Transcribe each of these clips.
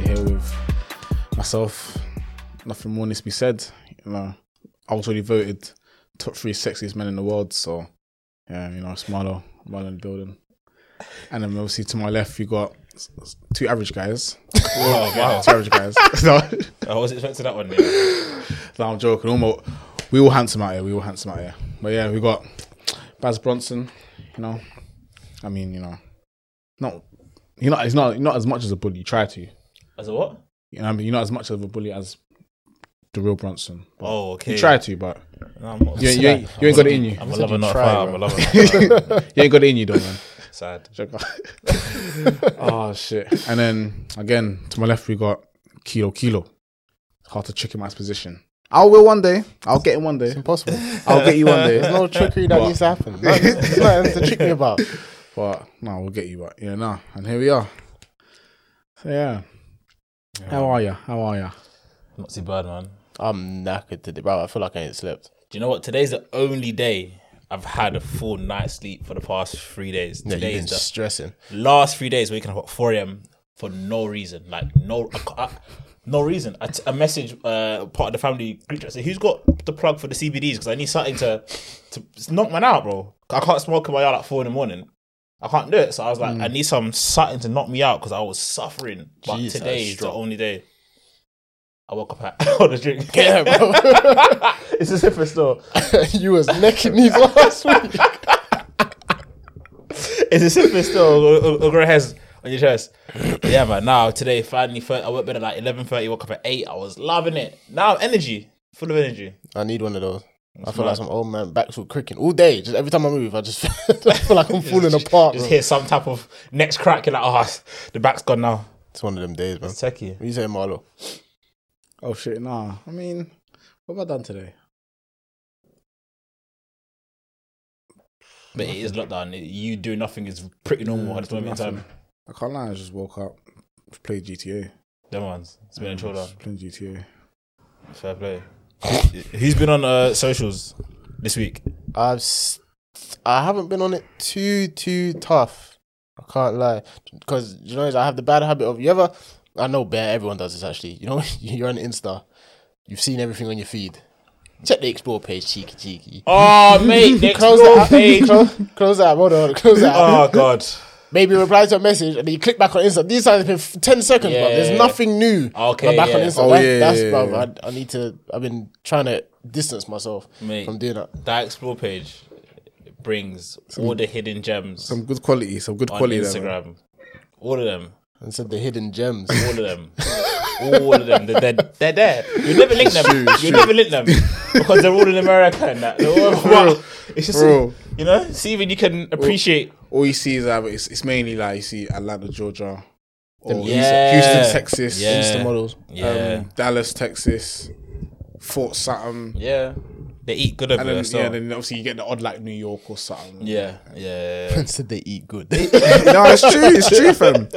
Um, myself, nothing more needs to be said. You know, I was already voted top three sexiest men in the world, so yeah, you know, it's Marlo, Marlo in the building. And then obviously to my left, you got s- s- two average guys. Oh, wow. Two average guys. no, I wasn't expecting that one. Neil. no, I'm joking. Almost, we all handsome out here. We all handsome out here. But yeah, we got Baz Bronson. You know, I mean, you know, not you're not. He's not. You're not as much as a bully. You try to. As a what? You know, what I mean, you're not as much of a bully as the real Bronson. Oh, okay. You try to, but No, I'm not- you, you, ain't, you ain't got it in you. I'm a lover, you not a try, fighter. I'm bro. a lover. not a fighter. You ain't got it in you, though, man. Sad. Joke. oh shit! And then again to my left, we got Kilo Kilo. Hard to trick in my position. I will one day. I'll get him one day. Impossible. I'll get you one day. There's no trickery that What? needs to happen. There's nothing to trick me about. But no, we'll get you back. Yeah, no. And here we are. So, yeah. How are you? How are you? Not too bad, man. I'm knackered today, bro. I feel like I ain't slept. Do you know what? Today's the only day I've had a full night's sleep for the past three days. Yeah, Today you've been is the stressing. last three days waking up at 4 a.m. for no reason. Like, no, I, ca- I- no reason. I, t- I message uh, part of the family group chat. I said, who's got the plug for the CBDs? Because I need something to, to knock man out, bro. I can't smoke in my yard at four in the morning. I can't do it. So I was like, Hmm. I need some something to knock me out because I was suffering. But Jeez, today that's is the strong. only day. I woke up at on a drink. Yeah, bro. it's a different store. you was necking these last week. It's a simple still. Ogre has on your chest. Yeah, man. Now today, finally, fir- I went bed at like eleven thirty. Woke up at eight. I was loving it. Now energy, full of energy. I need one of those. I feel like some old man back to cricking all day. Just every time I move, I just I feel like I'm falling apart. Just bro. hear some type of next crack. You're like, oh, the back's gone now. It's one of them days, man. Techie. What you saying, Marlo? Oh shit, nah. I mean, what have I done today? But it is lockdown. You do nothing is pretty Mm, normal at this moment in time. I can't lie, I just woke up, just played GTA. Them ones. It's been a chill down. Just playing GTA. Fair play. Who's been on uh, socials this week? I've s- I haven't been on it too too tough. I can't lie, because you know I have the bad habit of you ever. I know bear everyone does this actually. You know you're on Insta, you've seen everything on your feed. Check the explore page, cheeky cheeky. Oh, mate. Next Close that app. page. Close, close that. app, Hold on. Close that. app. Oh God. Maybe reply to a message and then you click back on Insta. These times have been f- ten seconds, bro. Yeah. There's nothing new. Okay, I'm back on yeah. Insta. Oh, That- yeah, that's yeah, bro. yeah. I, I need to. I've been trying to distance myself Mate. from doing that. That explore page brings all the hidden gems. Some good quality, some good on quality there. man. Instagram. all of them. And said the hidden gems. All of them. all of them. They're, they're, they're there. You never link them. Shoot, you shoot. never link them. Because they're all in America and that. They're all- Bro, it's just, bro. you know, see if you can appreciate. All you see is that it's, it's mainly like you see Atlanta, Georgia, or Yeah. Houston, Texas, Yeah. Insta models. Yeah. um, Dallas, Texas, Fort Sutton. yeah. They eat good over And then, there. So. yeah, then obviously you get the odd like New York or something. yeah. Yeah. said they eat good. no, it's true. It's true, fam.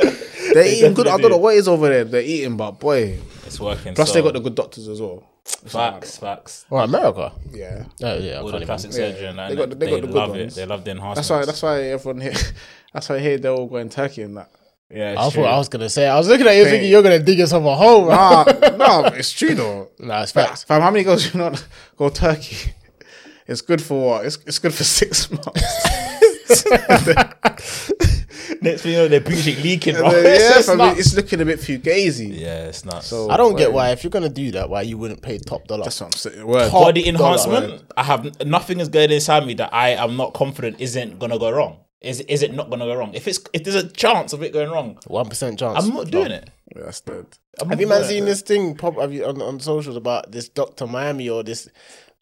They're eating good. I don't definitely know do. what is over there. They're eating, but boy. It's working. Plus, so. they got the good doctors as well. facts, facts. well, America. Yeah. Oh yeah, I All can't the even- plastic surgery and They that. got the- they got the good love ones. it. They love the enhancements. That's why. That's why everyone here. That's why here they're all going Turkey and that. yeah, I it's true. thought I was gonna say. I was looking at you Hey. thinking you're gonna dig yourself a hole. Bro. Nah, nah, it's true though. Nah, it's Fam, facts. fam, how many girls do you not go Turkey? It's good for what? It's it's good for six months. Next thing you know, their booty cheek leaking, bro. yeah, it's fam, nuts. it's looking a bit fugazi. yeah, it's nuts. I don't get why if you're gonna do that, why you wouldn't pay top dollar. That's what I'm saying. Word. Hot body dollar. enhancement. I have nothing is going inside me that I am not confident isn't gonna go wrong. Is is it not gonna go wrong? If it's if there's a chance of it going wrong, One percent chance. I'm not doing it. Yeah, that's dead. I'm Have not you man doing it. seen this thing pop? Have you on, on socials about this Doctor Miami or this?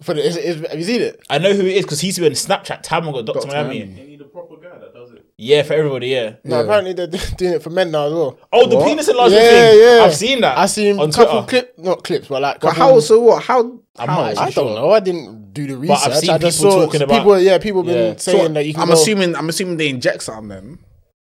For the, is, is, have you seen it? I know who it is because he's been Snapchat. Tamon got Dr. Doctor Miami. Miami. They need a proper guy that does it. Yeah, for everybody. Yeah. No, apparently they're do- doing it for men now as well. Oh, the What? penis enlargement yeah, thing. yeah. I've seen that. I seen on a couple Twitter. clip, not clips, but like. But couple- how? So what? How? I how? might- I don't know. I didn't do the research. I've seen I just people saw talking about- people. yeah, people been Yeah. So saying that you can. I'm go- assuming. I'm assuming they inject something. Then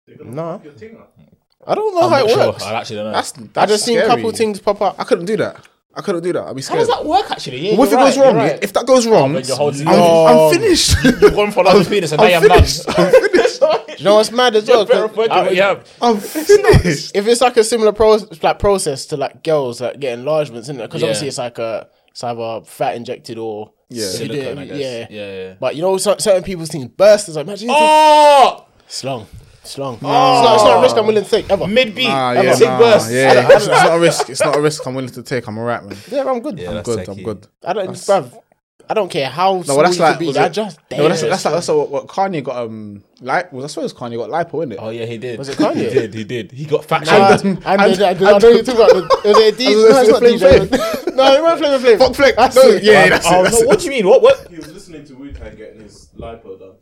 They're gonna Nah. fuck your thing up. I don't know I'm how not it sure. works. I actually don't know. that's, I that's just seen a scary. couple things pop up. I couldn't do that. I couldn't do that. I'd be How scared. does that work actually? Yeah, What if it you're goes right, wrong? Oh, you're right. If that goes wrong, then you're holding I'm, on. I'm finished. You've gone for another penis and now I'm you have finished. none. I'm finished. You know what's mad as well? 'Cause Better virgin, I- what you have. I'm finished. if it's like a similar pro- like process to like girls like get enlargements, isn't it? Because Yeah. obviously it's like a it's either fat injected or Yeah. you do it- Silicone, I guess. yeah. Yeah, yeah. But you know, cer- certain people's things burst. It's like imagine oh! Oh, it's long, it's long. It's, not, it's not a risk I'm willing to take ever. mid beat. Nah, Nah, Ah, yeah, Sick nah, burst. yeah. it's, it's not a risk. It's not a risk I'm willing to take. I'm alright, man. yeah, I'm good. I'm that's good. I'm techie. good. I don't, bruv, I don't care how small that's you like- could be. was I it- just No, but that's, damn. that's like also what, what Kanye got. Um, like was I suppose Kanye got lipo in it. Oh yeah, he did. Was it Kanye? He did. He did. He got fat Uh, shamed. and, the- the- I know you're talking about the, the, the I DJ. was gonna No, it's say not Flavor DJ. No, it won't Flavor Flav. Fuck Flick. That's No, it. yeah, that's Oh it. That's no, it. what do you mean? What? What? He was listening to Wu Tang getting his lipo done.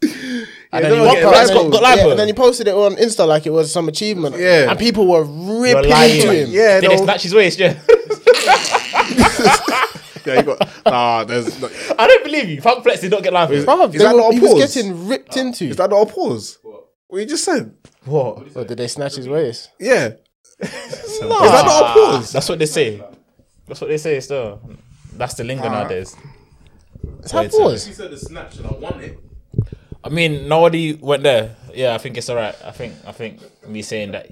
And then he he got got- lipo. got- got lipo. Yeah, and then he posted it on Insta like it was some achievement. Yeah. And people were ripping lying. into him. Yeah, Did it no. snatch his waist? Yeah. yeah, you got. Nah, there's. No, is I don't believe you. Funk Flex did not get live. Bruv, Is they that were- not a he was pause? getting ripped into. that not a pause? What? What you just said? What? Oh, did they snatch his waist? Yeah. Is that not a pause? Ah, That's what they say. That's what they say still. That's the lingo nowadays. It's how it's a- He pause. said the snatch and I want it. I mean, nobody went there. Yeah, I think it's alright. I think I think me saying that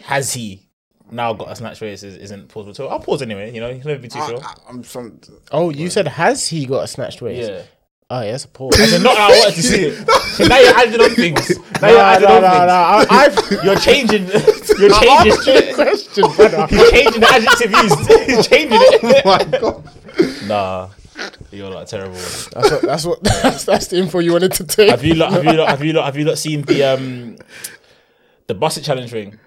has he now got a snatch race is, isn't plausible. So I'll pause anyway. You know, you can never be too sure. I, I, I'm from. Oh, you said has he got a snatched waist? yeah. Oh, yeah, that's a pause. So not that I wanted to see it. now you're adding on things. Now you're adding on things. I, I've You're changing. You're changing. question, brother. You're changing the adjective used. You're changing it. My God. Nah, you're like terrible. That's what. That's what. That's, that's the info you wanted to take. Have you lot? Have you lot? Have you lot? Have you lot seen the um the busset challenge ring?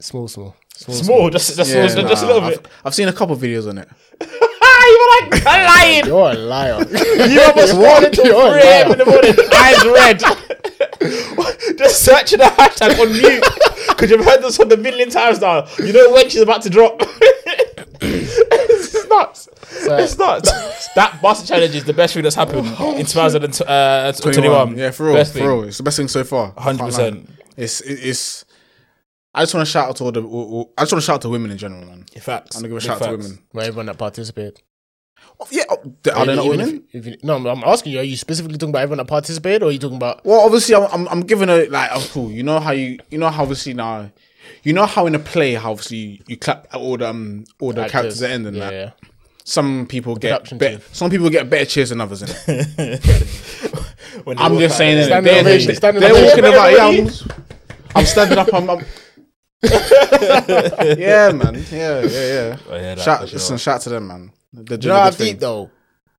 small, small, small. Small, just just, just, just a nah, little I've, bit. I've seen a couple videos on it. Ah, you're like lying. You're a liar. You have a You're squad until a 3 a.m. in liar. the morning, eyes red. Just searching the hashtag on mute. Because you've heard this one a million times now. You know when she's about to drop. it's nuts. It's nuts. That bus challenge is the best thing that's happened Oh, in 2021. Uh, 21. Yeah, for real. Best for thing. real. It's the best thing so far. I can't lie. 100%. It's it- it's. I just want to shout out to all the. all- all- I just want to shout out to women in general, man. Facts. I'm gonna give a Big shout out to facts. women. Well, everyone that participated. Oh, Yeah, oh, th- are they not Even women? If, if you, no, I'm- I'm asking you. Are you specifically talking about everyone that participated, or are you talking about? Well, obviously, I'm, I'm, I'm giving a like. Oh, cool. You know how you, you know how obviously now, you know how in a play, how obviously you, you clap at all the um, all the characters at the end and yeah, that. yeah. Some people get production better, team. some people get better cheers than others. Innit? When they I'm walk just out saying, there. innit? Standing they're, they're, they're ovation, standing ovation. walking about. Yeah, I'm, Everybody. I'm standing up. I'm, I'm yeah, man. Yeah, yeah, Oh, yeah. yeah, that for shout, sure. listen, shout to them, man. They're Do doing you know a how good thing. deep though?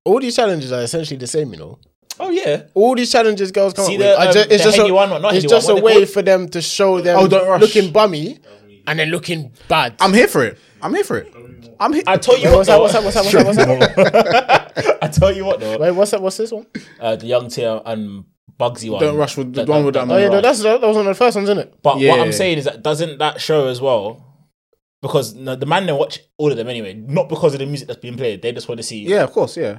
All these challenges are essentially the same, you know. Oh, yeah. All these challenges girls come See up the, with. are um, ju- the it's just heady a, one, not heady it's just one, what a they way call it? for them to show them Oh, don't rush. looking bummy and then looking bad. I'm here for it. I'm here for it. I'm here. I told you Wait, what. what's that? What's that? What's that? What's that? What's that? I tell you what, though. Wait, what's that? What's this one? uh, the young tier and Bugsy one. Don't rush with the Don't- one with don't- that Oh yeah, man. no, that's that was one of the first ones, isn't it? But Yeah. what I'm saying is that doesn't that show as well? Because no, the man they watch all of them anyway, not because of the music that's being played. They just want to see. Yeah, of course. Yeah.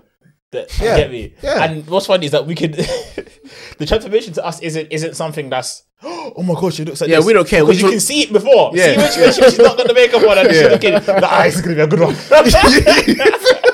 that, Yeah. Get me. Yeah. And what's funny is that we could. the transformation to us isn't isn't something that's. Oh my gosh, she looks like Yeah, this." we don't care. because We you just- can see it before. Yeah. See when, she, when she- when she's not got the makeup on and she's Yeah. looking. The eyes is gonna be a good one.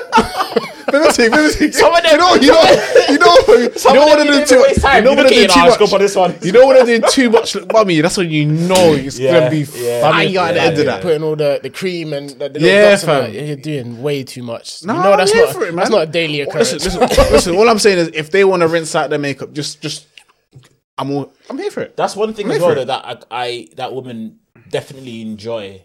Liberty, liberty. Some of them- you know, you know, you know, you Some don't of want them to do didn't too even much. waste time. You don't You want to look do at it, too "Ah, let's go much. for this one. You don't want to do too much. Look, mummy, that's when you know it's Yeah, gonna be yeah. fire Yeah, at the end yeah. of that. Putting all the, the cream and the, the Yeah, yeah, fam. you're doing way too much. Nah, you know that's I'm here not for it, that's man. not a daily occurrence. Listen, listen, listen. All I'm saying is, if they want to rinse out their makeup, just, just, I'm all, I'm here for it. that's one thing as Wait well for though, it. that I, I that women definitely enjoy.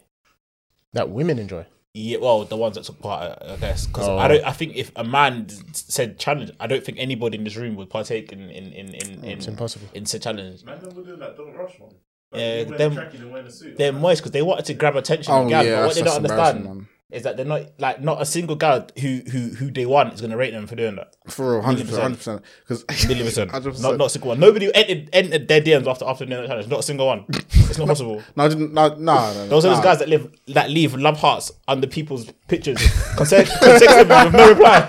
that women enjoy. Yeah, well, the ones that took part, I I guess, because Oh. I don't. I think if a man s- said challenge, I don't think anybody in this room would partake in in in in in, It's impossible. in said challenge. Man, them were doing that don't rush one. Like, Yeah, you wearing them- a trackie, you wearing a suit. They're moist because they wanted to grab attention. Oh, gal, but what they don't understand man. is that they're not like not a single gal who who who they want is going to rate them for doing that. For real, hundred percent, hundred percent. Because Million percent. hundred Not percent. not a single one. Nobody entered, entered their DMs after after doing that challenge. Not a single one. It's not possible. No, I didn't- no, no, no. Those are those no. guys that live that leave love hearts under people's pictures consecutively with no reply.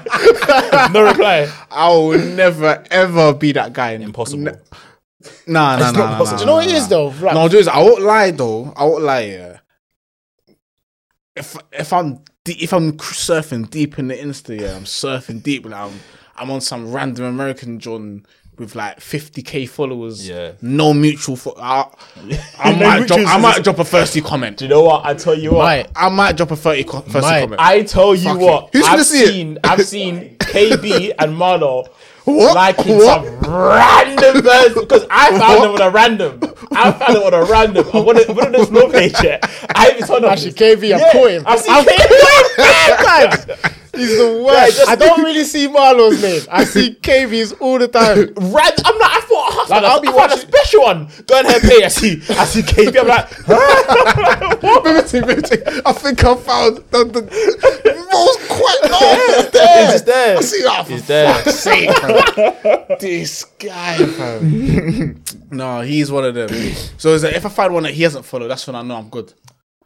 no reply. I will never ever be that guy. Impossible. Ne- Nah, nah, nah, not nah, nah. possible. Do you know what it nah, is nah. though? Like, No, dude, I won't lie though. I won't lie. Yeah. If if I'm de- if I'm cr- surfing deep in the Insta, yeah, I'm surfing deep. Like I'm, I'm on some random American John with like 50k followers. Yeah. no mutual. Fo- I, I No might drop. mutuals I is- might drop a thirsty comment. Do you know what? I tell you what. Might. I might drop a 30 co- thirsty Mate, comment. I tell you Fuck what. it. Who's gonna I've see it? seen, I've seen KB and Marlo What? liking What? some random person because I found What? them on a random. I found them on a random. I wanted one of this low page yet. I even saw them. Actually, KB, I caught him. I've seen I've- KB five times. He's the Yeah, worst. just- I don't really see Marlo's name. I see KV's all the time. Rand- I'm like, I thought, I found, I'll like, be I found a watching- special one. Go on her page. I see, I see KB. I'm like, huh? Liberty, liberty. I think I found the, the most quite long. It's It's just there. I see that. It's there. this guy, bro. no, he's one of them. So it's like, if I find one that he hasn't followed, that's when I know I'm good.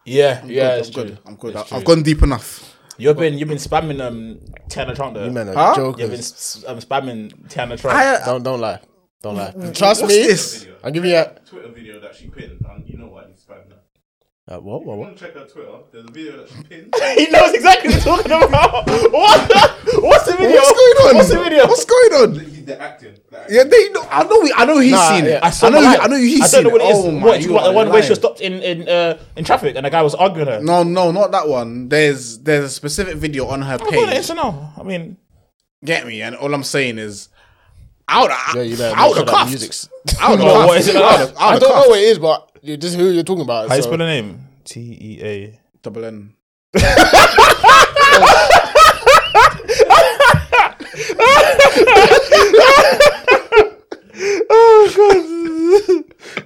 Yeah, yeah, good, it's I'm true. good. I'm good. I- I've gone deep enough. You've been you've been spamming um Tiana Trump though. You men are Huh? You've been jokers. s- s- um, spamming Tiana Trump. I, uh, Don't don't lie. Don't lie. Trust what's me. this? I'll give you a. Twitter video that she pinned, and you know what? It's bad now. Uh, what? What? You What? want to check her Twitter? There's a video that she pinned. he knows exactly what he's talking about. What? the- What's the video? what's going on? What's the video? What's going on? He's the acting. The acting. Yeah, they know. I know. I know he's Nah, seen yeah. it. I, know. online. I know he's I seen don't know what it is. Oh my, what, you what, the are one where lying. she was stopped in in uh, in traffic and the guy was arguing her. No, no, not that one. There's there's a specific video on her I'm on page. SNL. I mean, Get me? And all I'm saying is, out, Yeah, you better out make sure the that cuffs. music's- Out the No, what cuffs. is it? Out the- I out the don't know cuffs. what it is, but you just who you're talking about. how you so- spell the name? T E A. Double N.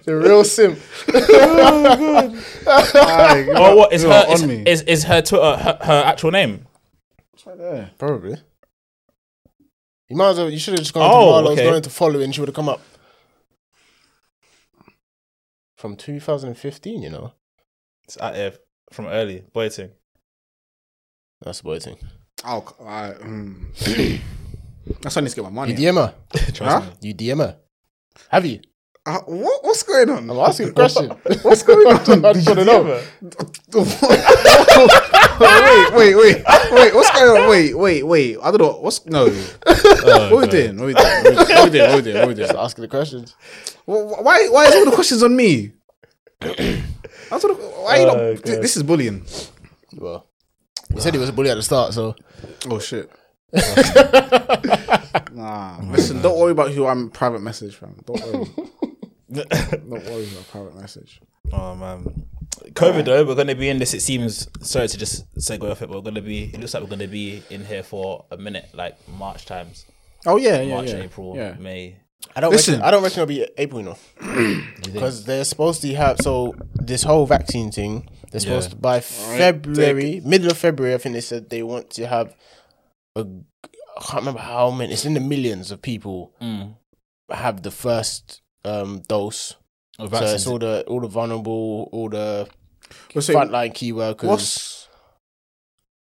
the real simp. Oh, what is You her? are Is, on me. is is her Twitter her, her actual name? Probably. You might as well. You should have just gone Oh, to Marlo's, okay. going to follow, and she would have come up from 2015. You know, It's at F from early boating. that's the boy thing. Oh, c- I, mm. That's when I need to get my money. You DM her. Huh? You DM her. Have you? Uh, what, what's going on? I'm asking a question. What's going on? I just want to know. wait, wait, wait, wait. What's going on? Wait, wait, wait. I don't know. What's no? Oh, what we doing? What we doing? What we doing? What we doing? What we doing? Just asking the questions. Wh- Why? Why is all the questions on me? That's what, why you Oh, not? God. This is bullying. Well, you said he was a bully at the start, so Oh shit. nah, listen. Don't worry about who I'm private message, fam. Don't worry. don't worry about private message. Oh man, COVID though. We're gonna be in this. It seems sorry to just segue off it, but we're gonna be. It looks like we're gonna be in here for a minute, like March times, Oh yeah, yeah, March, yeah. April, yeah. May. I don't Listen. Reckon, I don't reckon it'll be April, you know, because they're supposed to have so this whole vaccine thing. They're supposed Yeah. to by February, middle of February. I think they said they want to have a. I can't remember how many. It's in the millions of people Mm. have the first um dose. Oh, so vaccines. it's all the all the vulnerable, all the Well, so frontline key workers. what's?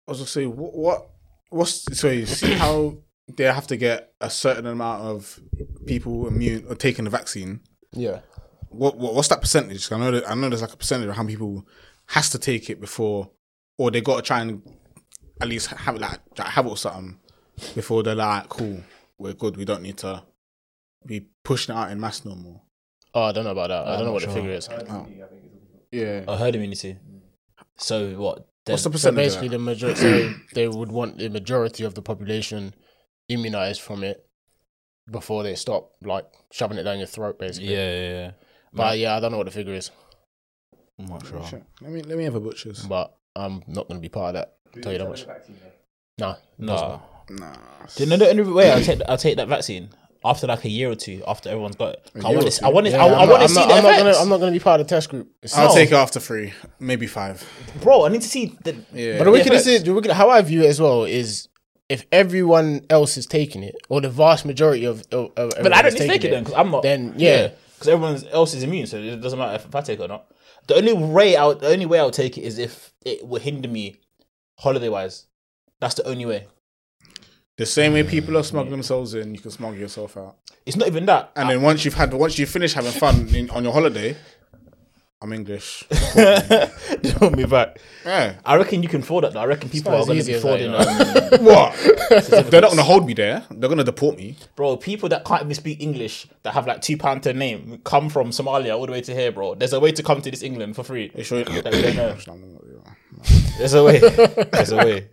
I was gonna say what? what what's so you see how they have to get a certain amount of people immune or taking the vaccine. yeah, What, what what's that percentage? I know that, I know there's like a percentage of how many people has to take it before, or they got to try and at least have it like like, have it or something before they're like cool, we're good, we don't need to be pushing it out in mass no more. Oh, I don't know about that. I I'm don't know not what sure. the figure is. Yeah. Oh, herd immunity. So what? Then, What's the So percentage? basically, the majority so they would want the majority of the population immunized from it before they stop like shoving it down your throat, basically. yeah, yeah, yeah. But yeah, I don't know what the figure is, I'm not sure. Shit. Let me let me have a butcher's. but I'm not going to be part of that. tell you that much. No, No. Mm. Nah. Do you know the only way I'll take I'll take that vaccine after like a year or two after everyone's got it. I year want or to. two? I want to. Yeah, I, I'm I not- want to I'm see not- the I'm not gonna- effects, I'm not going to be part of the test group. It's- I'll No. take it after three, maybe five. bro. I need to see the. Yeah. But the wickedest effects. is the wicked, how I view it as well is if everyone else is taking it, or the vast majority of, of, But of I everyone don't is need to take it then taking because I'm not. Then, yeah. because everyone else is immune, so it doesn't matter if I take it or not. The only way I would, the only way I would take it is if it would hinder me holiday wise. That's the only way. the same way people are smuggling themselves in, you can smuggle yourself out. It's not even that. And then once you've had, once you finish having fun in, on your holiday, I'm English. you want me back? yeah. I reckon you can fraud that. Though. I reckon people not are as going to easy be as that, frauding. you know. um, What? They're not gonna hold me there. They're gonna deport me. bro, people that can't even speak English that have like two pound to name come from Somalia all the way to here, bro. There's a way to come to this England for free. They show That we don't know. Nah, There's a way. There's a way.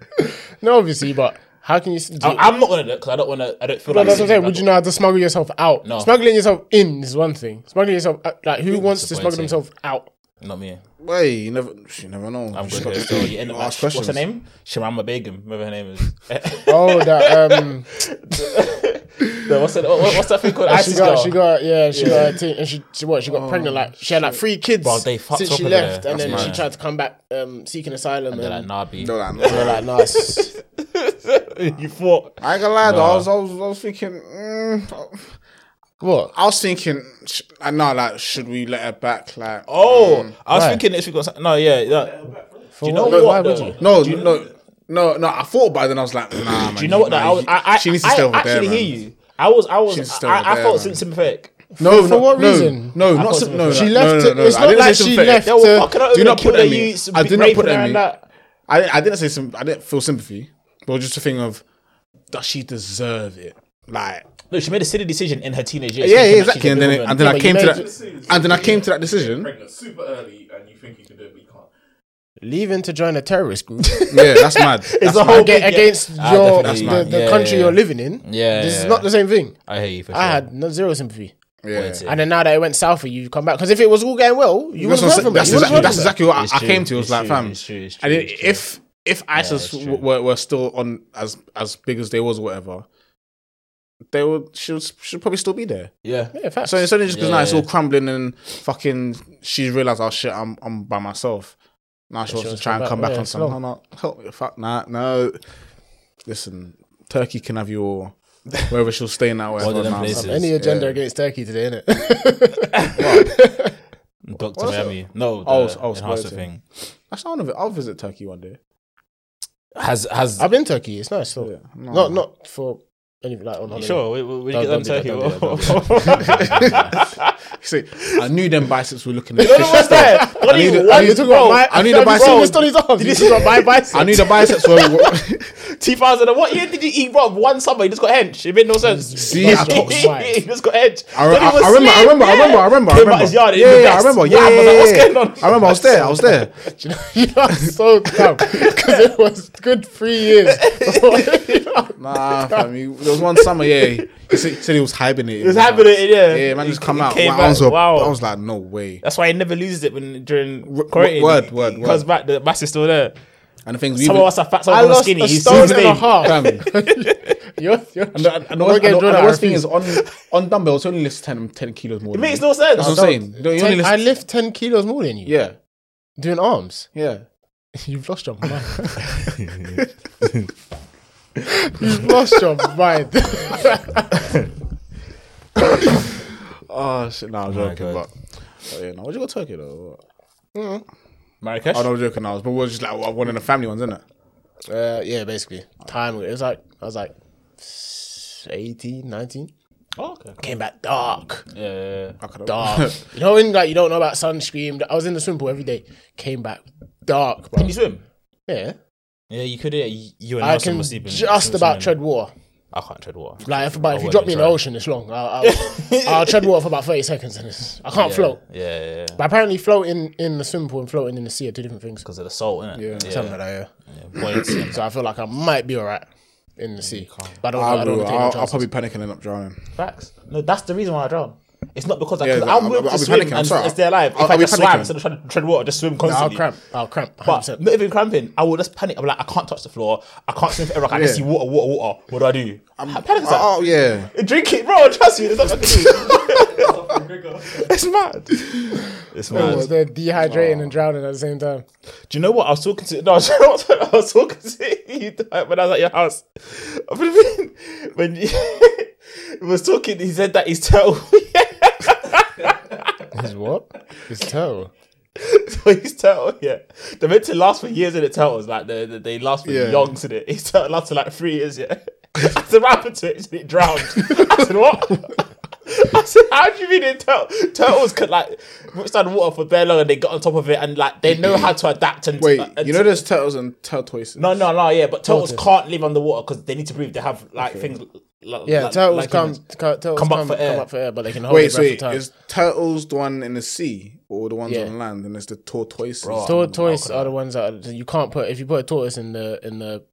No, obviously, but how can you? s- Do, I, am not gonna look because I don't want to. I don't feel no, like. that's what I'm saying. Would you know how to smuggle yourself out? No. Smuggling yourself in is one thing. Smuggling yourself out, like who wants to smuggle disappointing. themselves out? Not me. Wait, you never, you never know. I'm She's good. got- at it. So you end up. Ask Ask questions. what's her name? Shamama Begum. Whatever her name is. Oh, that um, No, what's, that, what, what's that thing called? she ISIS got, girl. she got, yeah, she got a thing, and she, she what? She got pregnant. Like she had like three kids Oh, Bro, they fucked since up she over left, there. and That's then she mad. tried to come back um, seeking asylum. And They're like, nah, B. No, nah, nah. they're like, nice. you thought. I ain't gonna lie though. I was, I was, I was thinking. Mm, what? I was thinking. Sh- I know, like, should we let her back? Like, Oh, I was Why? thinking this week. was- No, yeah, yeah. Do you know what? Mm. what? No, why would though? you? no, no, no, no. I thought about it, and I was like, nah, man. Do you know what? Though? I, was, I, I, she needs to stay I over there, actually man. hear you. I was, I needs to was, stay I, I, over there, felt man. sympathetic. No, no, what no, reason? No, not thought sim- it no, was- no, She no, No, left no, it- no, it's I not didn't like say she sympathetic. left They were So, fucking up. do not kill put her, it in me. you I do not raping put it her in and me. that. I didn't, I didn't say sim- I didn't feel sympathy, but just a thing of does she deserve it? Like, No, she made a silly decision in her teenage years. yeah, thinking yeah, that exactly. she's a And good then, it, woman. and then I you came to made that, and then I came to that decision. Pregnant super early, and you think you can do it, but you can't. Leaving to join a terrorist group Yeah, that's mad. It's That's a mad. whole Aga- big- against Ah, definitely. your That's the, mad. the Yeah, country yeah, you're yeah. living in. Yeah, this is yeah. not the same thing. I hear you for sure. I had no zero sympathy. Yeah. Wait, And then now that it went south for you, you come back because if it was all going well, you would That's, have heard what, from it. that's, You would've exactly, heard that's from it. exactly what I, It's I true, came to. It was it's like, true, fam, it's true, it's I didn't- true, it's if true. if ISIS it's true. w- were, were still on as as big as they was, or whatever, they would she would, should probably still be there. yeah. Yeah, facts. So it's only just because now it's Yeah. all crumbling and fucking she realized, oh shit, I'm I'm by myself. Now she wants to wants try to and come come back. back Yeah, on something. No, no, help me, fuck nah, no. Listen, Turkey can have you all. Wherever she'll stay now, wherever them now. places. any agenda Yeah. against Turkey today, innit? Doctor Miami. No, the I was- I was enhancer waiting. thing That's not one of it. I'll visit Turkey one day. has has. I've been to Turkey. It's nice though. Yeah, no. Not not for anything like on holiday. Sure, we, we, we Don't- get them don't turkey. do No, that, don't See, I knew them biceps were looking. at no, what's that? What are need you? to- what I are need you to Talking bro? about my, I need a Have you seen bicycle. this story's arms? This is about my bicycle. I knew the biceps were. were- 2000 and what year did you eat, bro? One summer, he just got hench. It made no sense. See, I talk he smart. just got hench. I, Then he I- was I remember, I slim, remember, I yeah. remember, I remember, I Came remember. out his yard in yeah, yeah, the I vest. remember. Wow, Yeah, I yeah, was like, yeah, what's yeah. going on? I remember. I was there. I was there. you know, you are so dumb because it was good three years. Nah, fam, he- there was one summer. Yeah, he he said, he said he was hibernating. It was happening, yeah. Yeah, man, He- just come he out. came Wow, I, was back. like- Wow. I was like, no way. That's why he never loses it when during W- quarantine. word, He- word, he word. Comes back, the mass is still there. And the things we. Some of us are fat, some of us are skinny. He's still stone and a skinny. half. Fam, and the, You're, you're, and the, and the worst- getting and the drawn out, worst I thing is on on dumbbells, you only lift 10, 10 kilos more. It than makes me. no sense. That's what I'm saying. You only ten, lift- I lift ten kilos more than you. Yeah, doing arms. yeah. You've lost your mind. You've lost your mind. Oh shit! Nah, I'm joking, God. but. but yeah, no, what you got Turkey though? Marrakesh? Oh, no, I'm joking. I was, but we was just like one of the family ones, isn't it? uh, yeah, basically. Time it was like I was like 18, 19. Oh, okay. Came back dark. Yeah, yeah, yeah. I could've- Dark. you know when like you don't know about sunscreen. I was in the swim pool every day. Came back dark, bro. Can you swim? Yeah. Yeah, you could. Yeah, you you and I Nelson can were sleeping. just swimming. about tread water. I can't tread water. Like if, but if I you drop wouldn't, me in the sorry. ocean, it's long. I'll, I'll, I'll tread water for about thirty seconds, and it's, I can't yeah. float. Yeah, yeah, yeah. But apparently, floating in the swim pool and floating in the sea are two different things. Because of the salt, innit? Yeah. Something like that, yeah. yeah. Buoyancy. So I feel like I might be alright in the sea. But I don't, I I don't will. want to take I'll, no I'll chances. probably panic and end up drowning. Facts. No, that's the reason why I drown. It's not because I, Yeah, cause no, I'm I'll- willing I'll be to swim panicking, I'm and sorry. stay alive. If I'll- i I'll be just swam panicking. instead of trying to tread water, just swim I'll constantly. cramp. I'll cramp. 100%. But not even cramping, I will just panic. I'm like, I can't touch the floor. I can't swim forever. I can just see Yeah. water, water, water. What do I do? I'm, I panic Uh, attack. Oh yeah. Drink it, bro. Trust me. There's nothing I can do. Quicker. it's mad. Oh It's mad. they're dehydrating and drowning at the same time. Do you know what I was talking to? No, do you know what I was talking to you when I was at your house. When, when you, he was talking, he said that his tail, His what? His toe. his tail, yeah, they're meant to last for years in the turtles, like they, they, they last for Yeah. yonks in it. His tail lasted like three years, yeah. I said, what happened to it? He said, It drowned. I said, what? I said, how do you mean it? Tur- turtles could like withstand water for very long and they got on top of it and like they know how to adapt and Mm-hmm. Wait, and- you know there's turtles and tortoises. uh, no, no, no, yeah, but turtles can't live underwater because they need to breathe. They have like things. Like, Yeah, like, turtles like come, humans. come, turtles Come come, up come, for air. up for air, but they can hold Wait, wait, so breath wait, for time. is turtles the one in the sea or the ones Yeah. on land? And there's the tortoises. Oh, Tortoise are the ones that are- you can't put. If you put a tortoise in the in the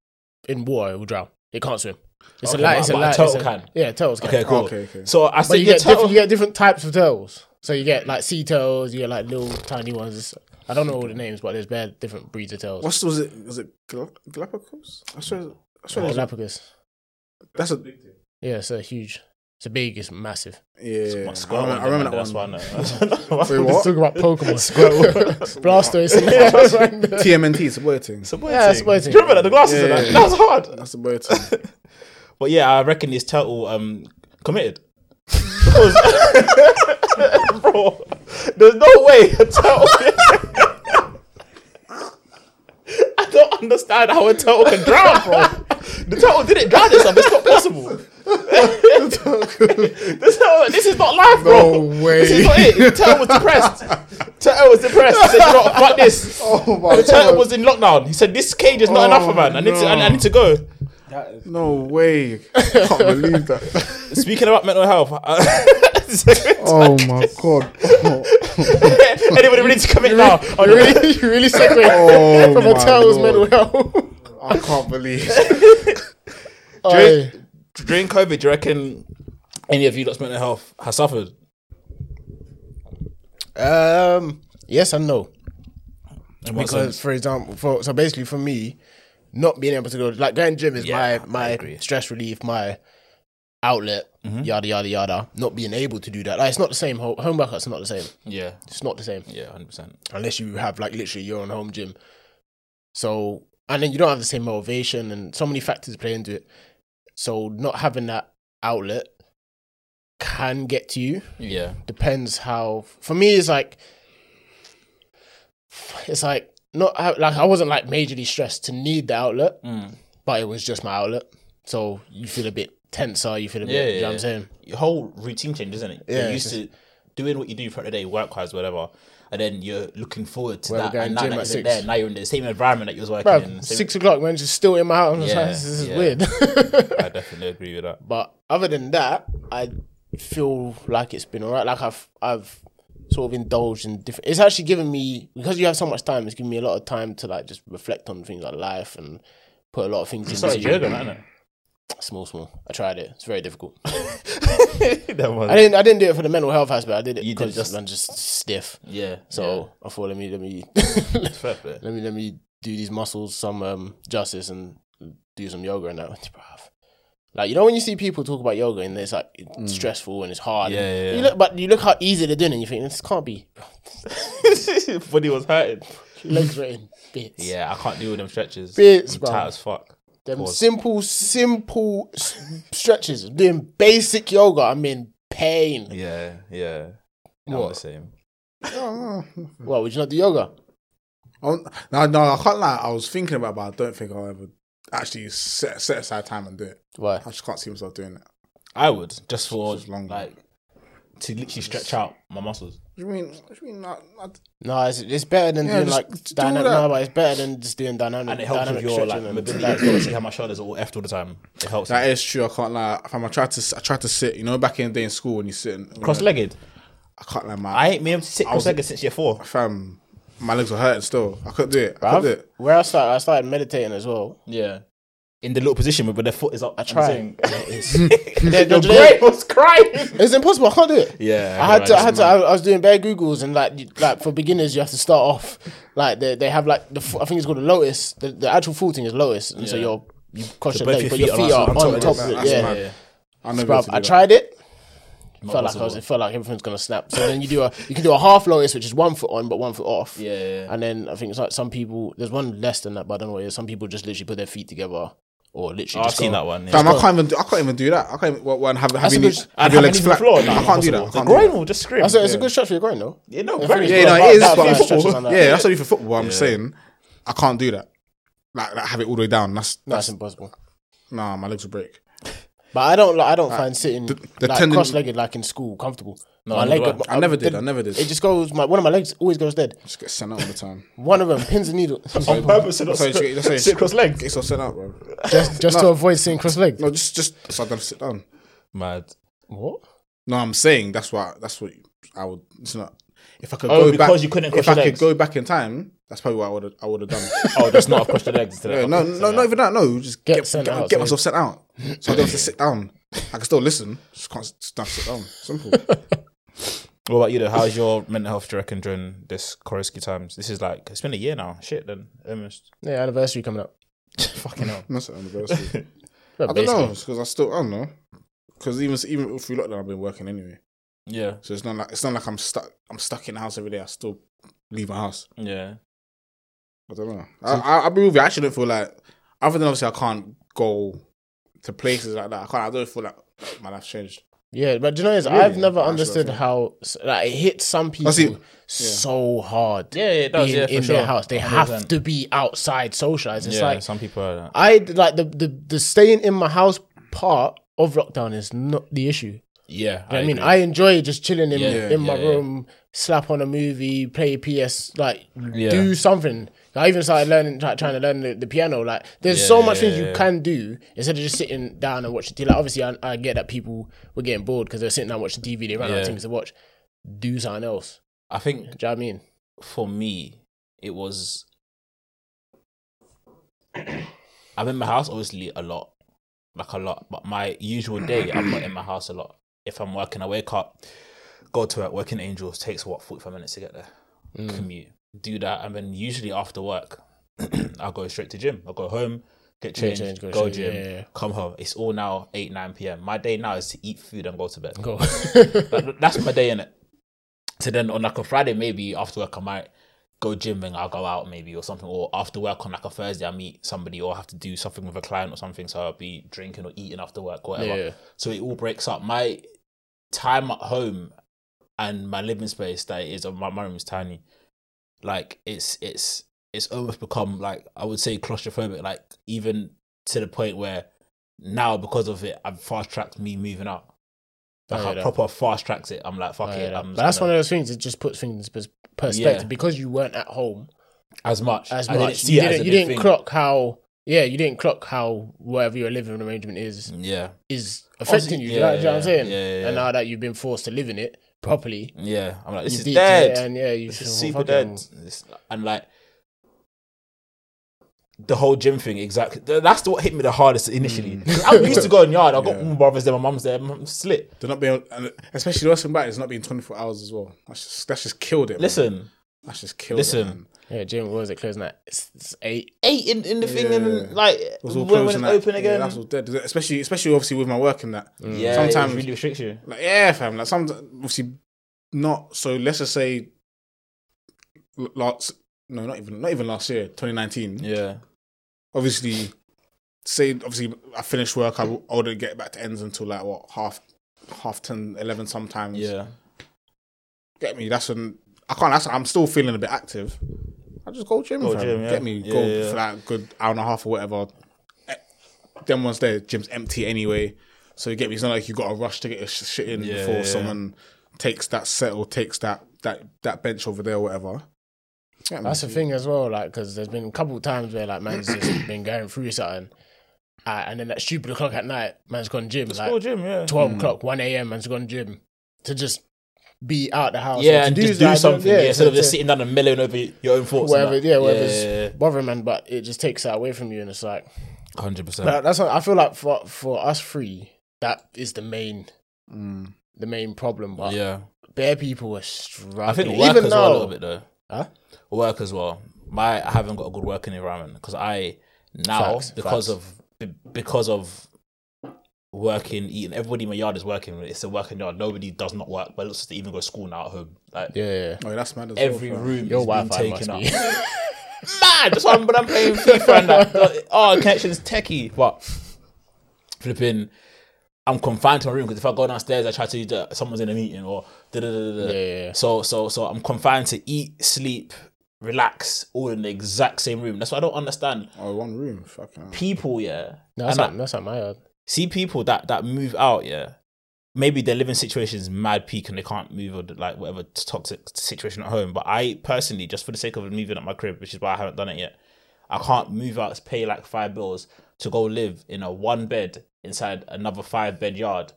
in water, it will drown. It can't swim. It's Okay, a light. but- It's a but a light. turtle it's a- can. Yeah, turtles can. Okay, cool. okay, okay. So I But said, you yeah, get turtle. different, you get different types of turtles. So you get like sea turtles. You get like little tiny ones. It's- I don't know all the names, but there's bare different breeds of turtles. What's was it? Was it Gal- Galapagos? I swear, I swear it was- Galapagos. that's a Big thing. Yeah, it's a huge. It's a big. It's massive. yeah. What's I going remember, on I remember there, that one. man? That's why I know. Wait, Let's what? talk about Pokemon. Blastoise. TMNT. It's a word thing. It's a Yeah, it's thing. waiting. Do you remember that? The glasses Yeah, and that? yeah, yeah. That was hard. That's a word thing. But yeah, I reckon this turtle um committed. Because bro, there's no way a turtle I don't understand how a turtle can drown, bro. The turtle didn't drown itself, it's not possible. this, turtle- this is not life, bro. No way. This is not it. The turtle was depressed. Turtle was depressed. He said, you know what, fuck this. oh my the turtle was in lockdown. He said, this cage is not Oh, enough for man. I need, to, I, I need to go. No way. I can't believe that. Speaking about mental health, uh, Oh my god. anybody ready to commit now? Oh, you really, you really segue Oh from a my turtle's God. mental health. I can't believe. Aye. During COVID, do you reckon any of you that's mental health has suffered? Um, yes and no. In what Because, sense? for example, for so basically for me, not being able to go like going gym is Yeah, I my my agree. stress relief, my outlet, yada yada yada. Not being able to do that, like, it's not the same. Home, home workouts are not the same. yeah, It's not the same yeah, hundred percent. unless you have like literally your own home gym. So and then you don't have the same motivation, and so many factors play into it. So not having that outlet can get to you Yeah, depends how for me it's like it's like not how- like I wasn't like majorly stressed to need the outlet, Mm. but it was just my outlet. So you feel a bit tenser, you feel a bit Yeah, you know what yeah. I'm saying? your whole routine change, isn't it? Yeah, you're used to doing what you do throughout the day, work-wise, whatever, and then you're looking forward to Well, that. we're And going now gym that at you're six. there, now you're in the same environment that you was working Bruv, in. Same, six o'clock when she's still in my house, I was Yeah, like, this is yeah. weird. I definitely agree with that. but other than that, I feel like it's been alright. Like I've I've sort of indulged in different it's actually given me because you have so much time, it's given me a lot of time to like just reflect on things like life and put a lot of things into Sorry, yoga, man. small small i tried it it's very difficult that i was didn't i didn't do it for the mental health aspect i did it You did because just- i'm just stiff yeah. so i thought let me let me yeah. fair play. let me let me do these muscles some um justice and do some yoga and that Bruv. like you know when you see people talk about yoga and it's like it's stressful and it's hard Mm. Yeah, and yeah, you yeah. look but you look how easy they're doing it and you think this can't be Body was hurting. legs are in bits Yeah, I can't deal with them stretches. Bits, I'm bro. tight as fuck. them Pause. simple simple s- stretches doing basic yoga i'm in pain Yeah, yeah. I'm the what same. Oh, no. what would you not do yoga Oh, no, no, I can't lie. I was thinking about, it, but I don't think I'll ever actually set set aside time and do it. why I just can't see myself doing that. I would just for Just long. like to literally stretch out my muscles. What do you mean? What do you mean? Not, not, No, it's, it's better than Yeah, doing just- like just do dynamic. that. No, but it's better than just doing dynamic. And it helps with dynamic your like stretching and- mobility. Like, you see how my shoulders are all effed all the time. It helps. that is true. I can't lie. Fam, I tried to s- I tried to sit. You know, back in the day in school when you sit and Cross-legged. I can't lie. My I ain't been able to sit cross-legged since year four. fam, my legs were hurting still. I couldn't do it. I couldn't do Bruv, it. where I started, I started meditating as well. Yeah. In the little position where their foot is up. I try. It's, They're- they're- was crying. It's impossible. I can't do it. Yeah, I had to. I had just- to. I, I was doing bare googles and like, you- like for beginners, you have to start off like they, they have like the fo- I think it's called a lotus. The, the actual full thing is lotus, and so Yeah. you're you cross your both leg, your but feet your are feet are on on top top, of it. of it. That's Yeah, mad. yeah. I never. Bruv, I tried it. Felt like I was, it felt like everything's gonna snap. So then you do a you can do a half lotus, which is one foot on but one foot off. Yeah, yeah, yeah. And then I think it's like some people there's one less than that, but I don't know what it is. Some people just literally put their feet together or literally I've just seen go- that one. Yeah. Fam, I can't even. Do, I can't even do that. I can't even. Well, and have, have, That's your a knees- good- have your legs flat. Floor, I can't do that. I The can't do groin that. will just scream. That's a, it's a good stretch for your groin though. Yeah, no, Yeah, very Yeah, good. no, Well, it is that- for like that stretches on football. that. Yeah, that's only for football. I'm saying, I can't do that. Like, like have it all the way down. That's That's impossible. nah. My legs will break. But I don't. Like, I don't find sitting the- the like, tendon- cross-legged like in school comfortable. No, my neither leg. do I never did. I never did. It just goes. My one of my legs always goes dead. just get sent out all the time. One of them pins and needle. On purpose, and not That's how you- that's how you- sit cross legs. Get yourself sent out, bro. just just to avoid sitting cross-legged. No, just just so I don't sit down. Mad. What? No, I'm saying that's what that's what I would. It's not if I could Oh, go because back. you couldn't if cross your I legs. could go back in time, that's probably what I would I would have done. Oh, that's not across the legs. Today. Yeah, no, no, not even that. No, just Get get sent get, out, get so- myself sent out, so I don't have to sit down. I can still listen, just can't s- just don't sit down. Simple. What about you though? How's your mental health, do you reckon, during this Koroski times? This is like, it's been a year now. Shit, then. Almost. Yeah, anniversary coming up. Fucking hell. That's an anniversary. Well, I don't basically. know because I still I don't know because even even through lockdown I've been working anyway, Yeah. so it's not like it's not like I'm stuck I'm stuck in the house every day. I still leave my house. Yeah. I don't know. I, I, I'll be with you. I actually don't feel like, other than obviously I can't go to places like that. I can't. I don't feel like my life's changed. Yeah, but do you know, is I've Really? never That's what I understood thought. how s- like, it hits some people see. so hard. Yeah, it does, being yeah, for in sure. their house, they 100%. have to be outside socializing. It's yeah, like some people are like, I like the, the the staying in my house part of lockdown is not the issue. yeah. I, mean, I enjoy just chilling in Yeah, in my yeah, yeah. room, slap on a movie, play PS, like Yeah. do something. I even started learning, like, trying to learn the, the piano. Like, there's so Yeah, much things yeah, you yeah. can do instead of just sitting down and watching TV. Like, obviously, I, I get that people were getting bored because they're sitting down watching TV. They ran out Yeah. of things to watch. Do something else. I think Do you know what I mean? for me, it was. I'm in my house obviously a lot, like a lot. But my usual day, I'm not in my house a lot. If I'm working, I wake up, go to work. Working Angels takes what 45 minutes to get there. Mm. Commute, do that, and then usually after work, I'll go straight to gym. I'll go home, get changed, change, go, go straight- gym, yeah, yeah, yeah. come home. It's all now eight nine p.m. My day now is to eat food and go to bed. Go. Like, that's my day in it. So then on like a Friday, maybe after work, I might go gym and I'll go out maybe or something. Or after work on like a Thursday, I meet somebody or have to do something with a client or something. So I'll be drinking or eating after work, whatever. Yeah. So it all breaks up. My time at home and my living space that is my, my room is tiny. Like it's it's it's almost become like I would say claustrophobic. Like even to the point where now because of it, I've fast tracked me moving out. Like I I, hear that. proper fast tracks it. I'm like, fuck I hear it. that. I'm Oh, but just that's gonna- one of those things. It just puts things in pers- perspective because you weren't at home. as much. as I much. didn't see it you didn't, as a you big didn't thing. clock how. Yeah, you didn't clock how whatever your living arrangement is Yeah, is affecting you. do you yeah, know- do you know what I'm yeah, saying? yeah, yeah, And yeah. now that you've been forced to live in it properly, yeah. I'm like, this you is deep in dead. it and yeah, you This feel is super fucking- dead. This- and like the whole gym thing, exactly. Th- That's the, what hit me the hardest initially. 'Cause I'm used to going yard. I've got Mm. Yeah. my brothers there, my mum's there, I'm slit. They're not being, and especially the worst thing about it is not being twenty four hours as well. That's just that's just killed it. man. Listen, that's just killed. listen. it, man. Yeah, Jim, what was it closing at? It's, it's eight. eight in, in the thing, and then, Yeah. like It was all when, closed when it's and that. open Yeah, again. that's all Mm. dead. Especially especially obviously with my work and that. Yeah, sometimes Sometimes- really restricts you. Like yeah, fam. Like some obviously not. So let's just say l- last no, not even not even last year, twenty nineteen. Yeah, obviously say obviously I finished work I, w- I wouldn't get back to ends until like what half half 10 11 sometimes yeah. get me that's when I can't that's, I'm still feeling a bit active I just go gym, Go fam. gym, yeah. get me Yeah, go yeah, yeah. for that good hour and a half or whatever Eh, then once there gym's empty anyway so you get me it's not like you got to rush to get your sh- shit in Yeah, before yeah, yeah. someone takes that set or takes that that that bench over there or whatever Get me? That's Mm-hmm. the thing as well, like because there's been a couple times where like man's just been going through something, uh, and then at stupid o'clock at night, man's gone gym. Like, Full gym, yeah. 12 o'clock, 1 a.m., and to go to the gym to just be out the house. or yeah, to and just that, do don't- something yeah, instead of to- just sitting down and milling over your own thoughts. whatever, yeah, whatever's yeah, bothering man, but it just takes that away from you, and it's like hundred but percent. that's what I feel like for for us three, that is the main Mm. the main problem. But Yeah, bare people are struggling. I think work even as now, well a little bit though. Huh? Work as well. My I haven't got a good working environment because I now Facts, because facts. of be- because of working, eating. Everybody in my yard is working. It's a working yard. Nobody does not work. But it's just to even go to school now at home. Like Yeah, yeah. oh that's mad as well, every fam. room your is being Wi-Fi must taken up. be. mad. That's why I'm, but I'm playing FIFA and that. Oh, connection's techie. But flipping, I'm confined to my room because if I go downstairs, I try to do someone's in a meeting or da da da da. da. Yeah, yeah, yeah. So so so I'm confined to eat, sleep, relax, all in the exact same room. That's what I don't understand. oh one room fucking hell. People, yeah. no, that's And I- not that's not my uh, yard. see people that that move out, yeah. Maybe their living situation is mad peak and they can't move or like whatever toxic situation at home. But I personally, just for the sake of moving up my crib, which is why I haven't done it yet, I can't move out, pay like five bills to go live in a one bed inside another five bed yard.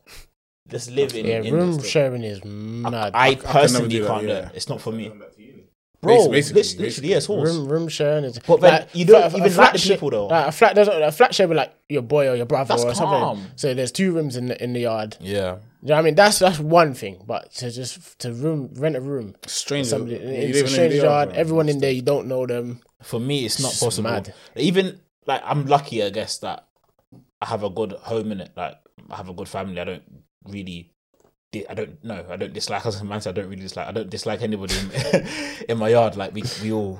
Just live in, Yeah, in room this- sharing is mad. I never personally do that, can't. do yeah. it. It's not for me, Going back to uni. bro. basically, lit- literally, basically. yes, horse. room room sharing is. But then you don't even like the share- people though. Like a flat, there's a, a flat share with like your boy or your brother That's or calm. something. So there's two rooms in the in the yard. Yeah, You know what I mean? That's that's one thing. But to just to room rent a room, Stranger. somebody You it's live a in stranger's India, yard. bro. Everyone in there, you don't know them. for me, it's not It's possible. mad. Even like I'm lucky, I guess that I have a good home in it. Like I have a good family. I don't really. di- I don't know. I don't dislike as a man. I don't really dislike. I don't dislike anybody in, in my yard. Like we, we all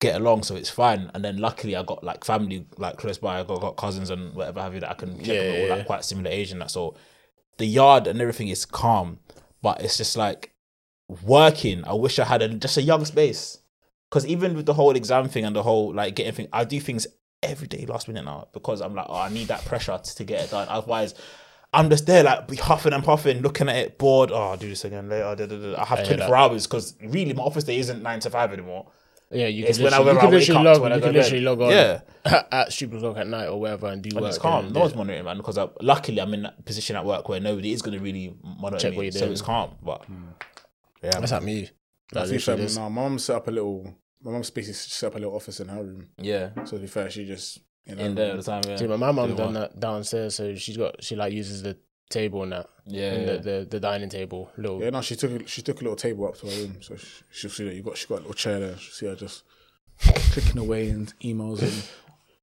get along, so it's fine. And then luckily, I got like family like close by. I got, got cousins and whatever have you that I can check Yeah, on. yeah, All yeah. like quite similar age and that. So the yard and everything is calm, but it's just like working. I wish I had a, just a young space. Because even with the whole exam thing and the whole like getting thing, I do things every day last minute now because I'm like, oh, I need that pressure to, to get it done. Otherwise, I'm just there like be huffing and puffing, looking at it, bored. Oh, I'll do this again later. da, da, da, da. I have hear 24 hours because really my office day isn't nine to five anymore. Yeah, you It's can when I- literally, when you I can wake literally up log, to when I you go can to bed. literally log on Yeah. at stupid o'clock at night or whatever and do And work. it's calm. and No one's monitoring, man. Because I, luckily, I'm in that position at work where nobody is going to really monitor Check me, what you're so doing. Hmm. it's calm. But yeah, That's like me. But Like, to be fair, literally just- nah, my mum set up a little. My mum's basically set up a little office in her room. yeah, So to be fair, she just you know, in there at the time. See, Yeah, but my mum Do done what? that downstairs, so she's got she like uses the table and that, yeah, and yeah. the, the the dining table, little Yeah, no, she took a, she took a little table up to her room, so she, she'll see that you got she got a little chair there. She'll see her just clicking away and emails and.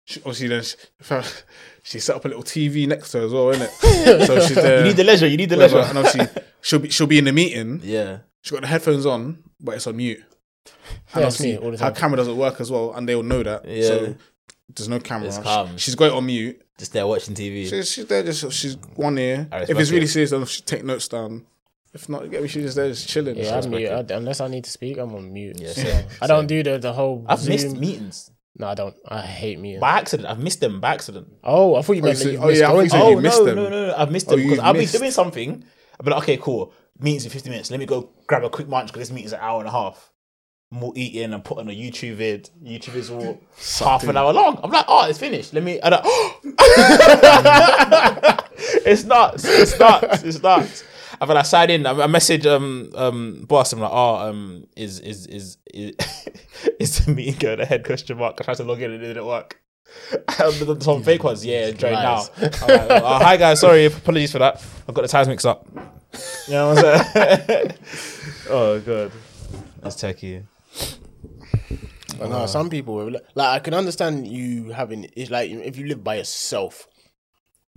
She, obviously, then she, she set up a little TV next to her as well, innit? so she's there. You need the leisure. You need the leisure. and obviously, she'll be she'll be in the meeting. yeah, She's got the headphones on, but it's on mute. And Yeah, it's obviously, mute all the her time. camera doesn't work as well, and they'll know that. Yeah. So there's no camera. It's calm. She, has got it on mute. just there watching TV. She's, she's there, just she's one ear. I If it's respect really it. serious, then she take notes down. If not, you get me, she's just there, just chilling. Yeah, She's I'm mute. I, unless I need to speak, I'm on mute. Yeah, so same, I don't do the the whole. I've Zoom. missed meetings No, I don't. I hate meetings. by accident. I've missed them by accident. Oh, I thought you Oh, you meant said- that you oh, missed yeah, I going thought you to. said- Oh you missed no, them? no, no, no! I've missed Oh, them because you've I'll be missed. doing something. I'll be like, okay, cool. Meetings in fifty minutes. Let me go grab a quick lunch because this meeting's an hour and a half. More eating and putting a YouTube vid. YouTube is all half an hour long. I'm like, oh, it's finished. Let me. I oh, don't, it's nuts. It's nuts. It's nuts. And then I sign in. I I message um um boss. I'm like, oh um is is is is, is the meeting going ahead? Question mark. I tried to log in and it didn't work. Some fake ones. Yeah, join now. Lies. I'm like, oh, hi guys. Sorry. Apologies for that. I've got the times mixed up. You know what I'm saying? oh god, that's techie. But no, some people were like, like, I can understand you having. It's like if you live by yourself,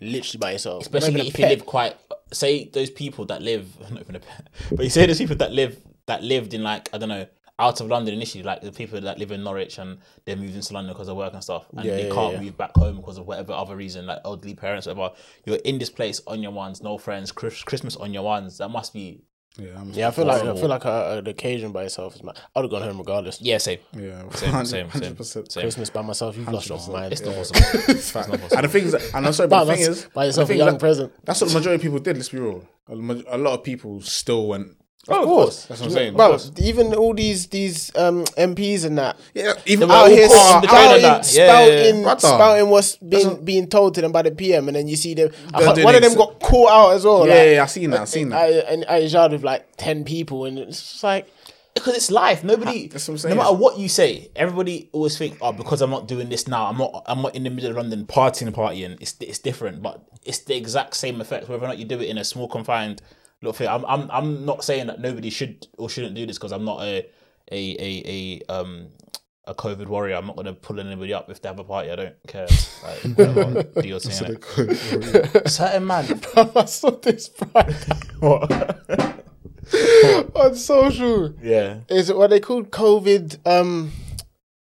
literally by yourself, Not especially even a if you pet. live quite say those people that live not even a pet, but you say those people that live that lived in like I don't know out of London initially like the people that live in Norwich and they moved into London because of work and stuff and Yeah, they yeah, can't yeah. move back home because of whatever other reason like elderly parents whatever you're in this place on your ones no friends Chris- Christmas on your ones that must be Yeah, I'm, Yeah, I feel like I feel like a, an occasion by yourself is my. I'd have gone home regardless. yeah same yeah, same same same, 100%. same. Christmas by myself, you've lost your mind. It's not possible. Fact. And the thing is, and I'm sorry, but the by, thing is, by the yourself, a thing is young that- present. That's what the majority of people did. Let's be real. A ma- a lot of people still went. of course. That's what I'm saying. Bro, even all these these um, MPs and that yeah, even were all out here, caught out here, on the train and spouting, that. Yeah, yeah, yeah. spouting, Brother. spouting what's being being told to them by the PM, and then you see them. I They're heard- doing one of them exa- got caught out as well. Yeah, like, yeah, yeah, I seen that, I seen that. I, and I shouted with like ten people, and it's just like because it's life. Nobody, That's what I'm saying. no matter what you say, everybody always think, oh, because I'm not doing this now, I'm not, I'm not in the middle of London partying and partying. It's it's different, but it's the exact same effect whether or not you do it in a small confined little thing. I'm I'm I'm not saying that nobody should or shouldn't do this because I'm not a a a a um. A COVID warrior. I'm not gonna pull anybody up if they have a party. I don't care. Like, whatever, do your thing. innit? Certain man. I saw this Friday on social. Yeah. Is it what they called COVID? Um,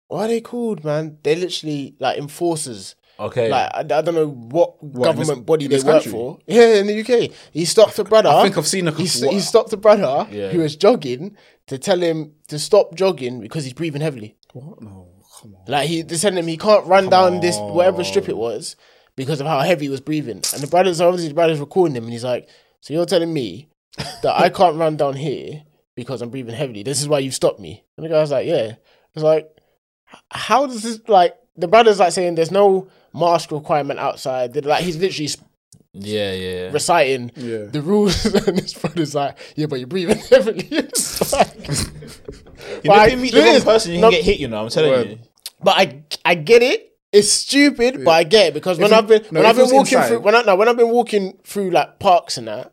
what are they called, man? They're literally like enforcers. Okay. Like I, I don't know what, in this- government body in they this work country? for. Yeah, in the UK, he stopped a brother. I think I've seen a He, couple- st- he stopped a brother Yeah. who was jogging to tell him to stop jogging because he's breathing heavily. What? No, come on. Like he they telling him he can't run down this whatever strip it was because of how heavy he was breathing. And the brother's so obviously the brother's recording him, and he's like, "So you're telling me that I can't run down here because I'm breathing heavily? This is why you've stopped me." And the guy's like, "Yeah." It's like, h- how does this like? The brother's like saying there's no mask requirement outside. They're Like he's literally s- Yeah, yeah. reciting Yeah. the rules, and his brother's like, "Yeah, but you're breathing heavily." It's like- You know, Like, if you meet the wrong this- person, you no- can get hit. You know, I'm telling Word. you. But I I get it. It's stupid, but I get it because when it- I've been no, if when I've it been was walking inside- through when I no, when I've been walking through like parks and that,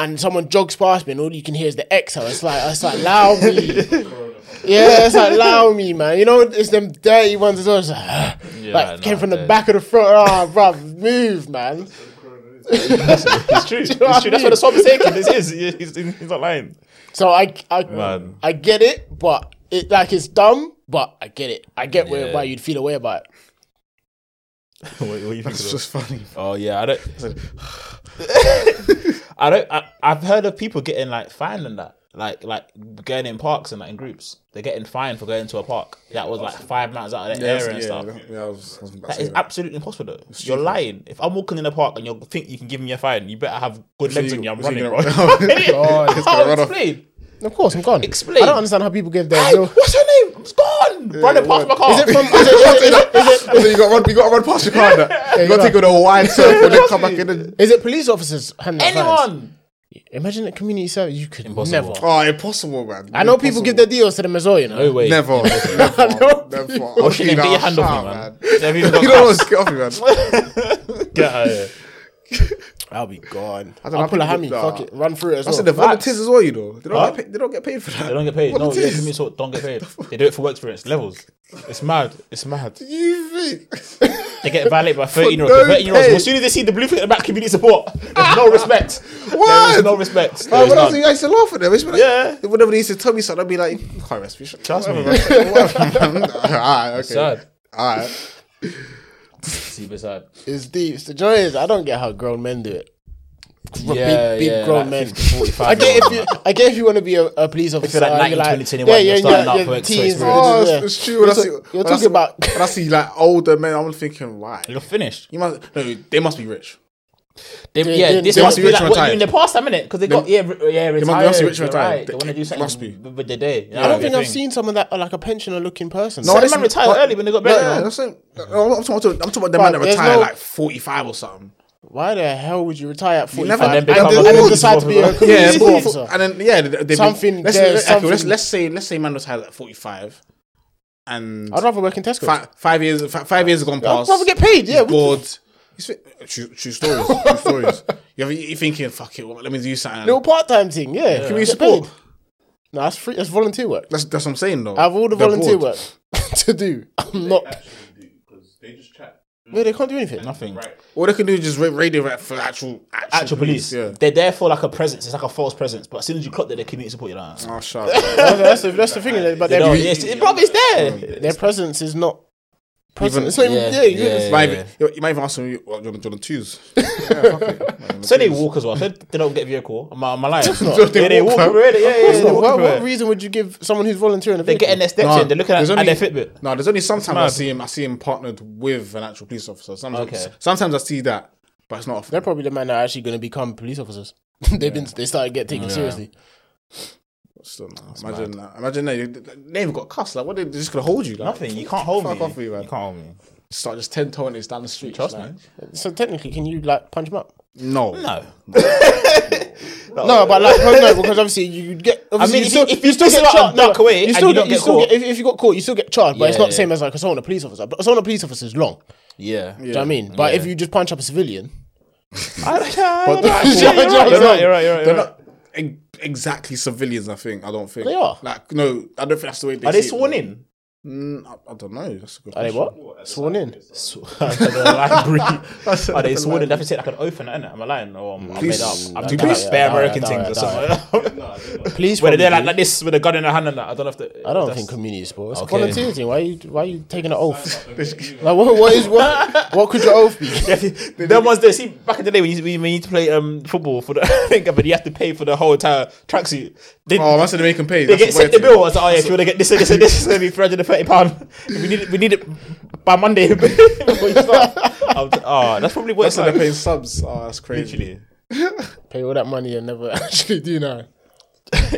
and someone jogs past me and all you can hear is the exhale. It's like it's like allow me, yeah, it's like allow me, man. You know, it's them dirty ones as well. It's like, like nah, came from the dude. back of the front. Ah, bruv, move, man. It's true. It's true. what I That's mean? what the swab is taking. This is. He's, he's he's not lying. So I I Man. I get it, but it like it's dumb, but I get it. I get where Yeah. why you'd feel away about it. what, what you thinking It's of? just funny. Oh yeah, I don't. I don't. I, I've heard of people getting like fined and that, like like going in parks and like in groups. They're getting fined for going to a park that was like five miles out of the area and stuff. that- yeah, I was, I was about to That say is that. absolutely impossible. Though you're lying. If I'm walking in the park and you think you can give me a fine, you better have good legs you- on you. I'm so running, you bro. gonna- God, it's gonna run off. explain. Of course, I'm gone. Explain. I don't understand how people give their Hey, real- what's her name? It's gone. running past my what? car. Is it from? Is it, is it, is it, is it, so you got run, you got to run past your car. Now. You you're got to right. take it a wide circle, then come back in. And, is it police officers? handing out fines? Anyone? Imagine a community service. You could Impossible. never. oh, impossible, man! I know people give their deals to them as well. You know. No way. never, never, never. I'll Shouldn't even shoot get your out, hand shout, off me, man. Everyone's got You don't want to get off me, man. Get out of here. I'll be gone. don't know I'll, how pull people a hammy. do that. Fuck it. Run through it as I said the well. volunteers as well. You know, they don't, Huh? get, paid, they don't get paid for that. They don't get paid. No, yeah, Volunteers. give me sort don't get paid. They do it for work experience levels. It's mad. It's mad. You think? They get violated by 13 year For olds. no 13 year olds, pay. as soon as they see the blue thing at the back, community support, there's no respect. There What? is no Oh, respect. There is when I was none. young, I used to laugh at them. I used to be like, Yeah. Whenever they used to tell me something, I'd be like, "You can't rest me. Shut Trust me. Alright, okay. Sad. Alright. Super sad. It's deep. The joy is I don't get how grown men do it. Gr- Yeah, big, big yeah, grown like men. 50, 45 I get year if old you. I get if you want to be a, a police officer. like and you're 19, 20, 21, you're starting out for extra teens, experience. Oh, yeah. it's, it's true. When I You're, see, ta- when you're I talking see- about. when I see like older men, I'm thinking, why? You're finished. You must no, they must be rich. They, They- yeah, they- this they must must be be like rich what you retired. in the past, haven't it? Because they got, yeah, re- yeah, must- retired. they must be rich you're retired. Right. They They- want to do must something be. with with the day. I don't think I've seen. seen someone that like a pensioner looking person. No, I Some didn't men see- retire but- early when they got better. Yeah, that's it. No, I'm, talking, I'm talking about the man But that there's retired no- like 45 or something. Why the hell would you retire at 45 never- and, And then then, become and a then police decide to be a officer. Yeah, community it's officer? awful. and then yeah, they, they Something Let's, there, let's, okay, let's something- let's say let's say man retired at 45, and I'd rather work in Tesco. fi- five years fi- five years have gone I'd past. rather get paid. Yeah, He's we- bored. He's fi- True, true stories. True stories. You're, you're thinking, fuck it, well, let me do something. little part time thing. Yeah, Can we Get support? paid. No, that's free. That's volunteer work. That's, that's what I'm saying, though. I have all the They're volunteer bored. work to do. I'm not. Actually, do because they just chat. No, they can't do anything. Nothing. Right. All they can do is just ra- radio rap for actual, actual, Actual police. Yeah. They're there for like a presence. It's like a false presence. But as soon as you clock that, they community support you. Like, Oh, shut up. That's, that's the, that's the thing. But they their, don't. Yes, it, bro, it's there. their presence is not. Present. Even- it's not even. Yeah, Yeah, you- yeah. You might even- you might even ask them, what, do you want to choose? So they walk as well. So they don't get vehicle. Am I, am I lying? they yeah, they walk, walk huh? already. Yeah, yeah, yeah. They What, walk what, through it. reason would you give someone who's volunteering? A They're getting their steps in. They're looking at, there's at only- their Fitbit. No, there's only sometimes I mad. see him. I see him partnered with an actual police officer. Sometimes, Okay. sometimes I see that, but it's not often. They're probably the man that are actually going to become police officers. They've been. They started to get taken seriously. Still, no. Imagine that. Imagine that. You- They even got cussed. Like, what? They they're just gonna hold you? Like, Nothing. You can't hold fuck me. off with you, man. can't hold me. Start just ten toeing down the street. Trust like, me. So technically, can you like punch them up? No. No. No, but like no, no, because obviously you get. Obviously mean, you if still, you- if you you still piss get it out charged. and duck away and still you don't you get still caught. if, if you got caught, you still get charged, but it's Yeah, not the yeah. same as like assaulting a police officer. But assaulting a police officer is long. Yeah. Do you know what I mean? But if you just punch up a civilian, But Yeah, you're right, you're right. You're right. You're They're right. not e- exactly civilians. I think. I don't think They are. Like, no, I don't think that's the way. They Are they see it, sworn though. in? Mm, I, I don't know. That's a good are they question. what? Sworn in. Are they sworn in? They have to take like an oath and that, innit? Am I lying? Or I'm, I'm made Please. up. I'm Do doing like please- bare Yeah, yeah, American yeah, things or yeah, something. No, I don't know. Police. Whether they're probably do. like, like this with a gun in their hand and that, I don't know if the, I don't think community sports. It's Okay. volunteer thing. Why are you why are you taking an oath? This- Like what, what is what what could your oath be? Yeah, that was the see back in the day when you, when you used to play um football for the thing, but you have to pay for the whole entire tracksuit. They, Oh, I must have to make them pay. they get sent the bill. I was like, oh yeah, if you want to get this, this, this, this, it's gonna be three hundred and thirty pound. We need it. We need it by Monday. Before you start. I'm t- oh, that's probably what That's how it's they're like. paying subs. Oh, that's crazy. Literally. Pay all that money and never actually do now.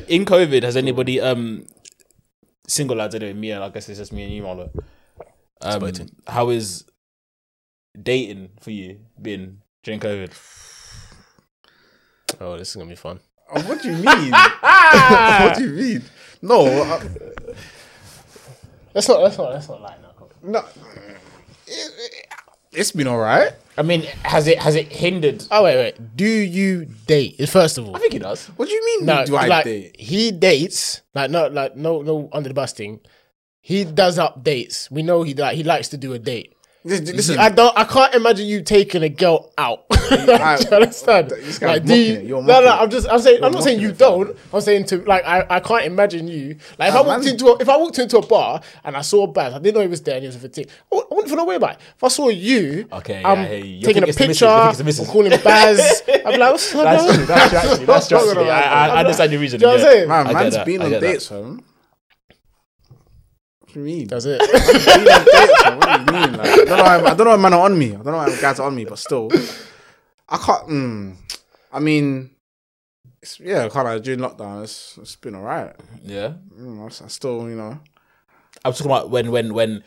In COVID, has anybody um single lads anyway? Me and I guess it's just me and you, Marlo. Um, how is dating for you been during COVID? Oh, this is gonna be fun. Oh, what do you mean? what do you mean? No, uh, I, Let's not. Let's not. Let's not lie now. come on. no. It, has been all right. I mean, has it has it hindered? Oh wait, wait. Do you date? First of all, I think it does. What do you mean? no. do I like date? he dates. Like no. Like no. No under the bus thing. He does up dates. We know he like he likes to do a date. Li- li- Listen, I don't. I can't imagine you taking a girl out. do you understand? This guy's Like, do mocking you, it. You're no, mocking no. it. I'm just. I'm saying. I'm You're not saying you mocking it, fam. don't. I'm saying to like. I, I. can't imagine you. Like if I Nah, walked man. into a, if I walked into a bar and I saw Baz, I didn't know he was there and he was with a tick. I wou- I wouldn't feel no way about it. If I saw you, Okay, yeah, I'm I hear you. You taking think a it's the missus, picture. you think it's the I'm missus. calling Baz. I'm like, what's up, bro? That's true. That's true. Actually, that's true. Actually. I, I, I understand your reason. Do you know what yeah. I'm saying? man, I get man's that, been I on get that. dates, fam. What do you mean? That's it. Been on dates, fam. What do you mean? Like, I don't know. Why, I don't know why men are on me. I don't know why guys are on me, but still, I can't. Mm, I mean, it's, yeah, kind of during lockdown, it's, it's been all right. Yeah, Mm, I, I still, you know, I'm talking about when when when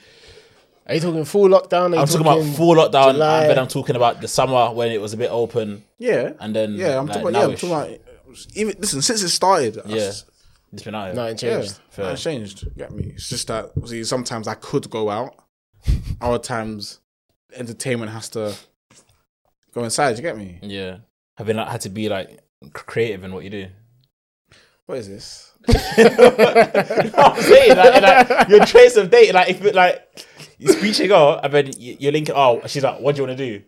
Are you talking full lockdown? Are you I'm talking about full lockdown, July. and then I'm talking about the summer when it was a bit open, yeah, and then yeah. I'm Mm, like, talking about. Yeah, I'm nowish. talking about. Even listen, since it started, I yeah. s- It's been out. Nothing Yeah, changed. Fair. that changed. Get me? It's just that see, sometimes I could go out. Other times, entertainment has to go inside. You get me? Yeah, having like, had to be like c- creative in what you do. What is this? I'm saying like, like, your trace of dating, like if it, like you speak to a girl and then you- you're linking, oh, she's like, what do you want to do?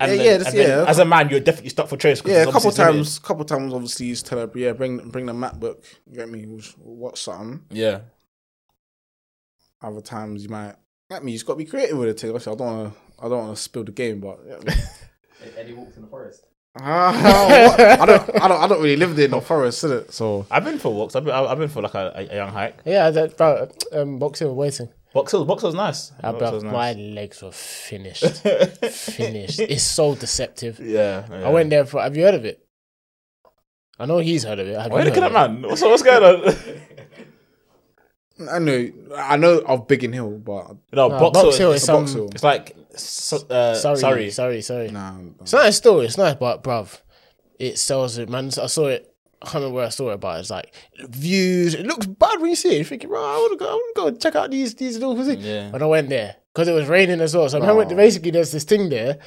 And Yeah, then, yeah, this- and then yeah. as a man, you're definitely stuck for trace. 'cause Yeah, it's a couple obviously what it times. Couple times, obviously, you just tell her, yeah, bring bring the MacBook. You get me? We'll, just- we'll watch something. is. Yeah, Other times, you might get me. You just got to be creative with it. too. Obviously, I don't want to. I don't want to spill the game, but get me? Eddie walks in the forest. Ah, what? I don't. I don't. I don't really live there in the forest, is it? So I've been for walks. I've been, I've been for like a, a young hike. Yeah, that bro, um, boxing and waiting. Box Hills, Box Hills, nice. Ah, Box bro, Hill's nice. My legs were finished, finished. It's so deceptive. Yeah, yeah. I went there for. Have you heard of it? I know he's heard of it. Have Why are you you looking heard at of it? man? What's, what's going on? I know. I know of Biggin Hill, but no, Nah, Box, Hill. is is- Box some. Hill. It's like so- uh, Sorry, sorry, sorry, sorry, sorry. nah. It's nice still. It's nice, but bruv, it sells it, man. I saw it. I can't remember where I saw it, but it's like views. It looks bad when you see it. You're thinking, bro, I want to go. I want to go and check out these these little things. Yeah. When I went there, because it was raining as well. So I went, basically, there's this thing there.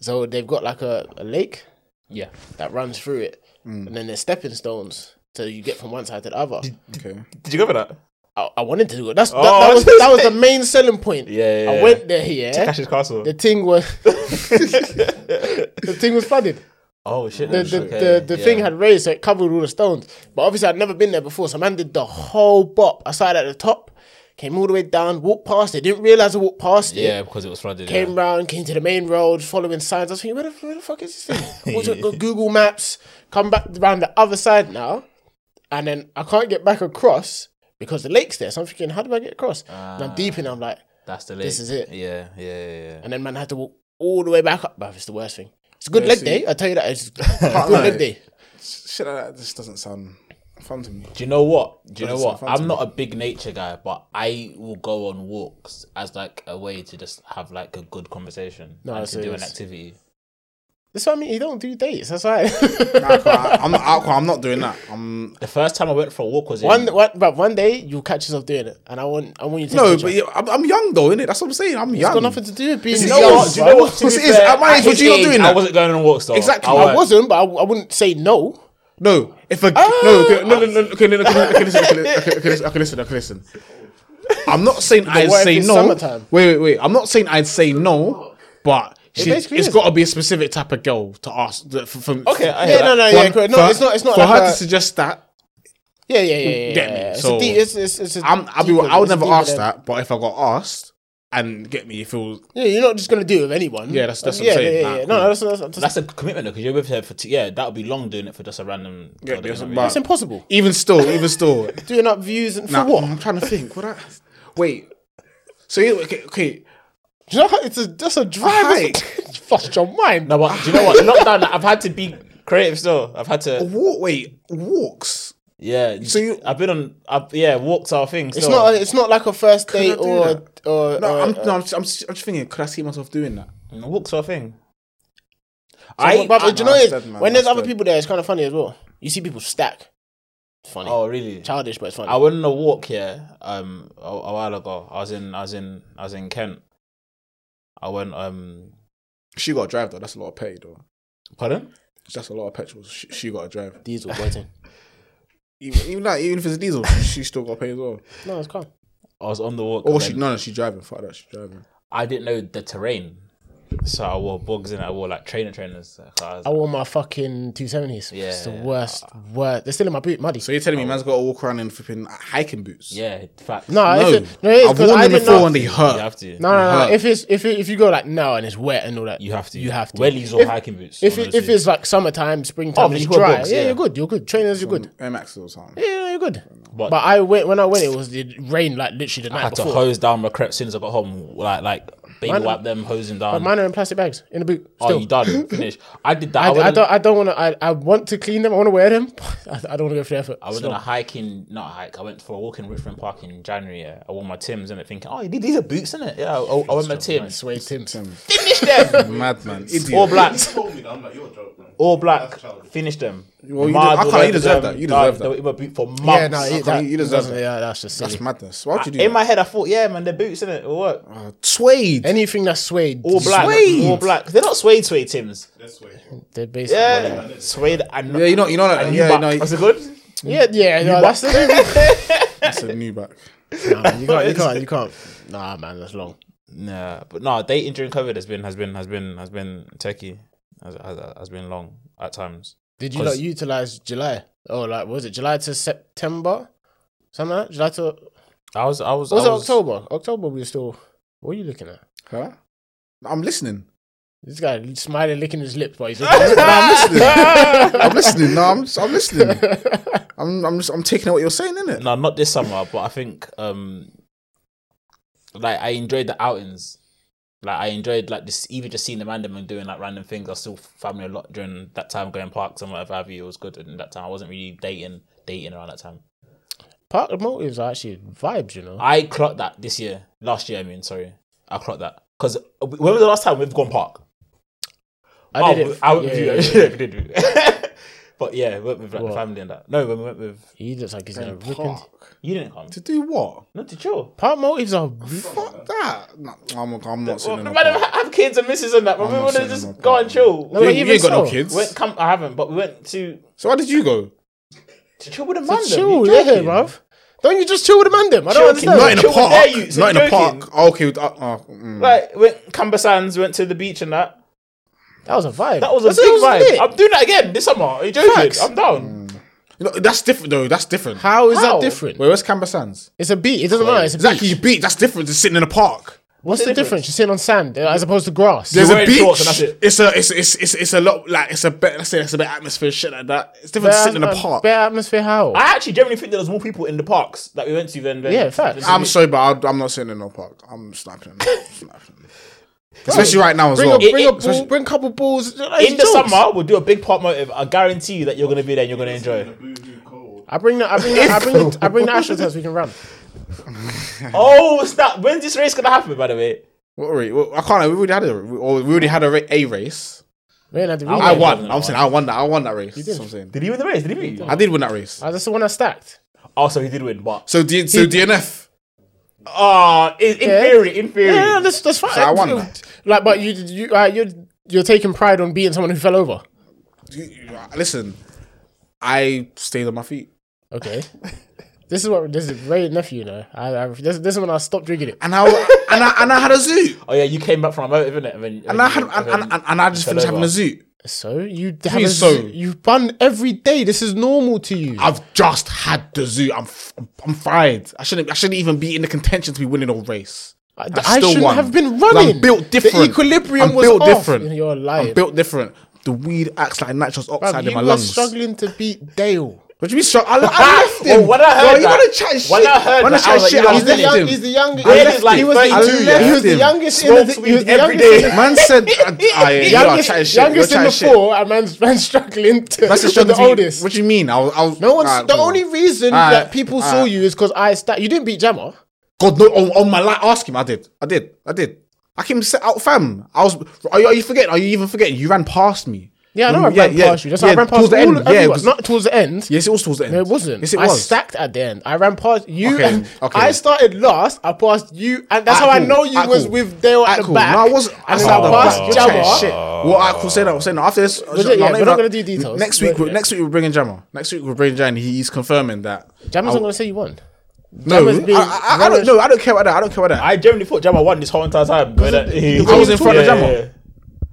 So they've got like a, a lake Yeah. Mm. that runs through it, and then there's stepping stones. So you get from one side to the other. Okay. Did you go for that? I, I wanted to do it. That's that, Oh, that I was was that gonna was the main selling point. Yeah, yeah, I yeah. went there here. Cash's Castle. The thing was the thing was flooded. oh shit. The the, the, the thing had raised, so it covered all the stones. But obviously, I'd never been there before, so man did the whole bop. I started at the top, came all the way down, walked past it. Didn't realize I walked past it. Yeah, because it was flooded. Came round, came to the main road, following signs. I was thinking, where the, where the fuck is this thing? What's it- go Google Maps, come back around the other side now, and then I can't get back across because the lake's there. So I'm thinking, how do I get across? and I'm deep in, Ah. I'm like, That's the This is it. Yeah, yeah, yeah. and then man had to walk all the way back up. Bruv, it's the worst thing. It's a good leg see. day, I tell you that. It's a Can't good leg lie. day. Shit like that just doesn't sound fun to me. Do you know what? Do you know Doesn't what? sound fun to I'm me. not a big nature guy, but I will go on walks as like a way to just have like a good conversation No, I and see, to do an yes. activity. That's what I mean. You don't do dates. That's right. Nah, I can't- I'm not. I can't- I'm not doing that. I'm The first time I went for a walk was in one, one, but one day you'll catch yourself doing it, and I want, I want you to. no, take a but picture. yeah, I'm, I'm young though, innit? That's what I'm saying. I'm it's young. got nothing to do with being You You know know young, what? Do you bruv. know what? To This be is- fair, at my at age, would his you not doing I that? wasn't going on walks though. Exactly. I wasn't, but I, I wouldn't say no. No, if a Ah! no, okay, no, no, no, okay, no, no, okay, okay, listen, okay, li- okay, okay, listen, okay, listen, okay, listen. I'm not saying I'd what if say it's no. summertime? Wait, wait, wait. I'm not saying I'd say no, but she, basically it's is. got to be a specific type of girl to ask. That for, for, Okay, I Yeah, hear no, that. no, yeah, correct. no. it's not. It's not for like her a, to suggest that. Yeah, yeah, yeah, yeah. Get me, yeah. It's a so- deep, it's, it's, it's a I'm, I'll be. deeper- I would it's a never deeper ask than- that, but if I got asked, and get me, if it was Yeah, you're not just gonna do it with anyone. Yeah, that's- that's what yeah, I'm saying. Yeah, yeah, Nah, yeah. No, no, that's, that's, that's, That's a commitment though, because you're with her for two, yeah, that would be long doing it for just a random. Yeah, God, I don't that's know, about- that's impossible. even still, even still, Doing up views and for Nah, what? I'm trying to think. What? I, wait. So you okay? okay. Do you know how it's a, that's a drive? hike. It's- Lost your mind. No, but do you know what? Lockdown, like, I've had to be creative still. I've had to, Walk, wait, walks. yeah. So you- I've been on, I've, yeah, walks are things. it's not. It's not like a first I date do or that? or. No, or- uh, I'm, no, I'm, just, I'm, just, I'm just thinking. Could I see myself doing that? walks are a Mm, thing. I, but, but do you know Nah, it, that's dead, man. when there's That's other dead. people there, it's kind of funny as well. You see people stack. It's funny. Oh, really? Childish, but it's funny. I went on a walk here um a, a while ago. I was in I was in I was in Kent. I went um She got to drive though. That's a lot of pay though. pardon? That's a lot of petrol. She, she got to drive. Diesel waiting. Even even, like, even if it's diesel, she still got to pay as well. No, it's calm. I was on the walk. Or and Oh, she then no, no, she's driving. Fuck that, she's driving. I didn't know the terrain, so I wore bugs and I wore like trainer trainers. So I was, I wore my fucking two seventies. Yeah, it's the Yeah. worst. Worst. They're still in my boot, muddy. So you're telling me man's got to walk around in flipping hiking boots? yeah, fact. no, No, it's a, no, it is, I've 'cause worn I them didn't before know. and they you hurt. have to. No, no, no, hurt. no. If it's if it, if you go like now and it's wet and all that, you have to. You have to. Wellies or hiking boots. if one of it, the if two. it's like summertime, Oh, springtime, but it's you wear dry. boots, yeah, yeah. Mm. you're good. You're good. Trainers, you're good. Air Max or something. Yeah, no, you're good. But- But, I went when I went, it was it rained like literally the I night had to before. hose down my crepes as soon as I got home. Like like baby Mine- wipe them, hose them But down. mine are in plastic bags in the boot. Oh, Still. you done? Finish. I did that. I, I went- don't. I don't want to. I, I want to clean them. I want to wear them. I, I don't want to go for the effort. I was Still. on a hike in not a hike. I went for a walk in Richmond Park in January. Yeah. I wore my Tim's and it thinking, oh, these are boots, isn't it? Yeah, I, I wore my Tim's. Sway Tim's. Finish them. Madman, All idiot. black, told me that. I'm like, you're joking. all black. Finish them. Well, you did- I can't- you deserve that. You deserve that. They were my boot for months. Yeah, no, Okay, it, that, you deserve doesn't- it. Yeah, that's just silly. That's madness. Why would you do in that? my head, I thought, yeah, man, they're boots, isn't it? Or what? Suede. Anything that's suede, All black, Suede. all black. They're not suede suede Tim's. That's way. they're basically. Yeah, suede and yeah, you know, you know that. and Yeah, buck. no, was it good? yeah, yeah. No, that's the it's a new back. Nah, you can't, you can't, you can't. Nah, man, that's long. Nah, but no, dating during COVID has been has been has been has been techie, has, has, has been long at times. Did you 'Cause- like utilize July? Oh, like what was it July to September? Something like that? July to I was I was was, I it was, October? October we were still. What are you looking at? Huh? I'm listening. This guy smiling, licking his lips, but he's looking. No, I'm listening. I'm listening. No, I'm, I'm listening. I'm, I'm, just, I'm taking out what you're saying, innit? No, not this summer, but I think um like I enjoyed the outings. Like I enjoyed like this even just seeing the random and doing like random things. I saw family a lot during that time going parks and whatever have you. It was good in that time. I wasn't really dating dating around that time. Part of motives are actually vibes, you know. I clocked that this year. Last year I mean, sorry. I clocked that. Because when was the last time we've gone park? I oh, I went yeah, with you. yeah, yeah. Yeah, we did do it. But yeah, we went with like, the What? family and that. No, when we went with He looks like he's gonna rip into. Park. you didn't come. To do what? Not to chill. Part motives are. Fuck that. No, I'm, I'm not Well, sitting in the a man park. have kids and misses and that, but I'm we not want to sitting in just my go park. and chill. No, but You, you even ain't got no so, kids. Went, come, I haven't, but we went to, So why did you go? to chill with a man. though. Chill, You yeah, joking? bruv. Don't you just chill with a man, them? I don't Chill, kid. understand. Not in a Chill, park. dare you, so Not in a you're park. Okay. Uh, uh, mm. Like went Cumber Sands, went to the beach and that. That was a vibe. That was a That's- big that was vibe. lit. I'm doing that again this summer. Are you joking? Facts. I'm down. You know, that's different, though. That's different. How is How? that different? Wait, where's Canberra Sands? It's a beat. It doesn't matter. It's a beat. Exactly, you beat. That's different to sitting in a park. What's the the difference? You're sitting on sand uh, as opposed to grass. There's You're a wearing beach. shorts and that's it. It's a it's it's it's it's a lot like it's a better let's say it's a better atmosphere and shit like that. It's different to sitting in a park. Bare atmosphere. How? I actually generally think there was more people in the parks that we went to than. than Yeah, facts. I'm sorry, but I'd, I'm not sitting in no park. I'm sniping, sniping. especially right now as bring well. a, bring It- a it- ball. Bring a couple balls. in the summer, we'll do a big park motive. I guarantee you that you're gonna be there and you're gonna enjoy. Boohoo cold. I bring the I bring the, I bring the, I bring the Astros test. We can run. oh snap! When's this race gonna happen? By the way, What race? Well, I can't. We already had a we or we already had a, ra- a race. Man, I, I I Yeah, won. no, I'm no, saying I won that. I won that race. That's what I'm saying. did he win the race? Did he beat you? I did win that race. Uh, That's the one I stacked. Also, he did win, but So D, so DNF. ah, in, in Yeah. theory, in theory. Yeah, that's that's fine. I won that. Like, but you you uh, you you're taking pride on being someone who fell over. You- you- Listen, I stayed on my feet, Okay. This is what this is Ray nephew, you know. I, I this, this is when I stopped drinking it. and I and I and I had a zoo, Oh yeah, you came back from a motive, innit? And, then, and I had and, and, and, and I just fell finished having over. a zoo. So you have a, so? you bun every day. This is normal to you. I've just had the zoo. I'm f- I'm fired. I shouldn't I shouldn't even be in the contention to be winning a race. I, I I still shouldn't won. have been 'Cause I'm running. built The different. equilibrium I'm was built off. different. You're lying. I'm built different. The weed acts like nitrous Bruv, oxide in you my were lungs. struggling to beat Dale. What do you mean shocked? I, I left him. Well, when I heard Bro, you that- want to chat shit? when I heard wanna that, I was chat shit? like, yeah, I He's the, left left young, him. he's the youngest. I he left was the- like he was the- 32, yeah. He was the Him. youngest in Smokes the. He was weed the every youngest day. in the- Man said, I, yeah, you are Youngest, chatting shit. youngest you're in the chatting shit. four, and man's, man's struggling to. That's with just the oldest. What do you mean? I was, I was, No one's. Alright, the cool. only reason Alright, that people saw alright. you is because I stat. You didn't beat Jammer. God, no, on, on my life, ask him. I did. I did. I did. I came set out, fam. I was. Are you, are you forgetting? Are you even forgetting? You ran past me. Mm, Yeah, I know I Yeah, ran yeah, past you. That's why yeah, I ran past towards all the end. of Yeah, it everyone. was- Not towards the end. Yes, it was towards the end. No, it wasn't. Yes, it I was. stacked at the end. I ran past you. Okay, and okay. I started last. I passed you, and Alright, that's how I cool, know you alright, was cool. with Dale Alright, at the cool. back. No, I wasn't. And then said I the passed back. Jammer. Shit. Well, I could say that. I was saying that. after this, it- yeah, I'm we're even- not gonna do details. Next week, But- next week we're bringing Jammer. Next week we're bringing Jan. He's confirming that. Jammer's not going to say you won. No, Jammer's being- I, I, I don't. No, I don't care about that. I don't care about that. I generally thought Jama won this whole entire time. But uh, he, I was in front of Yeah, Jama. yeah.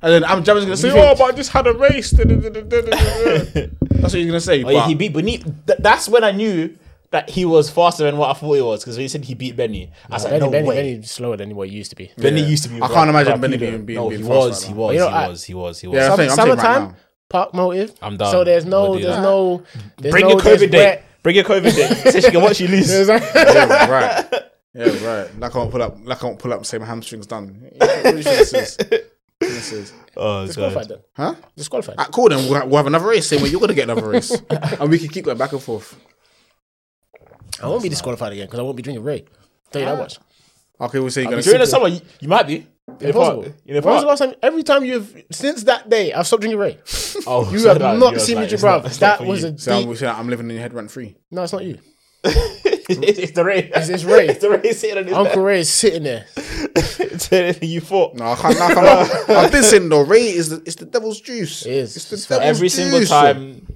And then I'm Jammer's gonna say, You think- "Oh, but I just had a race." That's what he's gonna say. Oh, yeah, but- he beat Benny. Th- that's when I knew that he was faster than what I thought he was because when he said he beat Benny, I was like, Benny, no Benny, way. Benny's slower than what he used to be. Benny Yeah. used to be. I can't imagine Rapido. Benny being- being- no, being he faster was, right he now. was, You know, he I- was, he was, he was. Yeah, I think I'm taking right Summertime, now. park motive. I'm done. So there's We'll no, do there's that. no. There's Bring no, your there's COVID date. where- Bring your COVID date. So she can watch you lose. there's a- Yeah, right. Yeah, right. Like I won't pull up. Like I won't pull up. Say my hamstring's done. What do you think this is? This is. Oh, Disqualified then. Huh? Disqualified. Ah, cool. Then we'll, we'll have another race. Same way you're gonna get another race, and we can keep going back and forth. I won't be disqualified again because I won't be drinking Ray. Tell you that Ah. much. Okay, we'll say you're gonna. During the sip summer, you, you might be. In the park. Impossible. In the when was park. the last time? Every time you've since that day, I've stopped drinking Ray. Oh, You so have that- not you're seen like, me drink, it's not- bruv. it's not That for was you. a it. So I'm, deep. we'll say I'm living in your head rent free. No, it's not you. it's the rain. It's, it's Ray. the rain sitting on his Uncle Ray is sitting there. back. you thought. No, I can't. No, I can't I've been saying though, Ray is the, it's the devil's juice. It is. It's the It's devil's Every juice. single time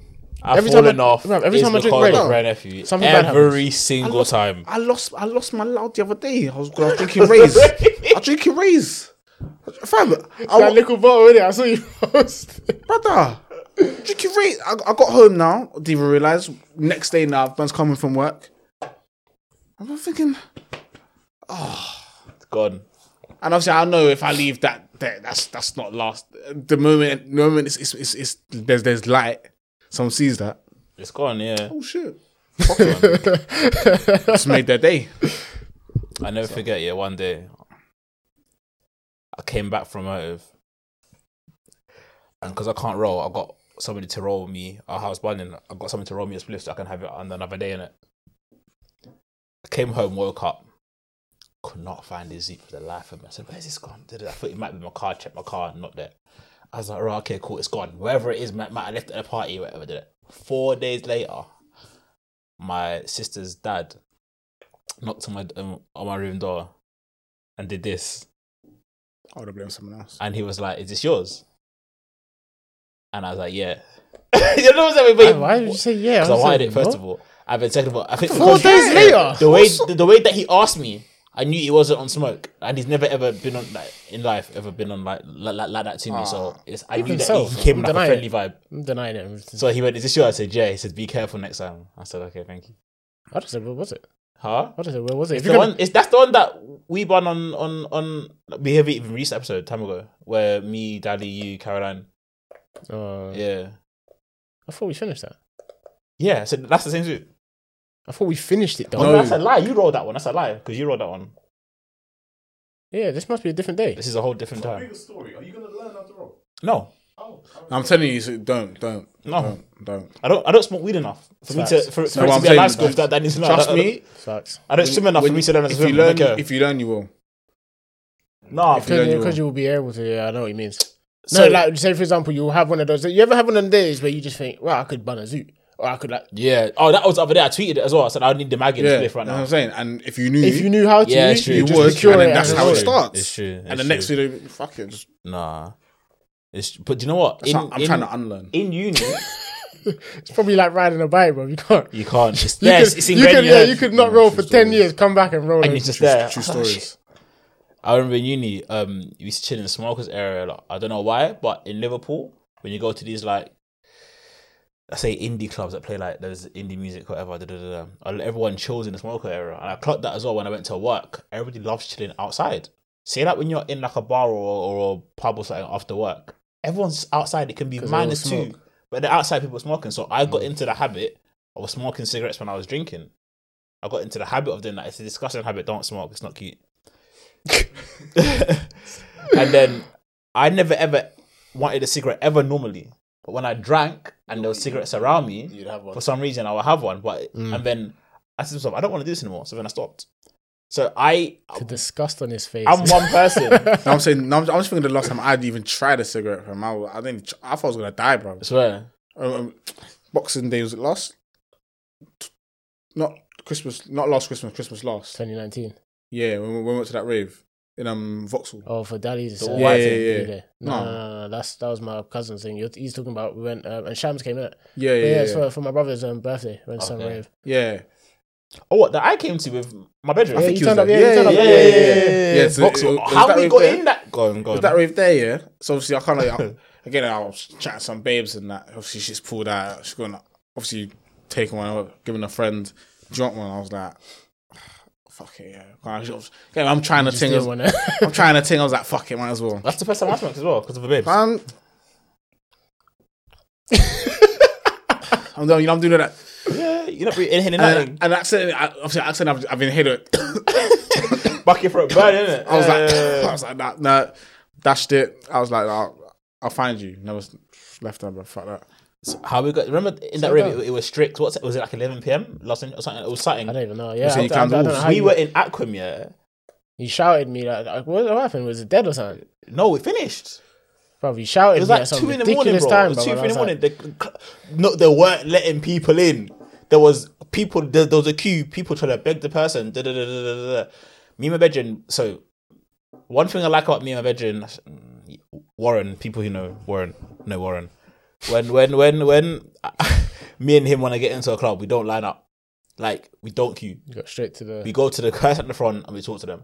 I've Every time fallen I- off, bruv, every is time I drink because Ray, of Ray nephew. something bad every single time. I lost. I lost my loud the other day. I was, I was drinking Rays. I was drinking Rays. Fam, I, that little bottle in it. I saw you post. brother. Drinking Rays. I, I got home now. Didn't even realize. Next day now, man's coming from work. I'm thinking. Gone. And obviously, I know if I leave that, that that's that's not last. The moment, the moment it's, it's, it's, it's there's there's light. Someone sees that. It's gone, yeah. Oh shit! Just made their day. I never forget. Yeah, one day I came back from motive, and because I can't roll, I got somebody to roll me a house bun, and I got somebody to roll me a spliff so I can have it on another day in it. I came home, woke up, could not find his zip for the life of me. I said, "Where's this gone?" I thought it might be my car. Check my car, not there. I was like, right, okay, cool, it's gone. Wherever it is, might, might have left it at a party, whatever. Did it. Four days later, my sister's dad knocked on my um, on my room door and did this, I would have blamed someone else. and he was like, "Is this yours?" And I was like, "Yeah." you know what I'm saying? Why did you say yeah? Because I was wanted like, it first no. of all. I've been second of all. I think Four because days he- later. the way the, the way that he asked me, I knew he wasn't on smoke, and he's never ever been on like in life ever been on like like, like, like that to me. so Ah. it's, I knew that so, he came in like a deny friendly it. vibe. I'm denying it. So he went, "Is this yours?" I said, "Yeah." He said, "Be careful next time." I said, "Okay, thank you." I just said, where was it? Huh? I just said, where was it? If It's you're the gonna- one. It's that's the one that we bun on on on behavior even recent episode time ago where me, Daddy, you, Caroline. Uh, Yeah, I thought we finished that. yeah. So that's the same suit. I thought we finished it though. No. That's a lie. You rolled that one. That's a lie because you rolled that one. Yeah, this must be a different day. This is a whole different time. Bigger story. Are you gonna learn after all? No, I'm telling you, so don't, don't, No. don't, don't. I don't. I don't smoke weed enough for me Facts. to for, for No, it I'm to be a life saying skill that that needs to Trust me. Sucks. I don't swim enough when for me to learn as a If you swimmer. learn, I don't care. if you learn, you will. Nah, you don't, you Because will. you'll be able to. Yeah, I know what he means. So- no, like say for example, you'll have one of those. You ever have one of them days where you just think, "Well, I could bun a zoo, or I could like." yeah. Oh, that was the other day. I tweeted it as well. I said I need the mag in Yeah, Uh-huh. the spliff right that's what now. I'm saying. And if you knew, If you knew how to, Yeah, you, it's true. you you just would, secure and it then that's and how it it's true. starts. It's true, it's and the next true. video, fuck it. just- Nah, it's but do you know what? In, I'm in- trying to unlearn. in uni. It's probably like riding a bike, bro. You can't. You can't. It's You there. could, it's, it's you ingrained could, in your yeah, head. you could not roll for ten years, come back and roll. And it. it's just there. True I was like, Oh, "Shit." stories. I remember in uni, um, we used to chill in the smokers area a lot. I don't know why, but in Liverpool, when you go to these like, I say indie clubs that play like there's indie music, whatever. Da, da, da, da. and Everyone chills in the smoker area, and I clocked that as well when I went to work. Everybody loves chilling outside. Say that when you're in like a bar or, or a pub or something after work, everyone's outside. It can be minus all two, but the outside people are smoking. So I got into the habit I was smoking cigarettes when I was drinking. I got into the habit of doing that. It's a disgusting habit. Don't smoke. It's not cute. and then I never ever wanted a cigarette ever normally. But when I drank and there were cigarettes around me, You'd have one. for some reason I will have one. But Mm. and then I said to myself, I don't want to do this anymore. So then I stopped. So I, The disgust on his face. I'm one person. No, I'm saying, no, I'm, I'm just thinking the last time I'd even tried a cigarette, fam. I, I didn't. tr- I thought I was gonna die, bro. swear. Um, um, Boxing Day was it last? Not Christmas. Not last Christmas. Christmas last. 2019. Yeah, when we, when we went to that rave in um Vauxhall. Oh, for daddy's. The uh, white thing, yeah, birthday. yeah. No, No. no, no, no, that's that was my cousin's thing. You're, he's talking about when um, and Shams came in. it. Yeah, Yeah, yeah, yeah. it's for, for my brother's um, birthday. Went to some Okay. rave. yeah. Oh, what that I came to with my bedroom. I Yeah, think you he was turned up- there. yeah, you turned up- yeah, yeah, yeah, yeah, yeah. yeah. so it- Vauxhall. it was How that we rave got there. in that? Go on, go It on. was that rave there, yeah. So obviously I can't like I, again I was chatting to some babes and that. Obviously she's pulled out. She's gonna obviously taking one, giving a friend, drunk one. I was like, fuck it, yeah. I was just- yeah, I'm trying to Just ting. didn't wanna- I'm trying to ting. I was like, fuck it, might as well. That's the first time I smoked as well because of the babes. Um, I'm doing, you know, I'm doing that, Yeah, you're not really and, inhaling nothing. and accidentally, I, obviously, accidentally, I've, I've inhaled it. Bucket for a bird, innit? I was like, Yeah. I was like, nah, nah, dashed it. I was like, nah, I'll find you. Never s- left her, but fuck that. So how we got? Remember in that rave, it, it was strict. What was it like? 11 p.m. Last night or something. It was something. I don't even know. Yeah, I, say you I- I climbed don't the know walls. how we you- were in Aquam, yeah. He shouted me like, like what, what happened? Was it dead or something? No, we finished. Bro, he shouted It was me like at some two in the morning, ridiculous bro. time. it was bro, two and I in the was like, morning. They, no, they weren't letting people in. There was people. There, there was a queue. People trying to beg the person. Da, da, da, da, da, da. Me and my bedroom. So, one thing I like about me and my bedroom, mm, Warren. People who know Warren know Warren. When when when when me and him want to get into a club, we don't line up. Like we don't queue You got straight to the. we go to the person at the front and we talk to them.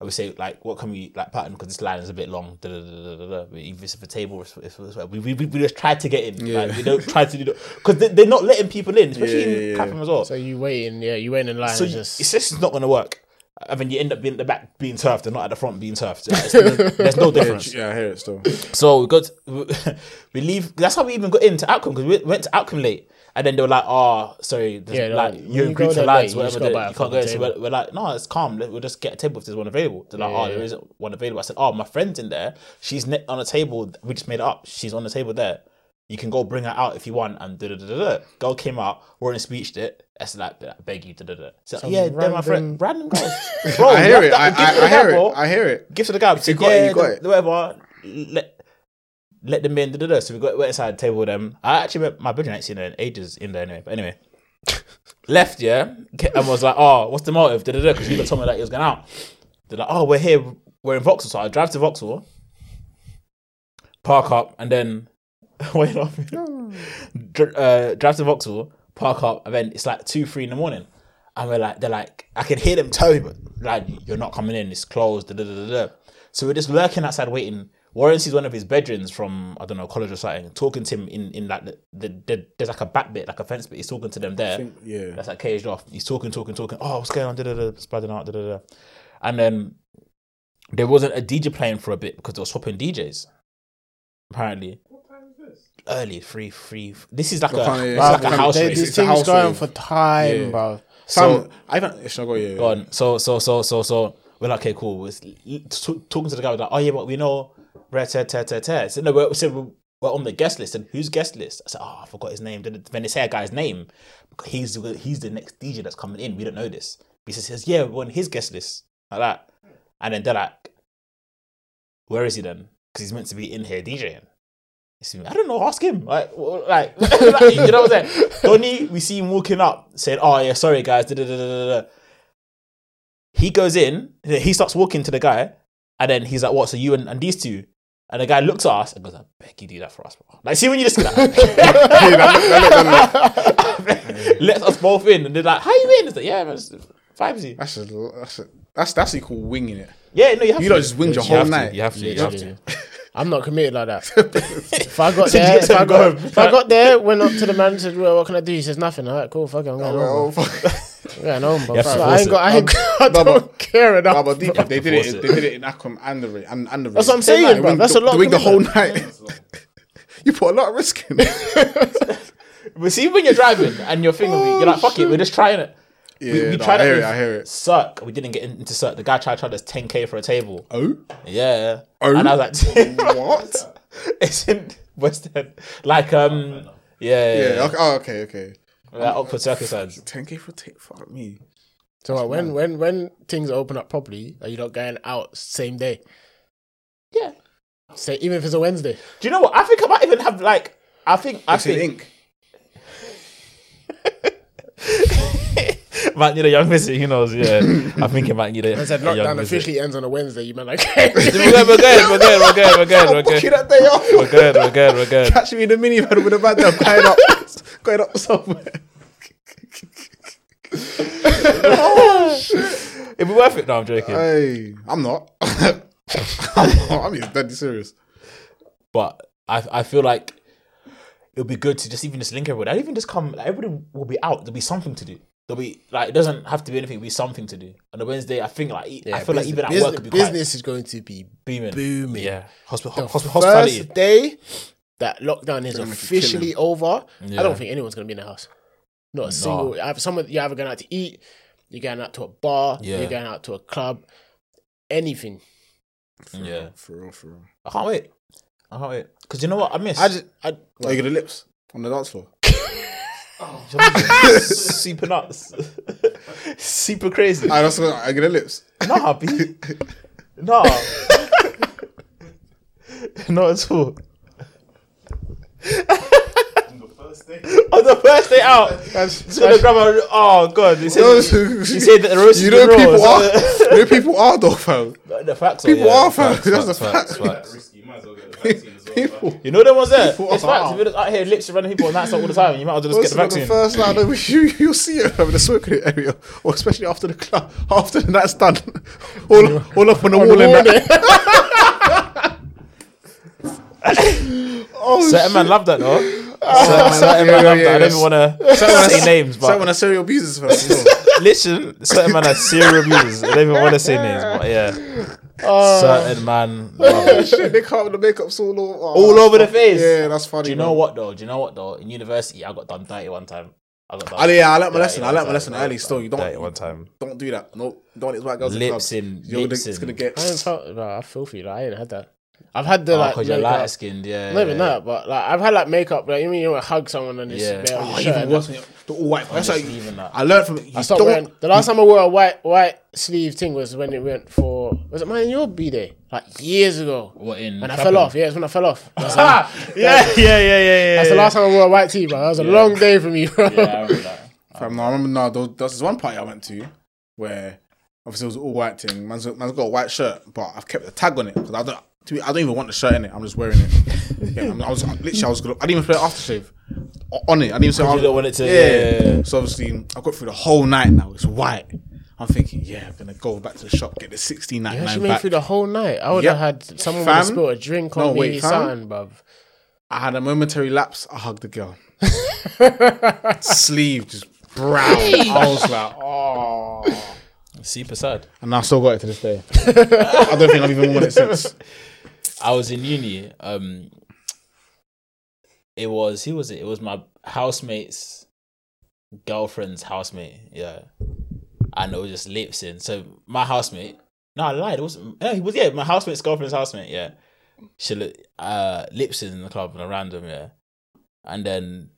And we say like, what can we like pattern because this line is a bit long. Da, da, da, da, da, da. We- If it's for table, if it's for, we, we we we just try to get in. Yeah. Like, we don't try to do because they, they're not letting people in, especially Yeah, in yeah, yeah. Clapham as well. So So, you waiting, yeah, you waiting in line. and just it's just not going to work. I mean, you end up being at the back being turfed and not at the front being turfed. It's- there's, there's no difference. Yeah, I hear it still. So we got we leave. That's how we even got into outcome because we went to outcome late, and then they were like, "Oh, sorry, there's, Yeah, no, like when you're in you groups go there of late, lads, you whatever. just gotta they- buy a You can't go." fucking So we're, we're like, "No, it's calm. let- We'll just get a table if there's one available." They're like, "Oh, there isn't one available." I said, "Oh, my friend's in there. She's ne- on a table. We just made it up. She's on the table there." You can go bring her out if you want, and da da da da. da. Girl came out, we're in speech. It, that's like, I beg you, da da da. So, yeah, they're my friend. Random girls, bro. Oh, I hear you it. I, have to- give I, to I the guy, hear bro it. I hear it. give to the guy. You got it, you got it. Whatever. Let let them in. Da, da, da. So we got went inside the table with them. I actually met my bedroom ain't seen her in ages in there anyway. But anyway, left yeah, Ke- and was like, oh, what's the motive? Da da da. Because you told me that he was going out. They're like, oh, we're here. We're in Vauxhall. So I drive to Vauxhall, park up, and then wait off. Dr- uh, drive to Vauxhall, park up, and then it's like two, three in the morning. And we're like, they're like, I can hear them tell you, like, you're not coming in, it's closed, da da da da. da. So we're just lurking outside waiting. Warren sees one of his bedrooms from, I don't know, college or something, talking to him in, in like, the, the, the, there's like a back bit, like a fence bit, he's talking to them there. yeah. That's like caged off. He's talking, talking, talking. Oh, what's going on? Da da da, spreading out, da da da. And then there wasn't a DJ playing for a bit because they were swapping DJs, apparently. What time is this? Early, free, free. This is like a, What kind of- it's what like a kind of house day They, It's- race. this it's a thing's house going rave. for time, Yeah. bro. Sam, I even it's not got you. Go on. So so so so so we're like, okay, cool. We're s- t- talking to the guy, we're like, oh yeah, but we know rare tear tear tear tear. So no, we're, so we're- we're on the guest list, and who's guest list? I said, oh, I forgot his name. Then then they say a guy's name, he's he's the next DJ that's coming in. We don't know this. He says, yeah, we're on his guest list like that, and then they're like, where is he then? Because he's meant to be in here DJing. It's- I don't know. Ask him. Like, well, like, like, you know what I'm saying? Donny, we see him walking up, saying, "Oh yeah, sorry guys." Da, da, da, da, da, da. He goes in. He starts walking to the guy, and then he's like, "What? So you and, and these two? And the guy looks at us and goes, "I beg you do that for us, bro." Like, see when you just do that, lets us both in, and they're like, "How you in?" It's like, "Yeah, man, it's vibesy." That's just, that's a, that's that's equal winging it. Yeah, no, you have You to. don't just winged your You whole have night. to. You have to. You have to. literally. I'm not committed like that. if I got So you there, just if I got, said go. if I got there, went up to the man and said, well, "What can I do?" He says, "Nothing." All right, cool. Fuck it, I'm going Oh, home. fuck. I'm going home, bro. You have to Fuck, force I ain't it. got. I, ain't, I Nah, don't but- care enough. Nah, but deep, they did it. Force it. They did it in Akram and the Ra- and, and the Ra- That's what I'm Same saying, night, bro. wing- That's a lot They wing the of whole night. you put a lot of risk in. it. But see, when you're driving and you're thinking, you're like, fuck it, we're just trying it. Yeah, We, we no, tried I hear with it. I hear it. Cirque. We didn't get in- into Cirque. The guy tried to charge us 10k for a table. Oh, Yeah. Oh. And I was like, what? it's in West End. Like, um, yeah, yeah, Yeah. yeah. Okay, oh, okay. Okay. Like, Oxford Circus side. Ten k for take. Fuck me. So what, when when when things open up properly, are you not going out same day? Yeah. Say even if it's a Wednesday. Do you know what? I think I might even have like. I think I It's in think ink. might need a young visit. Who knows? Yeah, I think it might need a, I said a young lockdown visit. officially ends on a Wednesday. You meant like We're good. We're good. We're good. We're good. We're good. We're Fuck you good. that day off. We're good. We're good. We're good. Catch me in the minivan with a man that going up, going up somewhere. It'd be worth it. No, I'm joking. Hey, I'm not. I'm, not. I'm just deadly serious. but I I feel like it would be good to just even just link everybody. I even just come. Like, everybody will be out. There'll be something to do. There'll be like it doesn't have to be anything. It'll be something to do. On a Wednesday, I think like e I I feel like even at work could be quite business is going to be booming. booming. Yeah, hospital, hospitality. First day that lockdown is make a officially over, I Yeah. don't think anyone's gonna be in the house. Not a single. I have someone. You're either going out to eat, you're going out to a bar, Yeah. you're going out to a club, anything. Mm, Yeah, For real, for real. I can't wait. I can't wait. Cause you know what I miss. I just, I, are you gonna lips on the dance floor? super nuts, super crazy. I also, I get a lips. Nah, B. Nah. Not at all. On the first day out, so the grandma. Oh god, he said, Those he, who- said that the roast you is know raw, people so are, you know people are though, fam. the, the facts People are, yeah, are, fam. facts, That's a facts, fact. facts, facts. Risky. You might as well get the vaccine as well. People. You know the ones there. People It's are. facts. If you're just out here literally running people on that side all the time, you might as well just Listen, on get the the vaccine. first night, though, you, you'll see it fam, in the smoking area, or especially after the club, after the night's done, all, all up on the wall in that. oh, Certain man love that though. Certain certain yeah, man yeah, love that. I yeah. don't want Certain to man- say names, So when but a serial abusers first, you know. listen, certain man are serial abusers. I don't even want to say names, but yeah. Oh. Certain man love that. shit, they can't have the makeup's all over, all over the face. Yeah, that's funny. Do you know what though? Do you know what though? In university, I got done dirty one time. I got done. I, yeah, I learnt my dirty lesson. I one learnt my time. lesson early. Still, you Dirty don't one time. don't do that. No, don't want these white girls. in Lips clubs. in, You're gonna- lips it's gonna in. get. I ain't felt, bro, I feel for you. Like, I ain't had that. I've had the like Because you're makeup- light skinned. Yeah. Not even yeah. that, but like I've had like makeup. Like you mean you want to hug someone and just Yeah. yeah. Oh, on your shirt even and worse. when you're- The all white. That's just like leaving that. I learned from. it. You I stopped don't- wearing. The last time I wore a white white sleeve thing was when it went for was it mine and your b day like years ago. What in? And I Clapham? fell off. Yeah, it's when I fell off. That's, Ah, yeah, yeah, yeah, yeah, yeah. that's the last time I wore a white tee, bro. That was a long day for me, bro. Yeah, I remember that. Fam, no, I remember. No, there was, there was this one party I went to where obviously it was all white thing. Man's, man's got a white shirt, but I've kept the tag on it because I don't. To be, I don't even want the shirt in it. I'm just wearing it. yeah, I'm, I was literally. I was. Gonna, I didn't even put aftershave o- on it. I didn't even say. I You don't want it to. Yeah. Yeah. So obviously, I got through the whole night now. It's white. I'm thinking, yeah, I'm gonna go back to the shop, get the 16.99 She made me back. through the whole night. I would Yep. have had someone would have Fam? spilled a drink on No, me, wait, fam? something, bruv. I had a momentary lapse. I hugged the girl. Sleeve just brown. I was like, oh. Super sad. And I still got it to this day. I don't think I've even worn it since. I was in uni. Um, it was who was it? It was my housemate's girlfriend's housemate. Yeah, and it was just lips in. So my housemate. No, I lied. It wasn't. No, he was. Yeah, my housemate's girlfriend's housemate. Yeah, she li- uh lips in the club and a random. Yeah, and then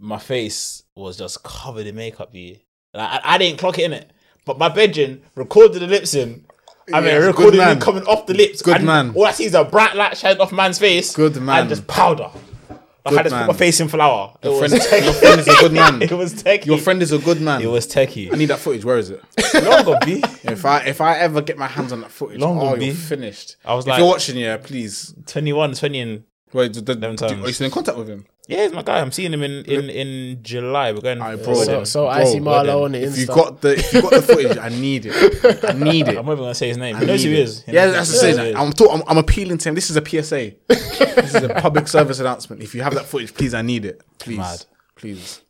my face was just covered in makeup. Yeah, like, I, I didn't clock it in it, but my bedroom recorded the lips in. I mean, Yeah, good recorded me man. coming off the lips. Good and man. All I see is a bright light shining off man's face. Good man. And just powder. Like I Good just man. put my face in flour. It Your was friend, your friend is a good man. it was techie. Your friend is a good man. It was I techie. need that footage. Where is it? Longer B. If I if I ever get my hands on that footage, Long oh, will be. you're finished. I was if like- you're watching, yeah, please. 21, 20 and Wait, did, did, Them do- times. are you still in contact with him? yeah, he's my guy. I'm seeing him in in, in July. We're going. Aye, bro. So, Then, so bro, I see well Marlo on the If you Insta. got the if you got the footage, I need it. I need it. I'm not even gonna say his name. I He knows who need he it. is. He Yeah, knows that's who the he thing. is. I'm, talk, I'm I'm appealing to him. This is a PSA. this is a public service announcement. If you have that footage, please, I need it. Please, Mad. please.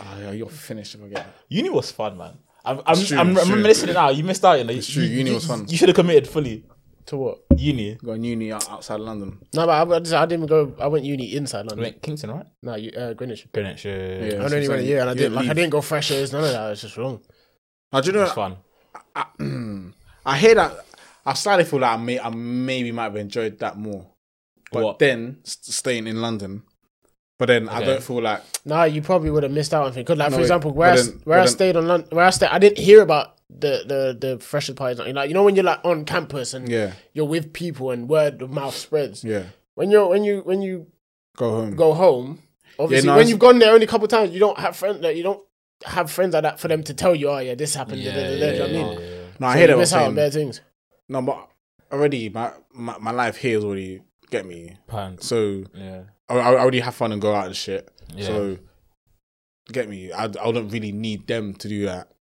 Ah, yeah, you're finished if I get it. Uni was fun, man. I'm I'm, true, I'm, it's I'm true. reminiscing it now. You missed out, you know. It's true, uni was fun. You should have committed fully. To what? Uni. Got a uni out- outside London. No, but I, I just- I didn't go. I went uni inside London. Wait, Kingston, right? No, you, uh, Greenwich. Greenwich. Yeah. Yeah. I only went a year, and I You didn't like. I leave. didn't go freshers. None of that. It's just wrong. Now, do you know? It's fun. I hear that. I slightly feel like I may, I maybe might have enjoyed that more. But What? then s- staying in London, but then I Okay. don't feel like No, you probably would have missed out on things. Because, like, No, for wait, example, where I, but s- then- where but I then- stayed on London, where I stayed, I didn't hear about the the the freshers parties. nothing. Like, you know, when you're like on campus and yeah, you're with people and word of mouth spreads. yeah, When you're when you when you go home. go home, obviously, no, when it's- you've gone there only a couple of times, you don't have friends. Like, you don't have friends like that for them to tell you, oh yeah, this happened. da, da, da, da," do you know what I mean? no, I So hear you that. what miss out I'm saying. on Um, bare things. No, but already my, my my life here is already get me. Pants. So Yeah. I, I already have fun and go out and shit. Yeah. So get me. I I wouldn't really need them to do that.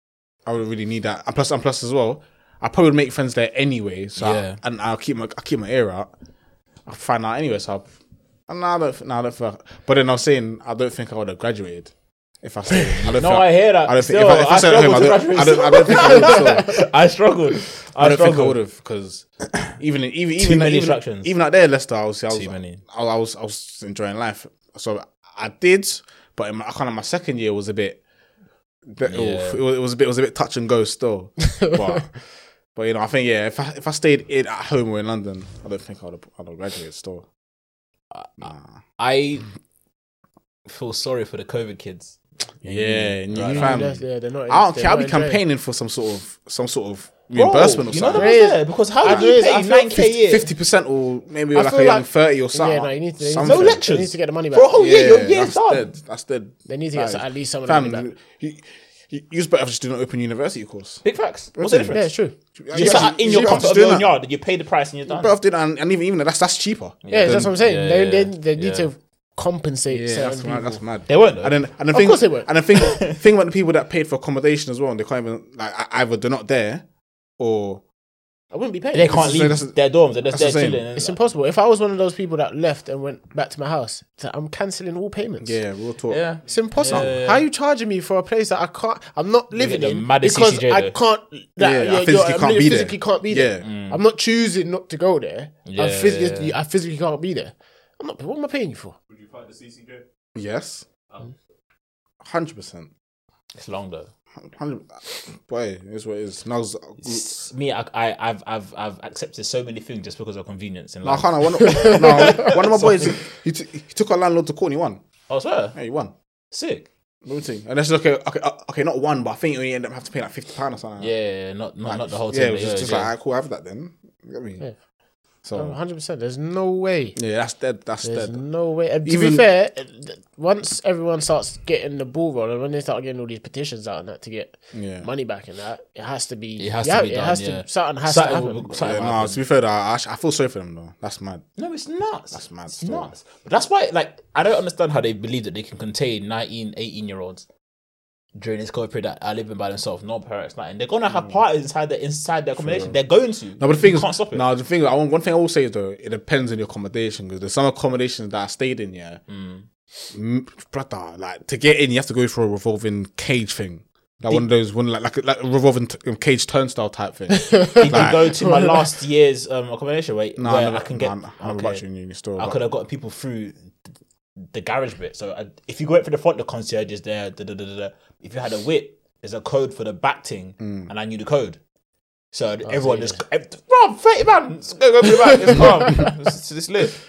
I wouldn't really need that. And plus, and plus as well, I probably would make friends there anyway. So I- Yeah. and I'll keep my I keep my ear out. I find out anyway. So I, and I don't. No, I don't feel. But then I was saying I don't think I would have graduated if I stayed. I don't No, feel- I hear that. I don't think Still, if I, if I, I stayed at home, I struggle don't, to graduate I don't, I don't think I would have. So. I struggled. I, I don't think I struggled. would have because even in, even even, many even, distractions. even out there, Leicester, I was I was, Too many. I, I was I was enjoying life, so I did. But in my, kind of my second year was a bit, bit oof. it, was, it was a bit it was a bit touch and go still. But but you know, I think yeah, if I if I stayed in at home or in London, I don't think I'd have, I'd have graduated still. Nah. I feel sorry for the COVID kids. Yeah, new Right. fam. Yeah, yeah, they're I not. don't they're care. I'll not be enjoying it. campaigning for some sort of some sort of reimbursement or you know something. that was there because how do you Andres, I pay feel nine k a year? Fifty percent or maybe I like feel a young like- thirty or something. Yeah, no, you need to. They need to, Something. No lectures. They need to get the money back. For a whole year, your that's year's done. Dead. That's dead. They need to get That is- at least some of the money back. Fam, you, you, you just better just do an open university course. Big facts. What's the Really? difference? Yeah, it's true. You Just better- like in you your better comfort just of do your own that. yard, you pay the price and you're You done. better off do that, and, and even even that's that's cheaper. Yeah, that's what I'm saying. yeah, they, yeah, they, they need yeah. to compensate Yeah, certain that's people. mad, that's mad. They weren't, though. And then and the Of thing, course they weren't. And the thing, thing about the people that paid for accommodation as well, and they can't even like e- either they're not there, or I wouldn't be paying. They can't the- leave that's the- their dorms. They're just that's the there same. chilling. and It's like- impossible. If I was one of those people that left and went back to my house, so I'm cancelling all payments. yeah, we'll talk. Yeah. It's impossible. Yeah, yeah, yeah. How are you charging me for a place that I can't? I'm not living the in maddest because CCJ I though. can't. Yeah, That, I yeah, you're- physically I'm can't li- be there. physically can't be there. Yeah. I'm not choosing not to go there. I, Yeah, phys- yeah, yeah. I physically can't be there. I'm not. What am I paying you for? Would you fight the CCJ? Yes. Hundred percent. It's long though. Hundred. Boy, it is what it is. Now, It's- me, I, I, I've, I've, I've accepted so many things just because of convenience in I life. can't. One of, no, one of my boys, he, t- he took our landlord to court. And he won. Oh, I swear, Yeah, he won. sick. Moving. And that's okay, okay, uh, okay, not one, but I think you only end up having to pay like fifty pounds or something. Yeah, yeah, yeah, not, not, not the whole Yeah, team. it but was Yeah, just, just yeah. like, alright, cool, have that then. You get me? Yeah. So 100. Oh, percent There's no way. yeah, that's dead. That's There's dead. no way. And to Even- be fair, th- once everyone starts getting the ball rolling, when they start getting all these petitions out and that to get Yeah. money back and that, it has to be. It has to be It done, has yeah. to. Something has Something to happen. will- Yeah, something will no, to be fair, though, I, I feel sorry for them though. That's mad. No, it's nuts. That's mad It's still. nuts. But that's why, like, I don't understand how they believe that they can contain 19, 18 year olds during this COVID period that are living by themselves, no parents, nothing. They're gonna have parties inside their inside their accommodation. They're going to. Mm. No, but the thing you is, can't stop it. no, the thing. I want, one thing I will say though, it depends on your accommodation because there's some accommodations that I stayed in. Yeah, mm. brother, like to get in, you have to go through a revolving cage thing. Like one of those, one like like, like a revolving t- um, cage turnstile type thing. You can go to my last year's um, accommodation where, No, where I, never, I can get. no, I never okay. watched it in uni still. I but- could have got people through the garage bit. So uh, if you go out for the front, the concierge is there. Da, da, da, da, da. If you had a whip, there's a code for the back thing, and I knew the code. So everyone just, ev- bro, thirty man, Let's go go to the back. It's calm. it's, it's lit.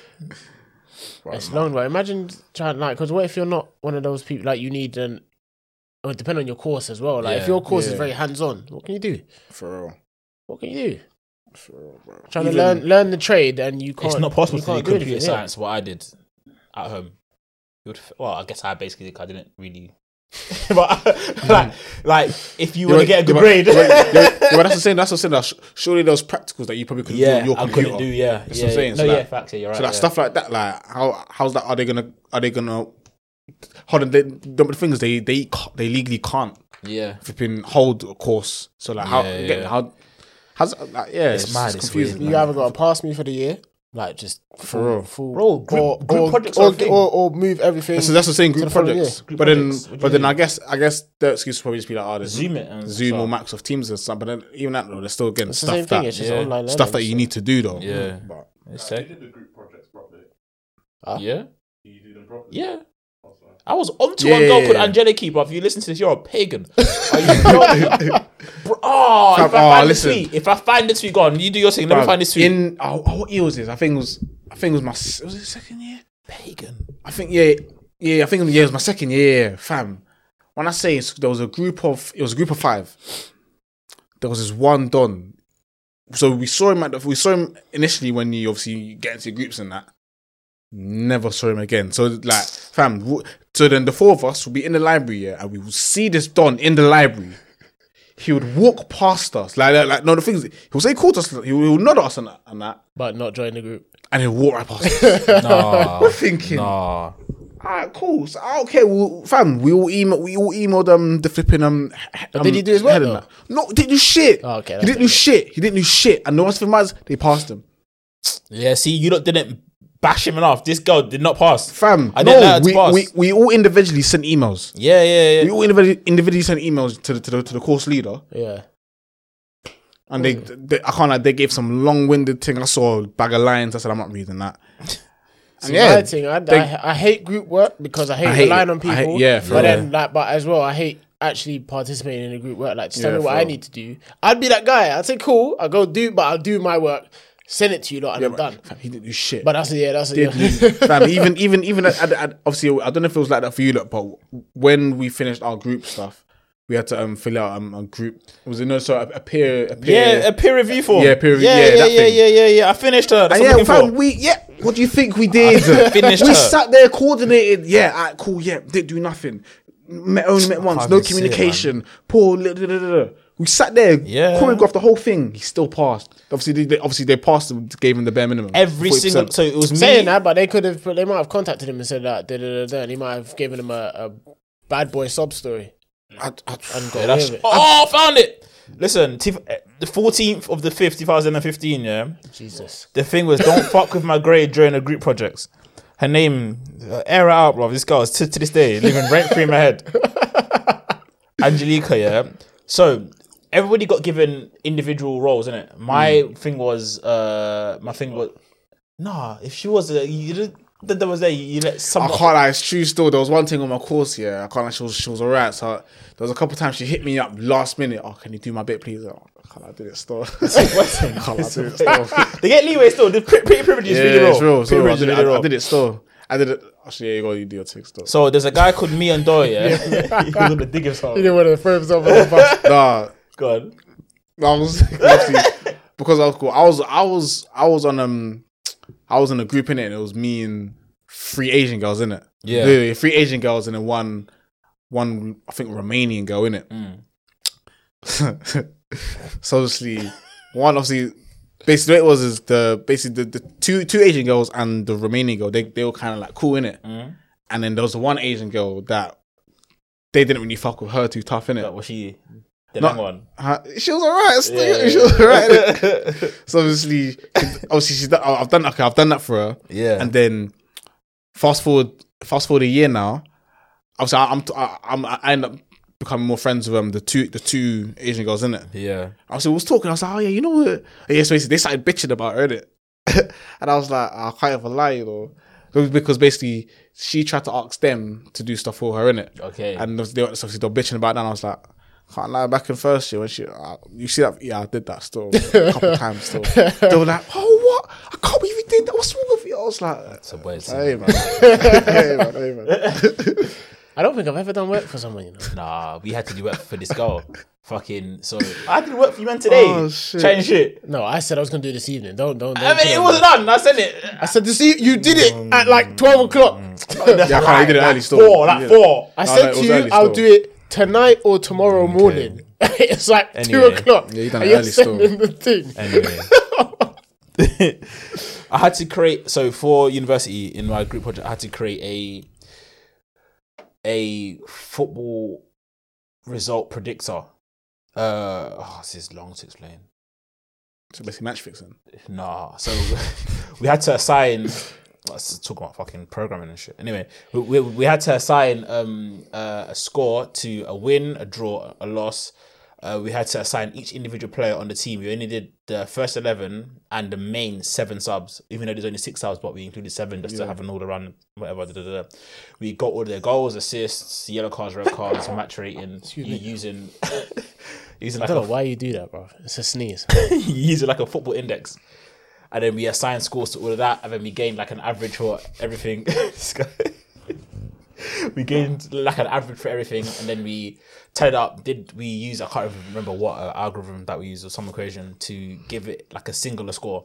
It's long, but imagine trying like because what if you're not one of those people like you need an. It would depend on your course as well. Like Yeah. if your course Yeah. is very hands on, what can you do? for real. What can you do? For real, bro. Trying to learn learn the trade and you can't. It's not possible you to do can't do computer anything, yeah. science. What I did at home, you would, f- well, I guess I basically did, 'cause I didn't really. but like, like if you want You're- to get a good you're- grade, you're- you're- yeah, but that's the same. That's the same. That surely those practicals that you probably could do yeah, on your I computer. couldn't do. Yeah, That's yeah, what I'm saying. no, So yeah, like- facts. Yeah, you're right. So like yeah. stuff like that, like how how's that? Are they gonna are they gonna? Hold on. They, the the thing is, they they ca- they legally can't yeah. flipping hold a course. So like how Yeah, again, yeah. how how's like yeah? It's, mad, just it's confusing. weird, You man. haven't got to pass me for the year, Like just For real. full. Bro, group, or, group or, projects are a or, thing. or, or move everything. So that's the same group the following projects. year. Group but then, projects, what do but you then I guess I guess their excuse would probably just be like, oh, there's Zoom, Zoom it and or Microsoft Teams or something. But then even that though, they're still getting It's the stuff same thing, that it's just yeah, online learning, stuff that you need to do though. Yeah. Mm. But It's Like, sick. you did the group projects properly. Yeah. You do them properly. Yeah. That's fine. I was onto Yeah, one girl yeah, called yeah. Angeliki, bro. If you listen to this, you're a pagan. Are you joking? Bro, oh, if Fam, I oh, find this listen. tweet, if I find this tweet, go on. You do your thing. Let me Bruv, find this tweet. In oh, oh, what year was this? I think it was I think it was my s- was it second year? pagan. I think yeah, yeah. I think yeah, it was my second year, fam. When I say it's, there was a group of it was a group of five. There was this one don. So we saw him at the, we saw him initially when you obviously get into groups and that. Never saw him again. So like, fam. w- So then the four of us would be in the library, yeah, and we would see this don in the library. He would walk past us, like, like, like no, the thing is, he would say, "Called us," he would nod at us and that, and that, But not join the group. and he'd walk right past us. Nah. We're thinking, Nah. Alright, cool. So, ah, okay, well, fam, we all email, we all emailed um the flipping um. h- um did he do his work, head and though? that. No, he didn't do shit. Oh, okay, he that's didn't do shit. He didn't do shit. And the worst thing was, they passed him. Yeah, see, you lot didn't bash him enough. This girl did not pass. Fam, I didn't let no, her to we, pass. we we all individually sent emails. yeah, yeah, We yeah. all individually, individually sent emails to the, to the to the course leader, Yeah. and they, Mm. they I can't lie, they gave some long winded thing. I saw a bag of lines. I said I'm not reading that. And yeah. yeah, thing, I, they- I, I hate group work because I hate, I hate relying it. on people. I hate- yeah, for but real. then like, but as well, I hate actually participating in a group work. Like, just tell Yeah, me what for I real. need to do. I'd be that guy. I'd say, cool, I'll go do, but I'll do my work, send it to you lot, and I'm done. fam, he didn't do shit. But that's yeah, that's did yeah. leave. Fam, even even even at, at, at- obviously I don't know if it was like that for you lot, but when we finished our group stuff, we had to um fill out um a group. Was it no sorry a, a peer a peer Yeah, a peer review form. Yeah, peer review- Yeah, yeah, yeah, that yeah, thing. yeah, yeah, yeah. I finished her. That's And what I'm yeah, looking fam, for. we yeah. What do you think we did? Finished we her. sat there coordinated. Yeah, alright, cool. Yeah, didn't do nothing. Met, only met once. can't No even see it, communication. Poor. li- da- da- da- da. We sat there. Yeah. choreographed the whole thing. He still passed. Obviously, they, they, obviously they passed him. Gave him the bare minimum. Every 40%. single. So it was me. saying that, but they could have, but they might have contacted him and said that, da, da, da, da, and he might have given him a, a bad boy sob story. I, I, And got Yeah, away that's- with it. oh, I found it. Listen, t- eh, the 14th of the 5th, 2015, yeah. Jesus. The thing was, don't fuck with my grade during the group projects. Her name, uh, air it out, bro. This girl is to, to this day living rent free in my head. Angelica, yeah. So everybody got given individual roles, innit? My Hmm. thing was, uh, my thing was, nah. If she was, a, you did, that was there. You let I someone. can't lie, it's true still. There was one thing on my course, yeah. I can't lie, she was, she was alright. So there was a couple times she hit me up last minute. Oh, can you do my bit, please? Oh, I can't lie, I did it still. can't lie, I did it still. they get leeway still. The pre- pretty privilege is Yeah, really real. it's real. It's Pretty real. I, privilege is did, really I, I real. did it still. I did it. Actually, yeah, you go, you do your tick still. So there's a guy called Me and Doy, yeah. he was on the digging He song. didn't want to throw himself on the bus. nah, Go on. I was obviously, because I was cool. I was, I was, I was on um, I was in a group in it, and it was me and three Asian girls in it. Yeah. Literally, three Asian girls and then one, one I think Romanian girl in it. so obviously, one obviously, basically what it was is the basically the, the two two Asian girls and the Romanian girl they they were kind of like cool in it, and then there was one Asian girl that. They didn't really fuck with her too tough, innit? Was she the Not- long one? Huh? She was alright, still, she was alright. innit? So obviously, obviously, she's done, I've done okay. I've done that for her, Yeah. and then fast forward, fast forward a year now. Obviously, I, I'm, I, I'm, I end up becoming more friends with um the two, the two Asian girls in it. Yeah. Obviously, we was talking. I was like, oh yeah, you know what? And yeah, so basically, they started bitching about her, innit? and I was like, I can't even lie, you know, Because- because basically, she tried to ask them to do stuff for her, innit? Okay. And they, they were- so obviously they were bitching about that. And I was like, can't lie. Back in first year when she, uh, you see that? Yeah, I did that still a couple of times still. They were like, oh what? I can't believe you did that. What's wrong with you? I was like, It's a weird hey thing. man, hey man, hey man. I don't think I've ever done work for someone, you know. Nah, we had to do work for this girl. Fucking so I did work for you man today. Oh, shit. Chatting shit. No, I said I was gonna do it this evening. Don't don't. don't I mean, put it on wasn't me. on. I sent it. I said this evening. You did it at like twelve o'clock. Mm. Yeah, I can't. You did it early still. Four, You like did it. four. I No, no, said it to was you, early I'll still. Mm, do it tonight or tomorrow morning. it's like two Anyway. o'clock. Yeah, you done and it you're early still. sending the thing. anyway. I had to create so for university in my group project. I had to create a a football result predictor. Uh, oh, this is long to explain. So basically, match fixing. Nah. So we had to assign. Let's talk about fucking programming and shit. Anyway, we, we, we had to assign um uh, a score to a win, a draw, a loss. Uh, we had to assign each individual player on the team. We only did the first eleven and the main seven subs, even though there's only six subs, but we included seven just to have an all around whatever. Da, da, da. We got all their goals, assists, yellow cards, red cards, match rating. You using using like I a don't know why you do that, bro. It's a sneeze. you use it like a football index. And then we assign scores to all of that, and then we gained like an average for everything. we gained like an average for everything, and then we tied up. Did we use? I can't even remember what uh, algorithm that we used or some equation to give it like a singular score.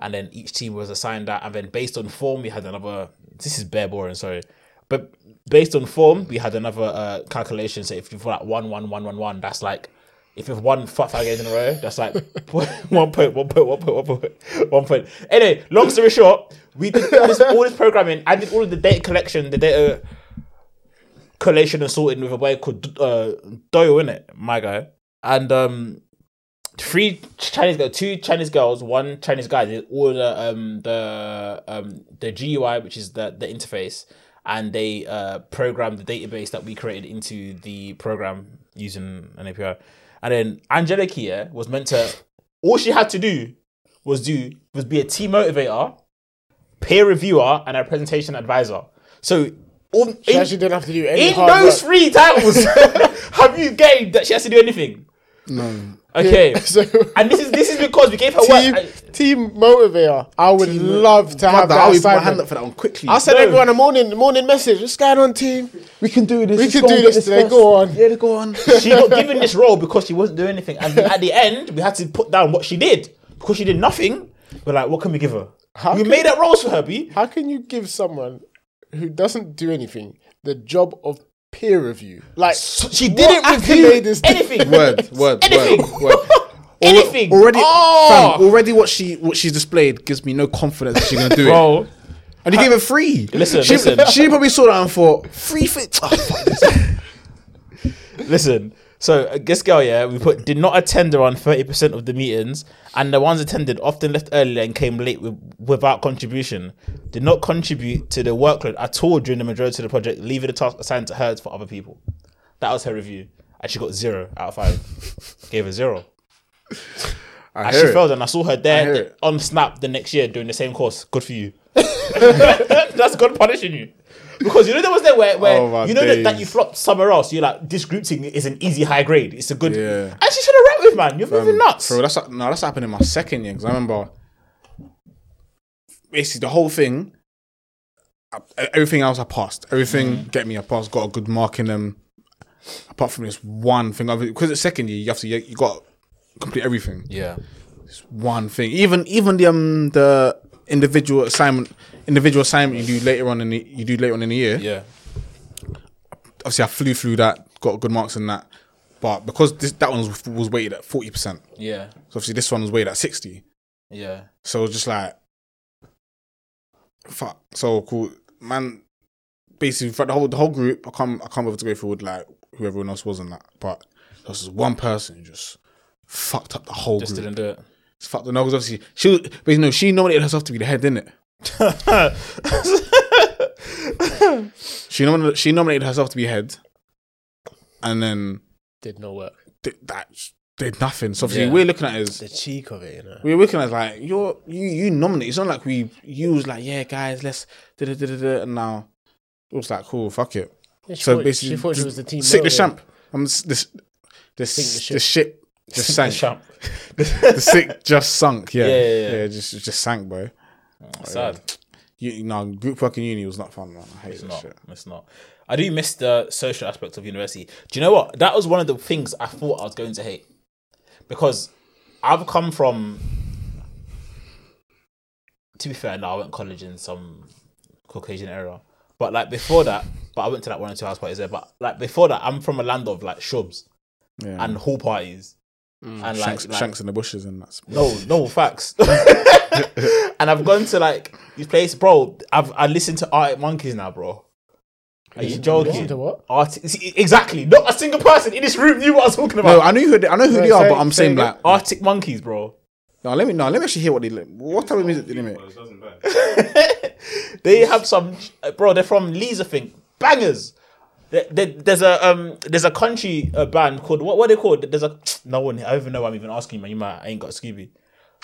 And then each team was assigned that, and then based on form, we had another. This is bare boring, sorry, but based on form, we had another uh, calculation. So if you've got like one, one, one, one, one, that's like if you've won five, five games in a row, that's like one point, one point, one point, one point, one point. Anyway, long story short, we did all this, all this programming. I did all of the data collection, the data collation and sorting with a boy called uh, Doyle, in it, my guy, and um, three Chinese girls, two Chinese girls, one Chinese guy. They did all the um the um the GUI, which is the the interface, and they uh programmed the database that we created into the program using an API. And then Angelica here was meant to all she had to do was do was be a team motivator, peer reviewer, and a presentation advisor. So all, She in- actually didn't have to do any in hard those work. three titles, have you gained that she has to do anything? No. Okay. So, And this is this is because we gave her team, work. team motivator. I would love to have that. I'll put my assignment. hand up for that one quickly. I'll send No. everyone a morning morning message. What's going on, team? we can do this. We Let's can go do and get this today. first. Go on. Yeah, go on. she got given this role because she wasn't doing anything. And at the end, we had to put down what she did because she did nothing. We're like, what can we give her? we can- made up roles for her, B. How can you give someone who doesn't do anything the job of peer review? Like So she didn't what review accolade is this? anything. word, word, Anything. word, word. Alre- Anything. Already, Oh! fam, already what she what she's displayed gives me no confidence that she's gonna do it. Bro, And you gave her free. Listen, she, listen. she probably saw that and thought free fit. Oh, fuck this. listen. So uh, this girl, yeah, we put did not attend around thirty percent of the meetings, and the ones attended often left early and came late with, without contribution. Did not contribute to the workload at all during the majority of the project, leaving the task assigned to her for other people. That was her review, and she got zero out of five. Gave her zero. I And hear she it. failed, and I saw her I there hear it. on Snap the next year doing the same course. Good for you. That's God punishing you. Because you know there was there where, where Oh, my you know that, that days. you flopped somewhere else. You're like this group thing is an easy high grade. It's a good. Yeah. And she should have rapped with man. You're moving nuts. Bro, that's like- no, that's happened in my second year because I remember basically the whole thing. I- Everything else I passed. Everything Mm. get me. I passed. Got a good mark in them. Apart from this one thing, because it's second year, you have to you, you got to complete everything. Yeah. One thing, even even the um the individual assignment, individual assignment you do later on in the you do later on in the year. Yeah. Obviously, I flew through that, got good marks in that, but because this that one was, was weighted at forty percent, so Yeah. obviously this one was weighted at sixty. Yeah. So it was just like, fuck. So cool, man. Basically, for the whole the whole group, I can't I can't remember to go through with like who everyone else was in that, but there was this one person who just fucked up the whole Just group. didn't do it. Just fucked the no, 'cause obviously she was, but you know she nominated herself to be the head, didn't it? She nominated she nominated herself to be head, and then did not work. did, that did nothing. So obviously Yeah. we're looking at it as The cheek of it, you know. we were looking at it like you're you you nominate. It's not like we you was like yeah guys let's da da da da da and now it was like cool fuck it. Yeah, she So thought, basically, she thought she just was the team. Sick the motivator. champ. I'm s- this this Sink the this ship. ship. just sank. The, Champ. sick just sunk. Yeah. Yeah, yeah, yeah. it just it just sank, bro. Sad. You no group work in uni was not fun, man. I hate that not. shit. It's not. I do miss the social aspect of university. Do you know what? That was one of the things I thought I was going to hate because I've come from. To be fair, now I went to college in some Caucasian era, but like before that, but I went to like one or two house parties there. But like before that, I'm from a land of like shrubs Yeah. and hall parties and like, Mm. shanks, like shanks in the bushes and that's no, no facts. and I've gone to like these places, bro. I've I listen to Arctic Monkeys now, bro. Are you joking? Listen to what? Arti- see, exactly. Not a single person in this room knew what I was talking about. No, I knew who they- I know who Wait, they are, say- but I'm say saying again. like Arctic Monkeys, bro. No, let me no, let me actually hear what they li- what type of music they limit. Well, it doesn't matter. They have some, uh, bro. They're from Leeds, I think. Bangers. There- there- There's a um, there's a country uh, band called what? What are they called? There's a no one. I don't even know. why I'm even asking you, man. You might I ain't got Scooby.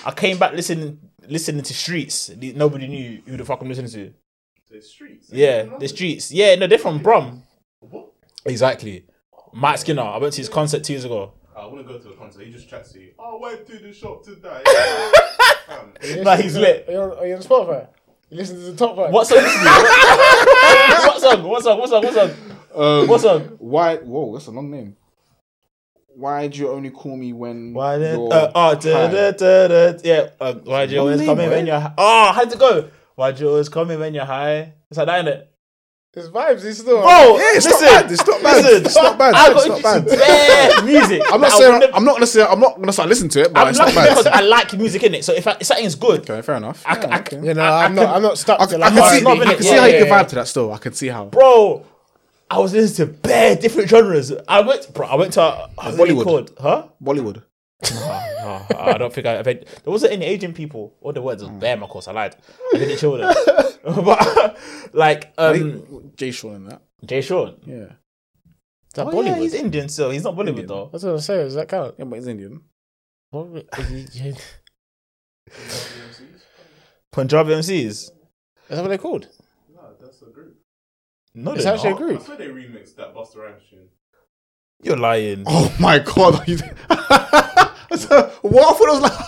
I came back listening listening to Streets. The- Nobody knew who the fuck I'm listening to. The streets. Yeah, the Streets. Yeah, no, they're from Brum. What? Exactly. Matt Skinner. I went to his concert two years ago. I want to go to a concert. He just chats to you. "Oh, I went to the shop today. Fam, Nah, he's lit. Are you on, are you on Spotify? You listen to the top five. What song? is it? what song? What song? What song? What song? Um, What song? Why? Whoa, that's a long name. Why'd you only call me when? Why did you're uh, oh da, high? da, da, da, yeah? Uh, why'd you What always name, come in boy? when you're high? oh how'd it go? Why'd you always come in when you're high? It's like that, innit? It's vibes. He's still. Bro, Yeah, it's listen, not bad. It's not bad. listen, it's not bad. I got It's not introduced bad. to bad music. I'm not that I saying would never- I'm not gonna say I'm not gonna start listening to it, but I'm it's not lucky because bad. I like music in it. So if, I, if something's good, Okay, fair enough. I c- Yeah, I okay. c- Yeah, no, I'm not. I'm not stuck I to can, I like. can see, it's not R&B. been I it. can see Yeah, how you yeah, can yeah. vibe to that still. I can see how. bro, I was listening to bare different genres. I went, bro, I went to uh, what's it Bollywood. called? Huh? Bollywood. Oh, I don't think I. I've had, there wasn't any Asian people. All the words was bam. Of course, I lied. I didn't show them. but like um, Jay Shaw and that. Jay Sean, Yeah. That oh, yeah, Bollywood. he's Indian still. He's not Bollywood though. That's what I'm saying. Does that count? Yeah, but he's Indian. What- is he- Punjabi MCs. Is that what they're called? no, that's a group. No, It's they're actually a not. I group. swear they remixed that Buster Rhymes tune. You're lying. Oh my god! are you- So, what I thought it was like,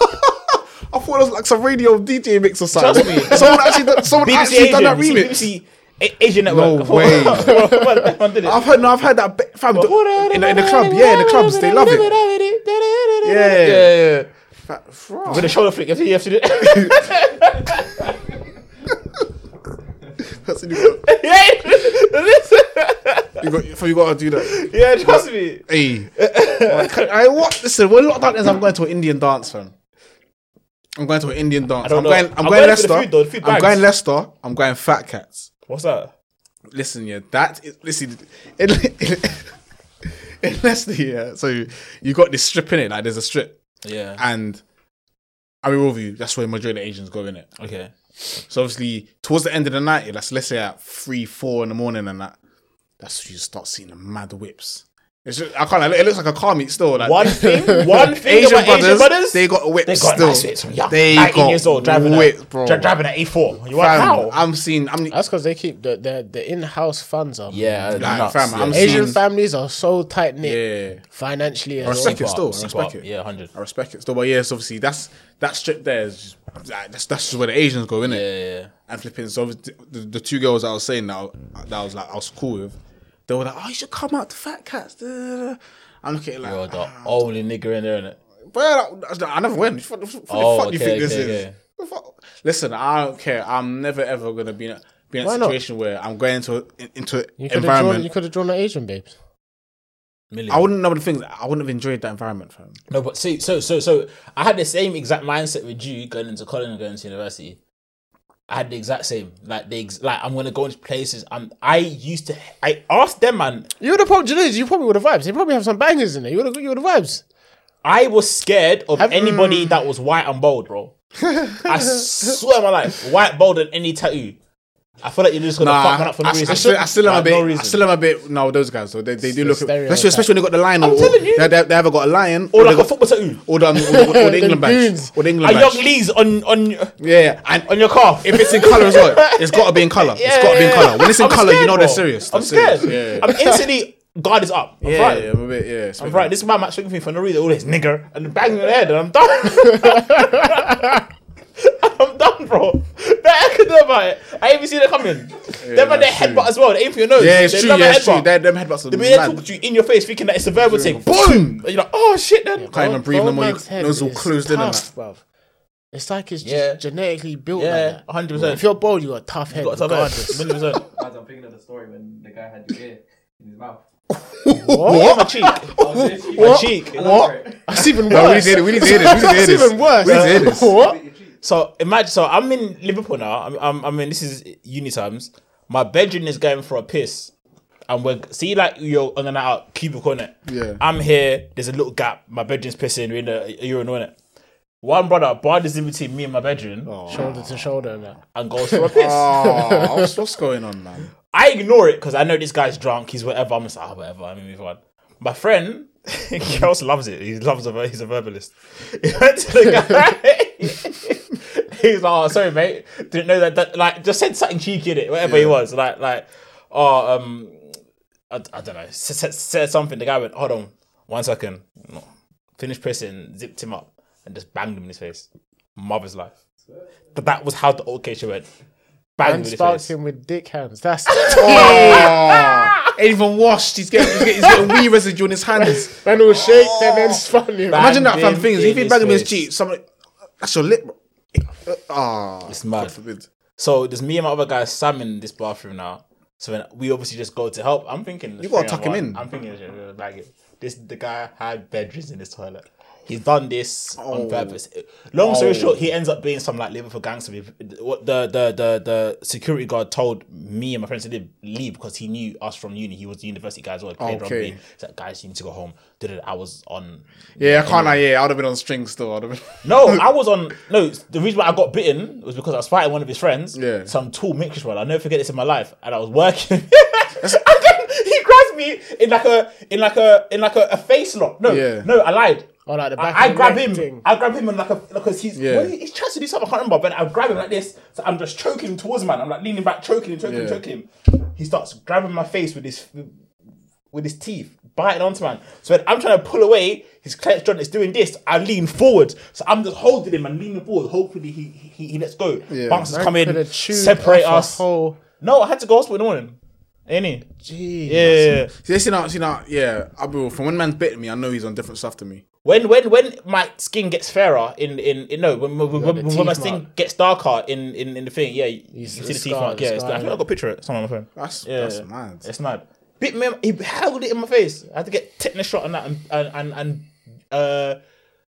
I thought it was like some radio DJ mix or something. Trust me. Someone actually, done- someone BBC actually done that Asian. remix. BBC A- Asian Network. way. Well, that one did it. I've heard, no, I've heard that ba- fam the- in, the, in the club. Yeah, in the clubs, they love it. it. Yeah. yeah, yeah. Fa- With Bro, a shoulder flick, if you have to do it. that's what you got. yeah, listen. You got, fam, you got to do that. yeah, trust me. Hey, I, I what? Listen, when lockdown is, I'm going to an Indian dance, fam. I'm going to an Indian dance. don't I'm know. going. I'm, I'm going, going for the Leicester. food, though, the food I'm bags. going Leicester. I'm going Fat Cats. What's that? Listen, yeah, that is listen. In, in, in Leicester, yeah. So you got this strip in it, like there's a strip, Yeah. and I mean, all of you, that's where majority of Asians go in it. Okay. So obviously, towards the end of the night, that's let's say at three, four in the morning, and that that's when you start seeing the mad whips. It's just, I can't. Like, it looks like a car meet still. Like One thing, one thing Asian about brothers, Asian brothers, they got whips. they got still. nice whips from young, They 19 got years old, driving whips, a, bro. dri- driving an A4. You want Fam, how? I'm seeing. I'm That's because they keep the the, the in house funds up. Yeah, like, nuts, fam. yeah. I'm Asian seeing. families are so tight knit yeah. financially. I As well. respect it still. I Super respect up, it. Yeah, hundred. I respect it still, but yes, obviously that's that strip there is just, like, that's that's just where the Asians go, innit? Yeah, yeah. And flipping, so obviously the, the two girls I was saying that I, that I was like I was cool with, they were like, "Oh, you should come out to Fat Cats." da, da, da, da." I'm looking at it like, You're the only nigga in there, innit? well, I, I never went. What the fuck Oh, do you okay, think this okay, is? okay. The fuck- Listen, I don't care. I'm never ever gonna be in a, be in a Why not? situation where I'm going into a- in- into an You could have drawn. environment. You could have drawn an Asian babes. Million. I wouldn't know the things. I wouldn't have enjoyed that environment, fam. No, but see, so so so I had the same exact mindset with you going into college and going to university. I had the exact same like the ex- like I'm gonna go into places. I'm I used to I asked them man. You would have probably. you know, You probably would have vibes. They probably have some bangers in there. You would have. You would have vibes. I was scared of anybody Mm. that was white and bald, bro. I swear on my life, white bald and any tattoo. I feel like you're just gonna Nah, fuck one up for no I, I reason. still, I still am a Like, bit. no I reason. still am a bit. No, those guys. though, they, they do look. stereotype. Especially, especially when they got the lion. Or, or- telling you. They, they, they either got a lion or they like a got- football tattoo. Or the, or, the- or the England badge. goons. Or the England A young badge. Lee's on on Yeah, and on your calf. if it's in color as well, it's got to be in color. it's got to be in color. When it's in I'm color, you scared, know bro. they're serious. They're I'm scared. Serious. Yeah. I'm instantly guard is up. I'm Yeah, fried. yeah, I'm a bit, yeah. it's a bit- Right, this man match with me for no reason. All this nigger and bang in the head, and I'm done. I'm done, bro. That I can do about it. I ain't even seen it coming. them and their that's true. headbutt as well. They aim for your nose. Yeah, it's they true. love a Yeah, it's true. headbutt. They're, them headbutts are They be there mad. talking to you in your face, thinking that it's a verbal thing. Boom! You're like, oh shit, then. Can't even breathe no more. Your nose all is closed in and tough, that. bruv. It's like it's Yeah. just genetically built yeah, like that. Oh, 100. If percent you're bold, you got a tough head. Got a regardless. hundred percent. Lads, I'm thinking of the story when the guy had your ear in his mouth. A What? cheek, a What? cheek. What? That's even worse. No, we need to hear this. We need to That's hear this. We need to hear this. even worse. We need to hear this. What? So imagine, so I'm in Liverpool now. I'm, I'm, I mean, this is uni times. My bedroom is going for a piss, and we're see like you're on and out cubicle on it. Yeah. I'm here. There's a little gap. My bedroom's pissing. We're in the urinal on it. One brother barred this in between me and my bedroom Oh. shoulder to shoulder and that. and goes for a piss. Oh, what's, what's going on, man? I ignore it because I know this guy's drunk. He's whatever. I'm just like, ah, whatever. I mean, move on. My friend, Kels loves it. He loves a ver- he's a verbalist. He went to the guy. he's like, oh, sorry, mate. Didn't know that. that like, just said something cheeky in it. Whatever he was, like, like, oh, um, I, I don't know. S- s- Said something. The guy went, hold on, one second. No. Finished pressing, zipped him up, and just banged him in his face. Mother's life. But that was how the old occasion went. Banged him in And his sparks face. him with dick hands. That's Ain't even washed. He's getting, he's getting, he's getting wee residue in his hands. and it was shake and then spun him. Imagine that fam Banged thing. is, in If he his bang him in his face. cheek, somebody, that's your lip. bro. Ah, It's mad. God forbid. So there's me and my other guy Sam in this bathroom now. So then we obviously just go to help. I'm thinking You gotta tuck him in. I'm thinking "Yeah, yeah, bag it. This the guy had bedrooms in his toilet. He's done this Oh. on purpose. Long story short, he ends up being some like Liverpool gangster. What the the the the security guard told me and my friends to leave- leave because he knew us from uni. He was the university guy as well. Played Okay. rugby. He's like, guys, you need to go home. Da-da-da. I was on Yeah, I can't. I, yeah, I would have been on strings still. I'd have been. no, I was on. No, the reason why I got bitten was because I was fighting one of his friends. Yeah. Some tall mixed one. I'll never forget this in my life. And I was working. and then he grabbed me in like a in like a in like a, a face lock. No, Yeah. no, I lied. Oh, like the back I, I of the grab neck him. thing. I grab him and like a because he's Yeah. well, he- he's trying to do something. I can't remember. But I grab him like this. So I'm just choking him towards him. Man. I'm like leaning back, choking him, choking him, Yeah. choking him. He starts grabbing my face with his with his teeth, biting onto man. So when I'm trying to pull away, his clenched joint is doing this. I lean forward, so I'm just holding him and leaning forward. Hopefully, he he, he lets go. Yeah. Bouncers Man come Could in, have chewed separate off a us. Whole, No, I had to go hospital in the morning. Any? Jeez. Yeah, yeah, yeah. See, this, you know, see, now, yeah. I'll be real. From when man's bitten me, I know he's on different stuff to me. When when when my skin gets fairer in in, in no when when, when, the when, my teeth skin mark. gets darker in in, in the thing yeah you, you see the the, teeth scar, mark the yeah it's, scar, I think I got a picture of it somewhere on my phone. That's Yeah. that's mad. It's mad. Bit me, he held it in my face. I had to get tetanus shot and that, and and and, and uh,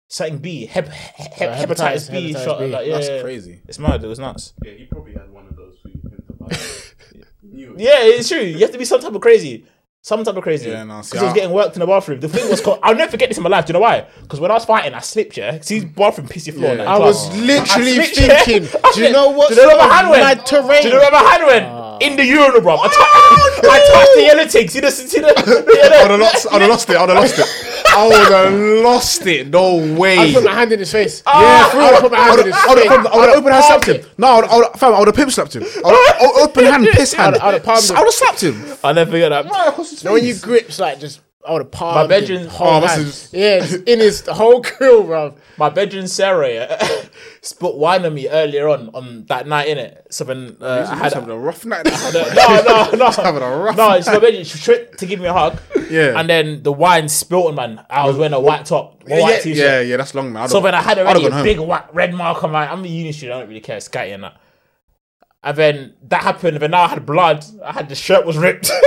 something B, hep, hep, Uh, hepatitis, hepatitis- B hepatitis shot. B. Like, yeah, That's yeah. crazy. It's mad. It was nuts. Yeah, he probably had one of those for you to buy. Knew it. Yeah, it's true. You have to be some type of crazy. Some type of crazy. Yeah, no, see, Because I was I- getting worked in the bathroom. The thing was called. I'll never forget this in my life. Do you know why? Because when I was fighting, I slipped, yeah? See, bathroom piss your floor. Yeah. like, I I class. was literally I switched it. thinking, I do you said, know what Do you know sort where of my hand went? mad terrain? Do you know where my hand went? In the urinal, bro. I, tou- I touched the yellow thing. See the see the. I'd have lost. I'd have lost it. I'd have lost it. I would have lost it. No way. I put my hand in his face. yeah, for real. I'd put my hand I'd in have- his I'd have- face. I'd have- I'd have open hand slapped him. palmed No, I would- I would fam, I would have pimp slapped him. I would- I would- Open hand, piss hand. I'd have palmed him. I would have slapped him. I never forget that. Now when you grips like just I would have palmed My bedroom- him, whole Oh, that's hand. just- yeah, just in his whole grill, bro. My bedroom Sarah yeah, spit wine on me earlier on on that night in it. So when uh, I had having no a rough night. no no having a rough no, it's my bedroom. She tried to give me a hug. Yeah. and then the wine spilt on man. I was wearing a white top, one yeah, white t-shirt. yeah, yeah, that's long, man. I'd So have- when I had I'd have already gone a home. big wa- red mark on my, I'm a uni student, I don't really care, it's scatty and that. And then that happened, and then now I had blood. I had the shirt was ripped.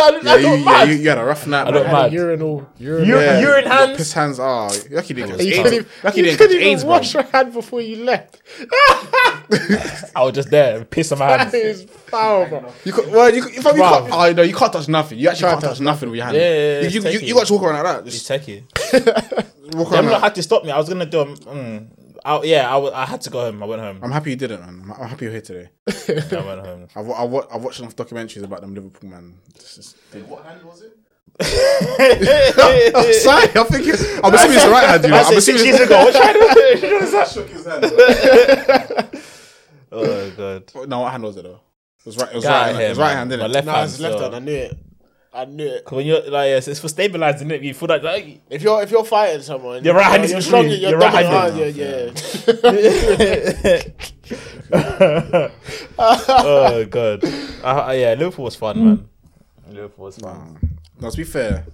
I looked, I yeah, you, looked yeah, mad. you, you had a rough night. looked man. mad. Urinal, urinal. Ur- Yeah, urine you got hands. Piss hands. Ah, lucky you You didn't get couldn't AIDS. even, Lucky you you didn't couldn't get even AIDS, bro. wash your hand before you left. I was just there, piss on my hands. That is foul, bro. You can't, well, you, you, fam, you can't. Oh no, you can't touch nothing. You actually can't touch nothing with your hand. Yeah, yeah, yeah, You, you, take you, it. you got to walk around like that. Just Techie. walk Them around. lot Like, had to stop me. I was gonna do. Um, mm, I, yeah, I, wa- I had to go home. I went home. I'm happy you didn't, man. I'm- I'm happy you're here today. I went home. I've, wa- I've, wa- I've watched enough documentaries about them Liverpool man. This is- What hand was it? I'm sorry, I'm thinking. I'm assuming it's the right hand. You know? That's I'm it, six assuming years it's, ago. Which hand was it? I shook his hand. Like, Oh god. no, what hand was it though? It was right. It was Get out right. of Hand, here, it was right man. hand, My didn't it? left Nah, hand. it's left so- hand. I knew it. I knew it. When you're like, yes, it's for stabilizing it. You feel like, like If you're if you're fighting someone, Your right hand is you're free. stronger. You're Your right hand dominant, is- Yeah, yeah. oh god. Uh, uh, yeah, Liverpool was fun, man. Liverpool was fun. Nah. Um, No, to be fair,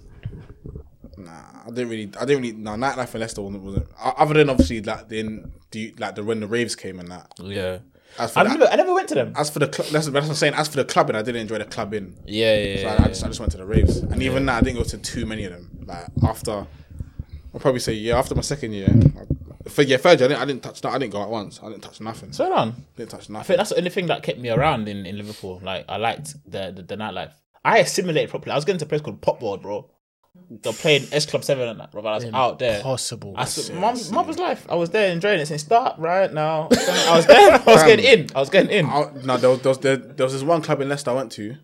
nah, I didn't really, I didn't really. Nah, nightlife in Leicester wasn't, wasn't o- other than obviously like then the like the when the raves came and that. Yeah. As for I that, never, I never went to them. as for the cl- that's, that's what I'm saying. As for the clubbing, I didn't enjoy the clubbing. Yeah, yeah, So yeah. I, I just I just went to the raves, and even that I didn't go to too many of them. Like after, I'll probably say yeah. After my second year, I, for yeah third year, I didn't, I didn't touch. I didn't go at once. I didn't touch nothing. What's going on? didn't touch I think nothing. that's the only thing that kept me around in, in Liverpool. Like I liked the, the the nightlife. I assimilated properly. I was going to a place called Popboard, bro. They're playing S Club Seven and that, brother. I was out there. Possible. I saw mum, mother's life. I was there enjoying it since start right now. I was there. I was getting in. I was getting in. I, no, there was, there, was, there, there was this one club in Leicester I went to.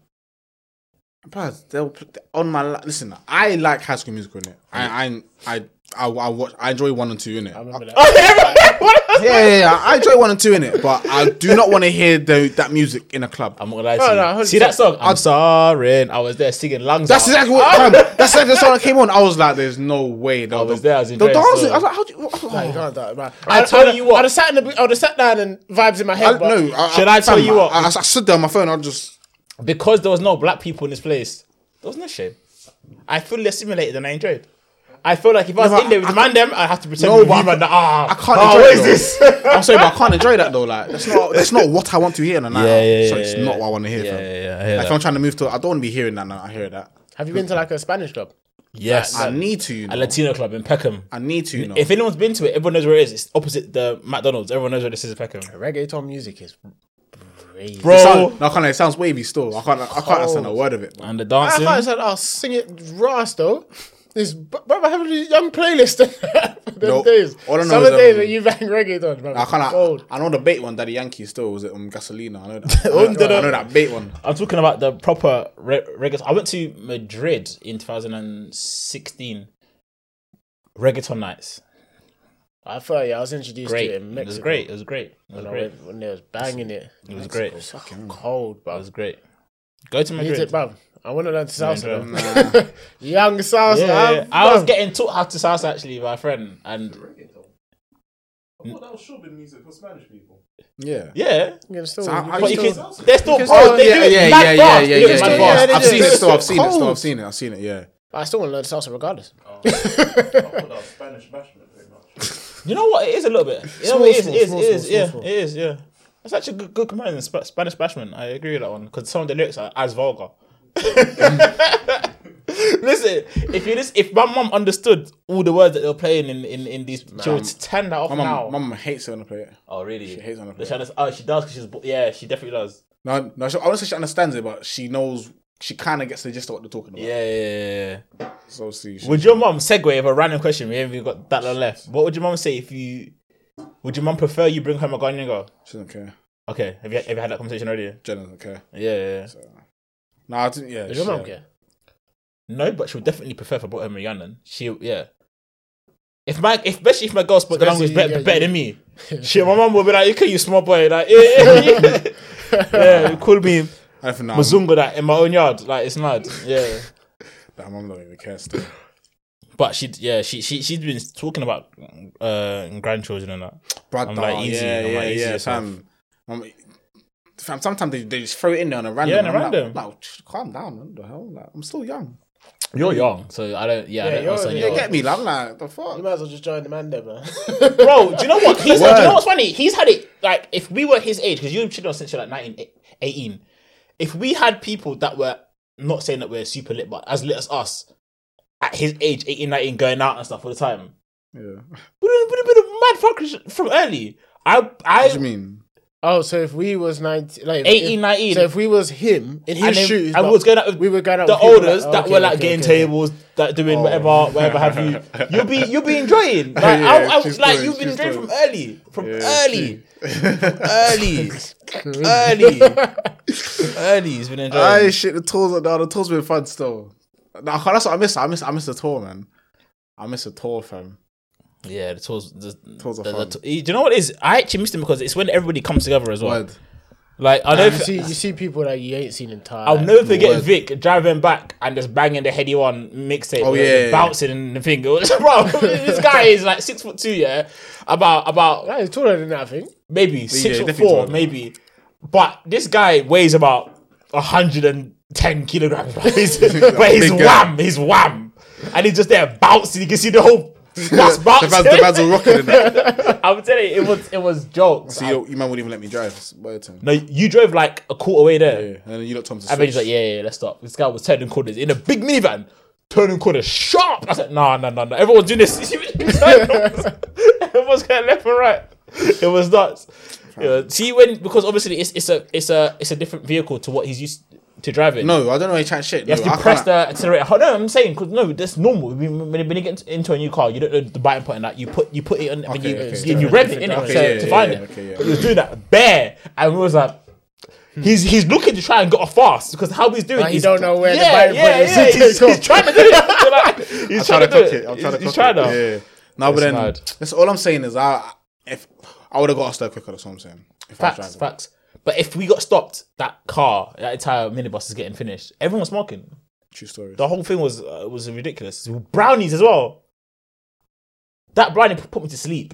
Bruh, they were pl- on my li- listen. I like High School Musical in it. I I I I, I watch. I enjoy one and two in it. yeah, yeah, yeah. I enjoy one and two in it, but I do not want to hear the, that music in a club. I'm not gonna lie to you. See that song? I'm sorry. I was there singing lungs. That's out. exactly what. fam, that's exactly the song that came on. I was like, "There's no way." They I was there. I was They were enjoying the dancing. I was song. like, "How do you?" oh, I was like, can't do it, man. I tell you I'd what. have sat in the, booth- I'd have sat down and vibes in my I, head. but no, I, Should I tell fam, you what? I, I, I stood there on my phone. I just because there was no black people in this place, there was no shame. I fully assimilated and I enjoyed. I feel like if I was but in there with I- the man them, I have to pretend No, no, but I'm you- like, ah, I can't ah, enjoy what it is this? I'm sorry, but I can't enjoy that though. Like that's not that's not what I want to hear in a night. Yeah, yeah, so yeah, it's yeah. not what I want to hear. fam. yeah, yeah. Like if I'm trying to move to, I don't want to be hearing that now. I hear that. Have you been to like a Spanish club? yes, I need to, you a know. Latino club in Peckham. I need to, you know. If anyone's been to it, everyone knows where it is. It's opposite the McDonald's. Everyone knows where this is in Peckham. Reggaeton music is crazy. It Bro, sound- no, I can't. It sounds wavy still. I can't. I can't understand a word of Ah, it. and I the dancing. thought I said, "Oh, sing it ras though." This brother have a young playlist. Them Nope. days, All I know summer is, um, days when you bang reggaeton, brother. I can't. Gold. I, I know the bait one that the Yankees still was it um, Gasolina. I know that. I know, that- I know that bait one. I'm talking about the proper re- reggaeton. I went to Madrid in 2016. Reggaeton nights. I thought yeah, I was introduced Great. to it in It was Mexico. great. It was great. It was when, I great. went, when they was banging it. It was great. It Fucking cold, but was great. Go to Madrid. music, bruv. I want to learn to salsa, bro. though. young salsa. Yeah, yeah, yeah. bruv. I was getting taught how to salsa actually by a friend, and I thought that was Shubin music for Spanish people. Yeah. yeah, You can still- So how- how but you you still- can. They're still. Oh, they do it mad fast. They do it mad fast. I've seen it It's still. I've seen it still. cold. I've seen it. I've seen it. Yeah. but I still want to learn salsa regardless. I thought that was Spanish bashment very much. You know what? It is a little bit. You know what? It is. It is. It is. Yeah. It is. Yeah. That's actually a good, good comparison. Sp- Spanish bashment. I agree with that one because some of the lyrics are as vulgar. Listen, if you listen, if my mum understood all the words that they were playing in in, in these, she would turn that off My now. mum, my mum hates it when I play it. oh really? She hates when I play Oh, she does because she's. bo- Yeah, she definitely does. No, no. She, I won't say she understands it, but she knows. She kind of gets the gist of what they're talking about. Yeah, yeah, yeah, yeah. So obviously, she, Would your mum segue of a random question? We haven't even got that long left. What would your mum say if you? Would your mum prefer you bring home a Ghanaian girl? she doesn't care. Okay, have you have you had that conversation already? Jen doesn't care. Yeah, yeah. yeah. No, I didn't. Yeah. Does your she- mum care? No, but she would definitely prefer if I brought home a Rhiannon. She, yeah. If my, if, especially if my girl spoke the Especially, language better, yeah, better you- than me, she, my mum would be like, "You can you small boy?" Like, eh, eh, yeah, yeah, call me I don't think no, Mazunga that in my own yard. Like, it's mad. Yeah. That mum don't even care still. But she, yeah, she, she, she's been talking about uh grandchildren and that. Brother, I'm like, easy, Yeah, I'm yeah, like, easy yeah, yourself. fam. I'm, fam. Sometimes they, they just throw it in there on a random. Yeah, on a and I'm like- random. Like, "Tch, calm down, man. The hell, like, I'm still young. You're young, so I don't. Yeah, I don't you're- understand you your- You get me? Like, I'm like, the You fuck. might as well just join the man there, man. Bro, do you know what? He's, do you Word. know what's funny? He's had it like if we were his age, because you've been chilling since you're like 19, 18. If we had people that were not saying that we're super lit, but as lit as us at his age, 18, 19, going out and stuff all the time, Yeah. we would have been a mad fuckers from early. I, What do you I, mean? oh, so if we was 19, like, if- 18, 19. So if we was him in his and, then- shoes, but and we was going out with we were going out the with people olders like, that okay, were like okay, getting okay. tables, that doing Oh. whatever, whatever have you. You'll be you'll be enjoying. Like, Yeah, I, I, she's like true, you've been she's enjoying true. from early, from Yeah, early, early, early, early. He's been enjoying. Aye, shit. The tours, no, the tours been fun still. Nah, I can't- that's what I miss. I miss, I miss the tour, man. I miss the tour, fam. yeah, the tours. The, Tours are the- the fun. to- do you know what it is? I actually miss them because it's when everybody comes together as well. Word. Like I don't. You see, you see people that you ain't seen in time. I'll never forget Vic driving back and just banging the heady one mixtape. Oh, Oh yeah, yeah. bouncing and the thing. It was- Bro, this guy is like six foot two, yeah. About about That is taller than that, I think. maybe six yeah, foot definitely four, taller than maybe. But this guy weighs about hundred and ten kilograms, but he's, but he's Big guy. wham, he's wham, and he's just there bouncing. You can see the whole bus the bouncing. fans, the fans are rocking in that. I'm telling you, it was it was jokes. So you, you man wouldn't even let me drive. It's my turn. no, you drove like a quarter way there. Yeah. And then you lot Tom's. And then he's like, yeah, yeah, yeah, let's stop. This guy was turning corners in a big minivan, turning corners sharp. I said, no, no, no, no. Everyone's doing this. Everyone's going left and right. It was nuts. Yeah. See when because obviously it's it's a it's a it's a different vehicle to what he's used to drive it. No, I don't know how you chat shit. You have no, to I press can't- the accelerator. hard. No, I'm saying because no, that's normal. When you- when you get into a new car, you don't know the biting point. Like you put you put it on, and Okay, you okay, you, you rev it in okay, to, yeah, to yeah, find yeah, it. okay, yeah. But he was doing that bare, and we was like, he's he's looking to try and get off fast because how he's doing, Like, you he's- don't know where the yeah, biting yeah, point is. yeah, He he's, takes off. he's trying to do it. Like, he's I'm trying to do cook it. I'm He's- trying to He's cook trying it. to. Yeah. No, but then mad. that's all I'm saying is I if I would have got us there quicker. That's what I'm saying. If I was Facts, driving. facts. But if we got stopped, that car, that entire minibus is getting finished. Everyone's smoking. True story. The whole thing was uh, was ridiculous. Brownies as well. That brownie p- put me to sleep.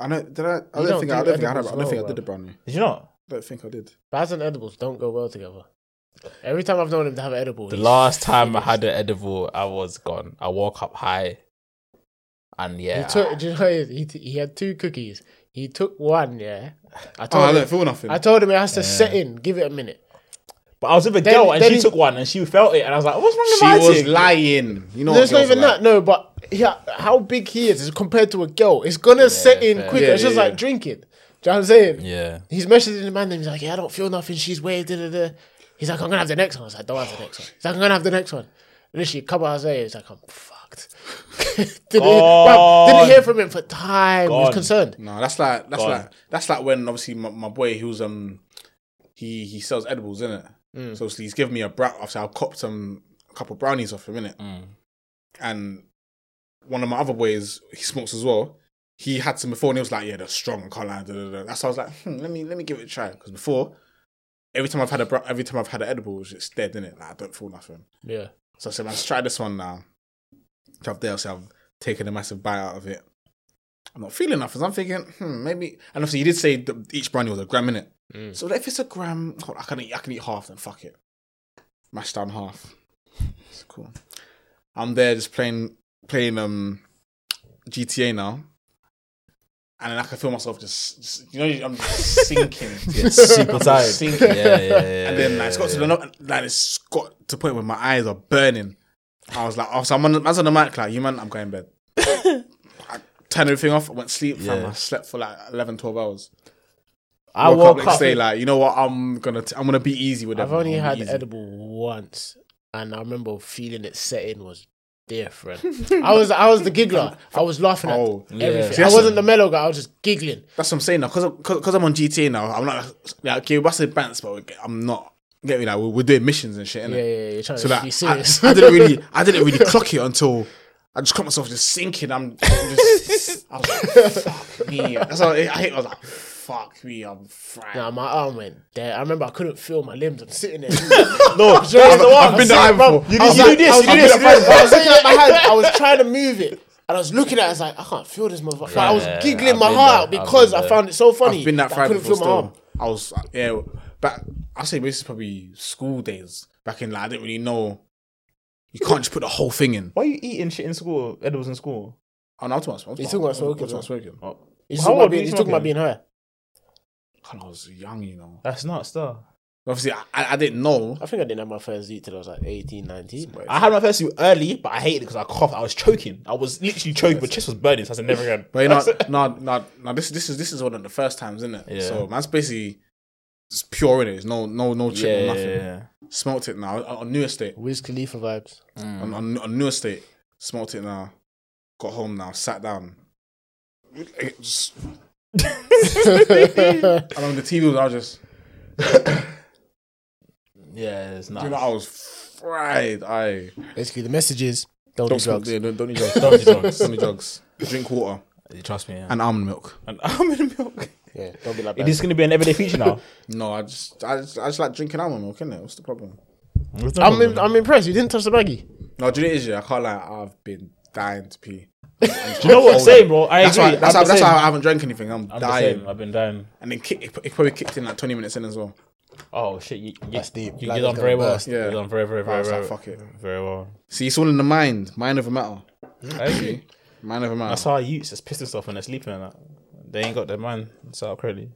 I know. Did I? I don't don't think I I do don't think I had. I edibles don't think I well, did the brownie. Did you not? I don't think I did. Baz and edibles don't go well together. Every time I've known him to have an edible, The he's- last time I had an edible, I was gone. I woke up high, and he yeah, took. Do you know what it is? he, t- he had two cookies. He took one. Yeah, I Oh, told I him. don't feel nothing. I told him it has to set in. Give it a minute. But I was with a Then- girl and then she he- took one and she felt it and I was like, what's she wrong with my was thing? lying. You know. No, it's what not girls even are like. that. No, but yeah, how big he is is compared to a girl. It's gonna set in quicker. Yeah, it's just yeah, like yeah. drinking. Do you know what I'm saying? yeah. He's messaging the man, and he's like, "Yeah, I don't feel nothing. She's weird." Da, da, da. He's like, "I'm gonna have the next one." I was like, "Don't have the next one." He's like, "I'm gonna have the next one." Literally, a couple hours later, he's like, "I'm fucked." didn't, hear, bruv, didn't hear from him for time. He was Gone. concerned. No, that's like that's like that's like when obviously my, my boy who's um he he sells edibles in it. So obviously he's given me a brown. Obviously I'll cop some a couple brownies off him in it. And one of my other boys he smokes as well. He had some before and he was like, yeah, they're strong. I can't lie. Da, da, da. That's why I was like, hmm, let me let me give it a try because before. Every time I've had a bro- every time I've had an edible, it's just dead in it. Like I don't feel nothing. Yeah. So I said, let's try this one now. So I've there, so I've taken a massive bite out of it. I'm not feeling nothing. So I'm thinking, hmm, maybe. And obviously, you did say that each brownie was a gram in it. Mm. So if it's a gram, hold on, I can eat. I can eat half. Then fuck it. Mash down half. It's cool. I'm there just playing playing um GTA now. And then I can feel myself just, just- you know, I'm sinking. super tired. Sinking. Yeah, yeah, yeah. And then like, it's got to the no- like it's got to the point where my eyes are burning. I was like, oh, so I'm on, I was on the mic, like, you man, I'm going to bed. I turned everything off, I went to sleep, fam. I slept for like 11, 12 hours. I woke woke up next up. day, like, you know what, I'm gonna t- I'm gonna be easy with it. I've only I'm had easy. edible once, and I remember feeling it setting was different. I was I was the giggler. I was laughing at Oh, everything. See, I that's- wasn't the mellow guy. I was just giggling. That's what I'm saying now, because because I'm on GTA now. I'm not like okay, what's the bounce, but I'm not. Get me like we're, we're doing missions and shit. Innit? Yeah, yeah, yeah. Trying So to like, be serious. I, I didn't really, I didn't really clock it until I just caught myself just sinking. I'm, I'm just, I was like, fuck me. That's how I, I hit. I was like, fuck me, I'm fried. Nah, my arm went dead. I remember I couldn't feel my limbs. I'm sitting there. no, I've, I've been there before. You, I was you like- do this, I you was like, do this. I've been there I before. was looking at my hand. I was trying to move it. And I was looking at it, I was like, I can't feel this motherfucker. But I was Yeah, giggling I've my been heart there, out I've because been I there. found it so funny. I've been that I fried couldn't before. feel my arm. Still. I was uh, yeah, but I say this is probably school days. Back in like I didn't really know. You can't just put the whole thing in. Why are you eating shit in school, edibles in school? Oh, Oh, no, I'm talking about smoking. You talking about smoking, I'm talking about smoking. He's How old talking, about were being, you he's talking about smoking? being high. When I was young, you know. That's nuts, though. Obviously, I, I I didn't know. I think I didn't have my first eat till I was like 18, 19. I had my first few early, but I hated it because I coughed. I was choking. I was literally choking. My chest was burning, so I said never again. But you know, no, no, no. This, this is this is one of the first times, isn't it? So man's basically it's pure in it. It's no, no, no chip or nothing. Smoked it now on on new estate. Wiz Khalifa vibes. On, on on new estate, smoked it now. Got home now, sat down. It just- and on the TV, was- I was just, yeah, it's you know, I was fried. I Basically, the message is don't, don't do smoke. drugs. Yeah, don't, don't eat drugs. Don't do drugs. don't eat drugs. Drink water Trust me. Yeah. and almond milk. And I'm in the milk. Yeah, don't be like It that. is going to be an everyday feature now. No, I just, I just, I just like drinking almond milk, innit? What's the problem? I'm, im- I'm impressed. You didn't touch the baggie. No, do you know what it is, yeah? I can't lie. I've been dying to pee. Do you know what I'm saying, bro? I That's agree. why. That's, I'm why, the that's same. why I haven't drank anything. I'm, I'm the dying, same. I've been dying. and it, kick, it probably kicked in like 20 minutes in as well. Oh shit! You, you, That's deep. You Like, did it's on very gonna well. burst. Yeah. You did on very, very, I very, was like, very, fuck it. very well. See, it's all in the mind. Mind over matter. Actually, Mind over matter. that's how youths just piss themselves when they're sleeping and that. They ain't got their mind set up correctly.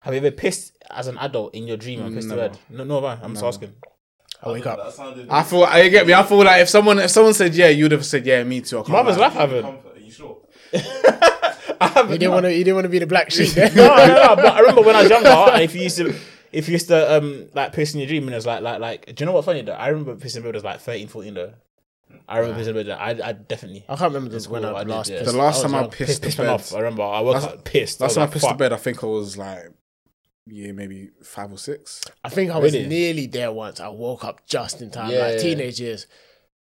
Have you ever pissed as an adult in your dream and pissed the Never. bed? No, no, man. I'm just asking. I wake up. That sounded. I feel. I get me. I feel like if someone if someone said yeah, you would have said yeah, me too. I can't Mother's lie. life haven't. Comfort. Are you sure? I haven't. You didn't want to. You didn't want to be the black sheep. no, no, no. But I remember when I was younger, and if you used to, if you used to um like piss in your dream and it's like like like do you know what's funny though? I remember pissing in bed was like 13, 14 though. I remember pissing in bed. I I definitely I can't remember this when cool, I I did, last yeah. pissed. The last I was time I young. pissed, pissed the me bed, off. I remember I woke That's- up pissed. Last was time I like, pissed the fuck. bed, I think I was like, yeah, maybe five or six. I think I was Really? nearly there once. I woke up just in time, Yeah, like yeah. teenage years.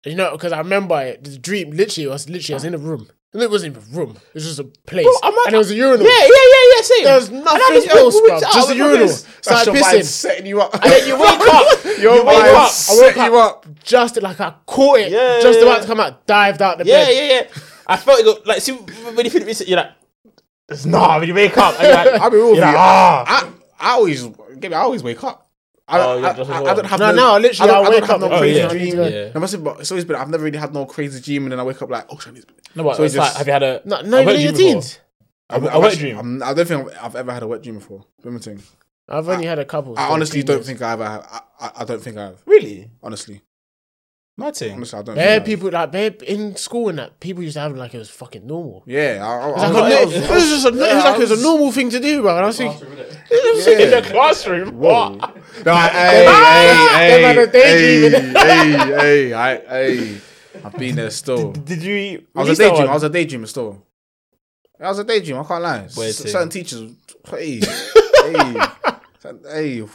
You know, because I remember it, the dream. Literally, I was literally I was in a room. And it wasn't even a room. It was just a place, I'm not- and it was a urinal. Oh, Yeah, yeah, yeah, yeah. Same. There was And I nothing just went- else, we bro. went out, Just a we went urinal. this. That's Started your mind pissing. setting you up. Then you wake up. your wake mind up. I set you up. Just like I caught it, Yeah, just yeah, about yeah. to come out, dived out the Yeah, bed. yeah, yeah. I felt it go, like see when you feel it, you're like, it's nah. When you wake up, and you're like, I be real with you're like, you. ah. I, I always, I always wake up. I, Oh, yeah, I, just I, as I well. don't have No, no, literally, I, don't- wake don't have up. no I'm crazy yeah. dream. Oh, yeah. I must have, but it's always been. I've never really had no crazy dream, and then I wake up like, oh shit, I need to- No, but So it's just- like, have you had a No, a no, wet even in your dream before? teens. A, I've- a I've wet actually- dream. I'm- I don't think I've- I've ever had a wet dream before. Limiting. I've only had a couple. I Oh, so honestly dream don't is- think I ever. Have, I, I, I don't think I have. really? Honestly, Nothing. honestly, I don't. Bare think I have. people like bare in school and that people used to have them like it was fucking normal. Yeah, I, I, It was, I- like I a, was- it was just a, it was like it was I a normal thing to do, bro. And I was thinking, Bathroom, innit? yeah. classroom. Whoa. No, I, Ah! hey, Them hey, had a hey, hey, daydream hey, hey, I, hey. I've been there still. Did you? I release was a that daydream. one? I was a daydreamer still. I was a daydream. I can't lie. S- certain teachers, hey, hey, certain- hey. And your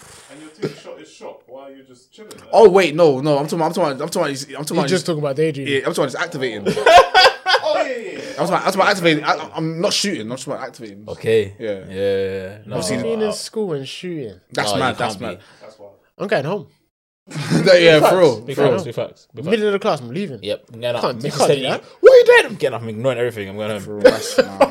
team shot is shot while you're just chilling. There. Oh wait, no, no. I'm talking. I'm talking. I'm talking. I'm talking. I'm talking. you're just Just, talking about daydreaming. yeah, I'm talking. Just activating. I'm oh yeah, yeah, yeah. talking. I'm talking. Activating. I, I'm not shooting. I'm just talking about activating. Okay. Yeah. Yeah. No. What's he doing in school and shooting? That's No, you mad. That's can't mad. That's why. I'm going home. yeah, for real. Big For real. facts. Big facts. Big facts. Middle of the class, I'm leaving. Yep. I'm getting up. Can't- you Mrs. can't do Teddy, that. What are you doing? I'm getting up. I'm ignoring everything. I'm going For real. home. That's mad.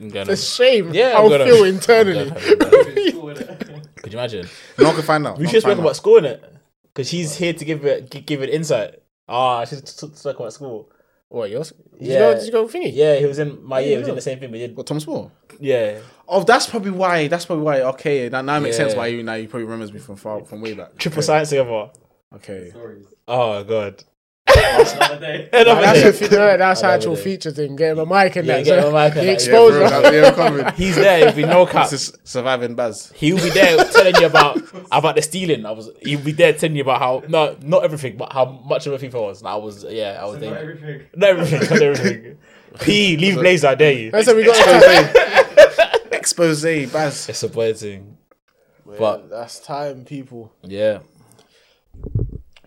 I'm going It's home. a shame Yeah, how I'm I gonna- feel I'm internally. going home. School, innit? Could you imagine? No one can find out. We No should one spoke can find about school in it because she's here to give it gi- give it insight. Ah, she's t- t- spoke about school. What yours? Did Yeah. you go? Did you go thingy? Yeah, he was in my year. He was in the same thing. We out. did. What Tom Small? Yeah, Oh, that's probably why. That's probably why. Okay, that now makes Yeah. sense why you now you probably remembers me from far from way back. triple science together. Okay. Stories. Oh god. Another day. Another That's, day. a, fe- no, that's I love actual it. feature thing. Getting my mic and Yeah, that. getting so my mic and the that, yeah, For exposure. real, that's- yeah, we're coming. He's there. It'd be no cap. This is surviving Baz. He'll be there telling you about about the stealing. I was. He'll be there telling you about how no, not everything, but how much of a FIFA was. And I was. Yeah, I was Not there. everything. Not everything. Not everything. P. Leave Blazer. I dare you. That's what we got. Expose Baz. Disappointing. But that's time, people. yeah.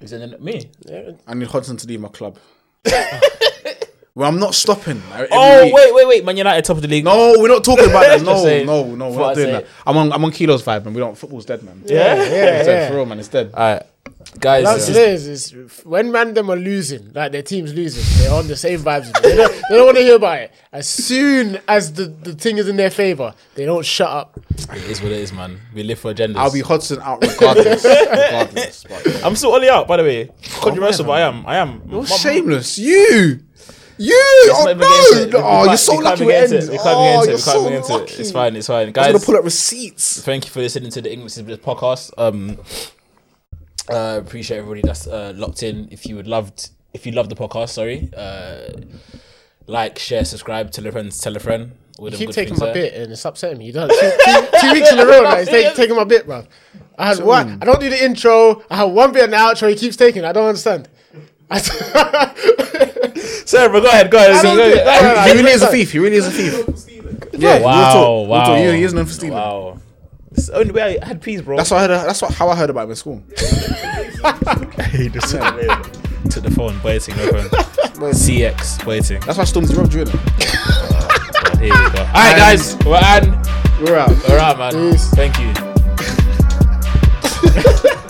Is it me? I need Hudson to leave my club. well, I'm not stopping. every Oh week. wait, wait, wait! Man United top of the league. No, we're not talking about that. Just No, saying. no, no, we're Thought not I'd doing say that. it. I'm on, I'm on kilos vibe, man. We don't. Football's dead, man. Yeah. It's dead, Yeah, for yeah. real, man. It's dead. All right, guys. uh, That's this it is- is, is when man them are losing, like their team's losing, they're on the same vibes. as me. They don't, they don't want to hear about it. As soon as the, the thing is in their favor, they don't shut up. it is what it is, man. We live for agendas. I'll be Hudson out regardless. regardless. But, yeah. I'm still only out. By the way, controversial, but I am. I am. You're shameless. You. You. Oh, not even no. against no. Oh, you're so it. We can't- we can't lucky even we get into ended. it. We can't even get Oh, into it. you're We can't so even get into lucky. it. It's fine. It's fine, I'm going guys. to pull up receipts. Thank you for listening to the English is Bliss podcast. Um, uh, appreciate everybody that's uh, locked in. If you would loved, if you love the podcast, sorry, uh, like, share, subscribe, tell a friend, tell a friend. All You them keep good taking things my there. bit, and it's upsetting me. You don't two, two, two weeks in a row, like, it's take, taking my bit, bro. I had one. hmm. I don't do the intro. I have one bit in the outro. He keeps taking. it. I don't understand. I, Sarah, go ahead. Go ahead. don't go do ahead. it. No, no, no, He you really know is a that. thief. He really is a thief. Yeah, real wow, talk, real wow, talk. He- he is known for stealing. Wow. It's the only way I had peas, bro. That's what I heard. That's what, how I heard about him in school. to the phone, waiting, no phone. CX, waiting. That's why Stormzy robbed you. innit? Here we go. All right, guys, we're on. We're out. All right, man. Thank you.